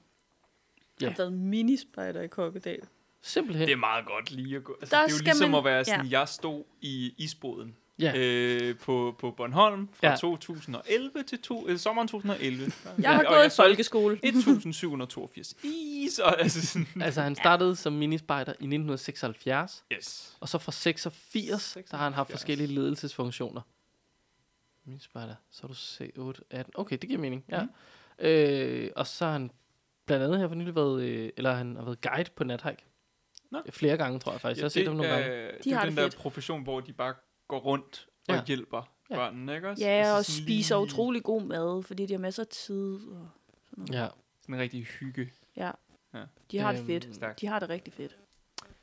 Speaker 1: Ja.
Speaker 3: har været minispejder i Kokkedal.
Speaker 1: simpelthen.
Speaker 2: Det er meget godt lige at gå. Altså,
Speaker 3: Der
Speaker 2: det er jo
Speaker 3: skal
Speaker 2: ligesom
Speaker 3: man-
Speaker 2: at være sådan, ja. jeg stod i isboden
Speaker 1: Ja.
Speaker 2: øh, på, på Bornholm fra
Speaker 1: Ja.
Speaker 2: ja. 2011 til to, øh, sommeren 2011.
Speaker 3: Jeg har
Speaker 2: Og
Speaker 3: gået i
Speaker 2: solgte
Speaker 3: folkeskole.
Speaker 2: 1782 is, og altså sådan,
Speaker 1: Altså, han startede som minispejder i 1976,
Speaker 2: yes.
Speaker 1: og så fra 86, der har han haft
Speaker 2: 76.
Speaker 1: forskellige ledelsesfunktioner. Minispejder, så er du se 8, 18. Okay, det giver mening, ja. Mm. Øh, og så har han blandt andet her for nylig været, øh, eller han har været guide på nathike.
Speaker 2: Nå.
Speaker 1: Flere gange, tror jeg faktisk. Ja, jeg har set
Speaker 2: det
Speaker 1: dem nogle gange.
Speaker 2: er-
Speaker 3: De
Speaker 2: det er
Speaker 3: har
Speaker 2: den
Speaker 3: det
Speaker 2: der
Speaker 3: fedt.
Speaker 2: profession, hvor de bare går rundt og
Speaker 1: Ja.
Speaker 2: hjælper
Speaker 1: Ja.
Speaker 2: børnene, ikke også? Altså
Speaker 3: Ja, og
Speaker 2: sådan
Speaker 3: spiser
Speaker 2: lige
Speaker 3: utrolig god mad, fordi de har masser af tid. Og
Speaker 1: Ja.
Speaker 2: Sådan en rigtig hygge.
Speaker 3: de har det
Speaker 1: Øhm,
Speaker 3: fedt.
Speaker 2: stærkt.
Speaker 3: De har det rigtig fedt.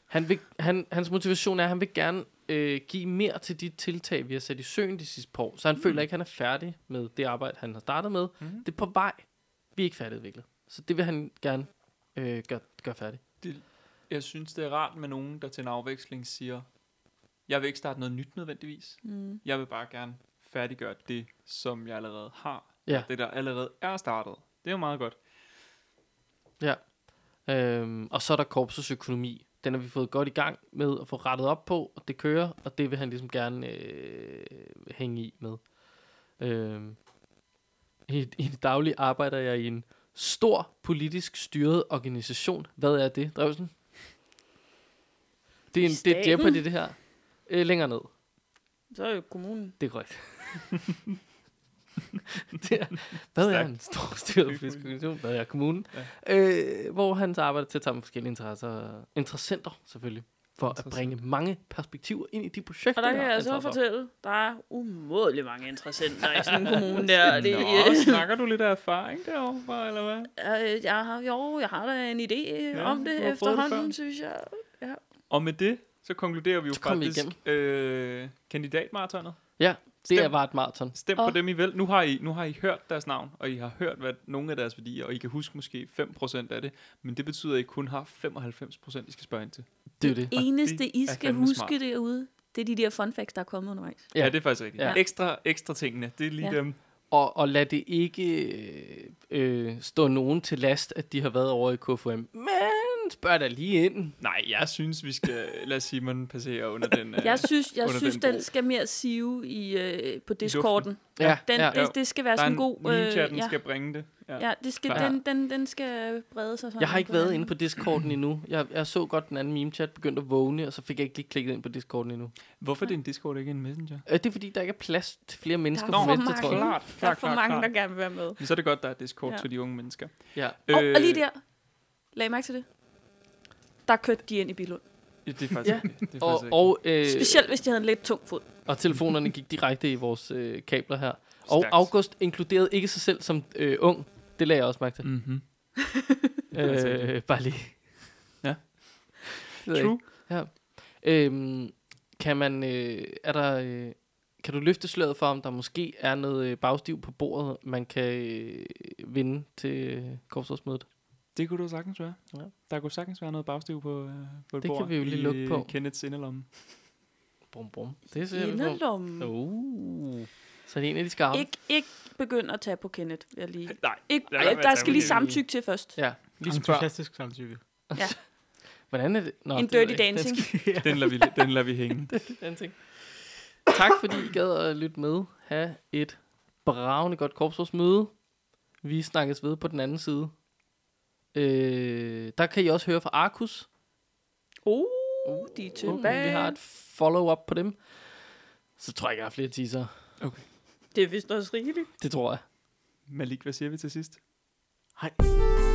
Speaker 1: Han vil, han, hans motivation er, at han vil gerne øh, give mere til de tiltag, vi har sat i søen de sidste par år. Så han mm. føler ikke, at han er færdig med det arbejde, han har startet med. Mm.
Speaker 2: Mhm.
Speaker 1: Det er på vej. Vi er ikke færdigudviklet. Så det vil han gerne øh, gøre, gøre færdigt.
Speaker 2: Jeg synes, det er rart med nogen, der til en afveksling siger, jeg vil ikke starte noget nyt nødvendigvis.
Speaker 3: Mm.
Speaker 2: Jeg vil bare gerne færdiggøre det, som jeg allerede har.
Speaker 1: Ja.
Speaker 2: Det, der allerede er startet. Det er jo meget godt.
Speaker 1: Øhm, og så er der korpsets økonomi. Den har vi fået godt i gang med at få rettet op på, og det kører, og det vil han ligesom gerne øh, hænge i med. Øhm, i, I det daglige arbejder jeg i en stor politisk styret organisation. Hvad er det, Drevsen? Det er, en, det er
Speaker 3: Staten.
Speaker 1: Jeopardy, det her. Øh, længere ned.
Speaker 3: Så er jo kommunen.
Speaker 1: Det er korrekt. det er, hvad er
Speaker 2: Stærkt.
Speaker 1: en stor styret politisk organisation? Hvad er kommunen? Ja. Øh, hvor han så arbejder til at tage med forskellige interesser, interessenter selvfølgelig, for at bringe mange perspektiver ind i de projekter,
Speaker 3: Og der
Speaker 1: jeg
Speaker 3: kan
Speaker 1: har
Speaker 3: jeg altså så
Speaker 1: ansvar for.
Speaker 3: fortælle, der er umådelig mange interessenter i sådan en kommune der. Det,
Speaker 2: Nå, snakker du lidt af erfaring derovre, fra, eller hvad?
Speaker 3: øh, jeg har, jo, jeg har da en idé ja,
Speaker 2: Ja,
Speaker 3: om
Speaker 2: du har
Speaker 3: det
Speaker 2: prøvet det
Speaker 3: efterhånden,
Speaker 2: før.
Speaker 3: synes jeg.
Speaker 2: Og med det, så konkluderer vi jo
Speaker 1: Så kom vi
Speaker 2: faktisk øh, kandidatmaratonet.
Speaker 1: Ja, det er
Speaker 2: Stem.
Speaker 1: bare et maraton.
Speaker 2: Stem
Speaker 3: Og-
Speaker 2: på dem, I vil. Nu har I, nu har I hørt deres navn, og I har hørt hvad, nogle af deres værdier, og I kan huske måske 5% af det, men det betyder, at I kun har 95%, I skal spørge ind til.
Speaker 1: Det er det.
Speaker 3: Eneste,
Speaker 2: det
Speaker 3: I
Speaker 2: er
Speaker 3: skal
Speaker 2: fandme
Speaker 3: huske
Speaker 2: smart.
Speaker 3: derude, det er de der fun facts, der er kommet undervejs.
Speaker 1: Ja.
Speaker 2: Ja, ja det er faktisk rigtigt.
Speaker 1: Ja.
Speaker 2: Ja. Ekstra, ekstra tingene, det er lige
Speaker 3: Ja.
Speaker 2: ja. dem.
Speaker 1: Og, og lad det ikke øh, øh, stå nogen til last, at de har været over i KFM. Men spørg da lige ind.
Speaker 2: Nej, jeg synes, vi skal, lad os sige, man passerer under den... øh,
Speaker 3: Jeg synes, jeg
Speaker 2: under
Speaker 3: synes
Speaker 2: den
Speaker 3: den,
Speaker 2: bro.
Speaker 3: skal mere sive i, øh, på Discorden.
Speaker 1: Ja,
Speaker 3: Den,
Speaker 1: ja.
Speaker 3: Det, det skal være
Speaker 2: der er en
Speaker 3: sådan en god... øh,
Speaker 2: meme-chatten
Speaker 3: ja,
Speaker 2: skal bringe det. Ja.
Speaker 3: ja, det skal,
Speaker 2: Klar.
Speaker 3: den, den, den skal brede sig sådan.
Speaker 1: Jeg har ikke været
Speaker 3: den.
Speaker 1: inde på Discorden endnu. Jeg, jeg så godt den anden meme-chat begyndte at vågne, og så fik jeg ikke lige klikket ind på Discorden endnu.
Speaker 2: Hvorfor er det en Discord og ikke en Messenger?
Speaker 1: Øh, det er fordi, der ikke er plads til flere mennesker
Speaker 3: Der er
Speaker 1: på
Speaker 3: for
Speaker 1: venstre, tror jeg.
Speaker 3: mange.
Speaker 2: Klart,
Speaker 3: Der er
Speaker 2: klart,
Speaker 3: for
Speaker 2: klart,
Speaker 3: mange,
Speaker 2: klart.
Speaker 3: der gerne vil være med.
Speaker 2: Men Så er det godt, der er Discord
Speaker 3: Ja.
Speaker 2: ja. til de unge mennesker.
Speaker 1: Ja.
Speaker 2: Øh,
Speaker 3: Og, og lige der, lag mærke til det. Der kørte de ind i Bilund.
Speaker 2: Øh, Ja, Det er faktisk
Speaker 1: Ja.
Speaker 2: ja. det. det er
Speaker 1: Og,
Speaker 2: faktisk og,
Speaker 1: og, øh,
Speaker 3: Specielt hvis de havde en lidt tung fod.
Speaker 1: og telefonerne gik direkte i vores øh, kabler her. Og
Speaker 2: Stærkt.
Speaker 1: August inkluderede ikke sig selv som øh, ung. Det lagde jeg også mærke til.
Speaker 2: mm-hmm. altså
Speaker 1: Øh, bare lige.
Speaker 2: Ja.
Speaker 1: Det ved jeg
Speaker 2: True.
Speaker 1: ikke. Øhm, kan man, øh, er der, øh, kan du løfte sløret for, om der måske er noget øh, bagstiv på bordet, man kan øh, vinde til øh, korpsrådsmødet?
Speaker 2: Det kunne du sagtens være.
Speaker 1: Ja.
Speaker 2: Ja. Der kunne sagtens være noget bagstiv på, øh, på et
Speaker 1: Det kan
Speaker 2: bord
Speaker 1: vi jo lige lukke
Speaker 2: i
Speaker 1: på.
Speaker 2: Kenneths inderlomme.
Speaker 1: Brum, brum. Det ser vi
Speaker 3: Inderlommen.
Speaker 1: på. Uh. Så er det er en af de skarpe.
Speaker 3: Ikke, ikke begynde at tage på Kenneth, vil jeg lige.
Speaker 2: Nej.
Speaker 3: Ikke,
Speaker 2: lad være med
Speaker 3: Ej,
Speaker 2: at
Speaker 3: der
Speaker 2: tage
Speaker 3: skal
Speaker 2: på
Speaker 3: lige
Speaker 2: Kenneth.
Speaker 3: samtykke til først.
Speaker 1: Ja, lige spørg.
Speaker 4: Entusiastisk samtykke.
Speaker 1: Hvordan er det? Nå,
Speaker 3: En
Speaker 1: det ved jeg
Speaker 3: dirty
Speaker 1: ikke. Den
Speaker 3: dancing.
Speaker 2: Den lader vi, den lader vi hænge.
Speaker 1: Den ting. Tak fordi I gad at lytte med. Ha' et bravende godt korpsrådsmøde. Vi snakkes ved på den anden side. Øh, der kan I også høre fra Arkus.
Speaker 3: Oh,
Speaker 1: Uh,
Speaker 3: de er tilbage.
Speaker 1: Vi har et follow-up på dem. Så tror jeg ikke, jeg har flere teaser.
Speaker 3: Det er vist også rigeligt.
Speaker 1: Det tror jeg.
Speaker 2: Malik, hvad siger vi til sidst?
Speaker 4: Hej.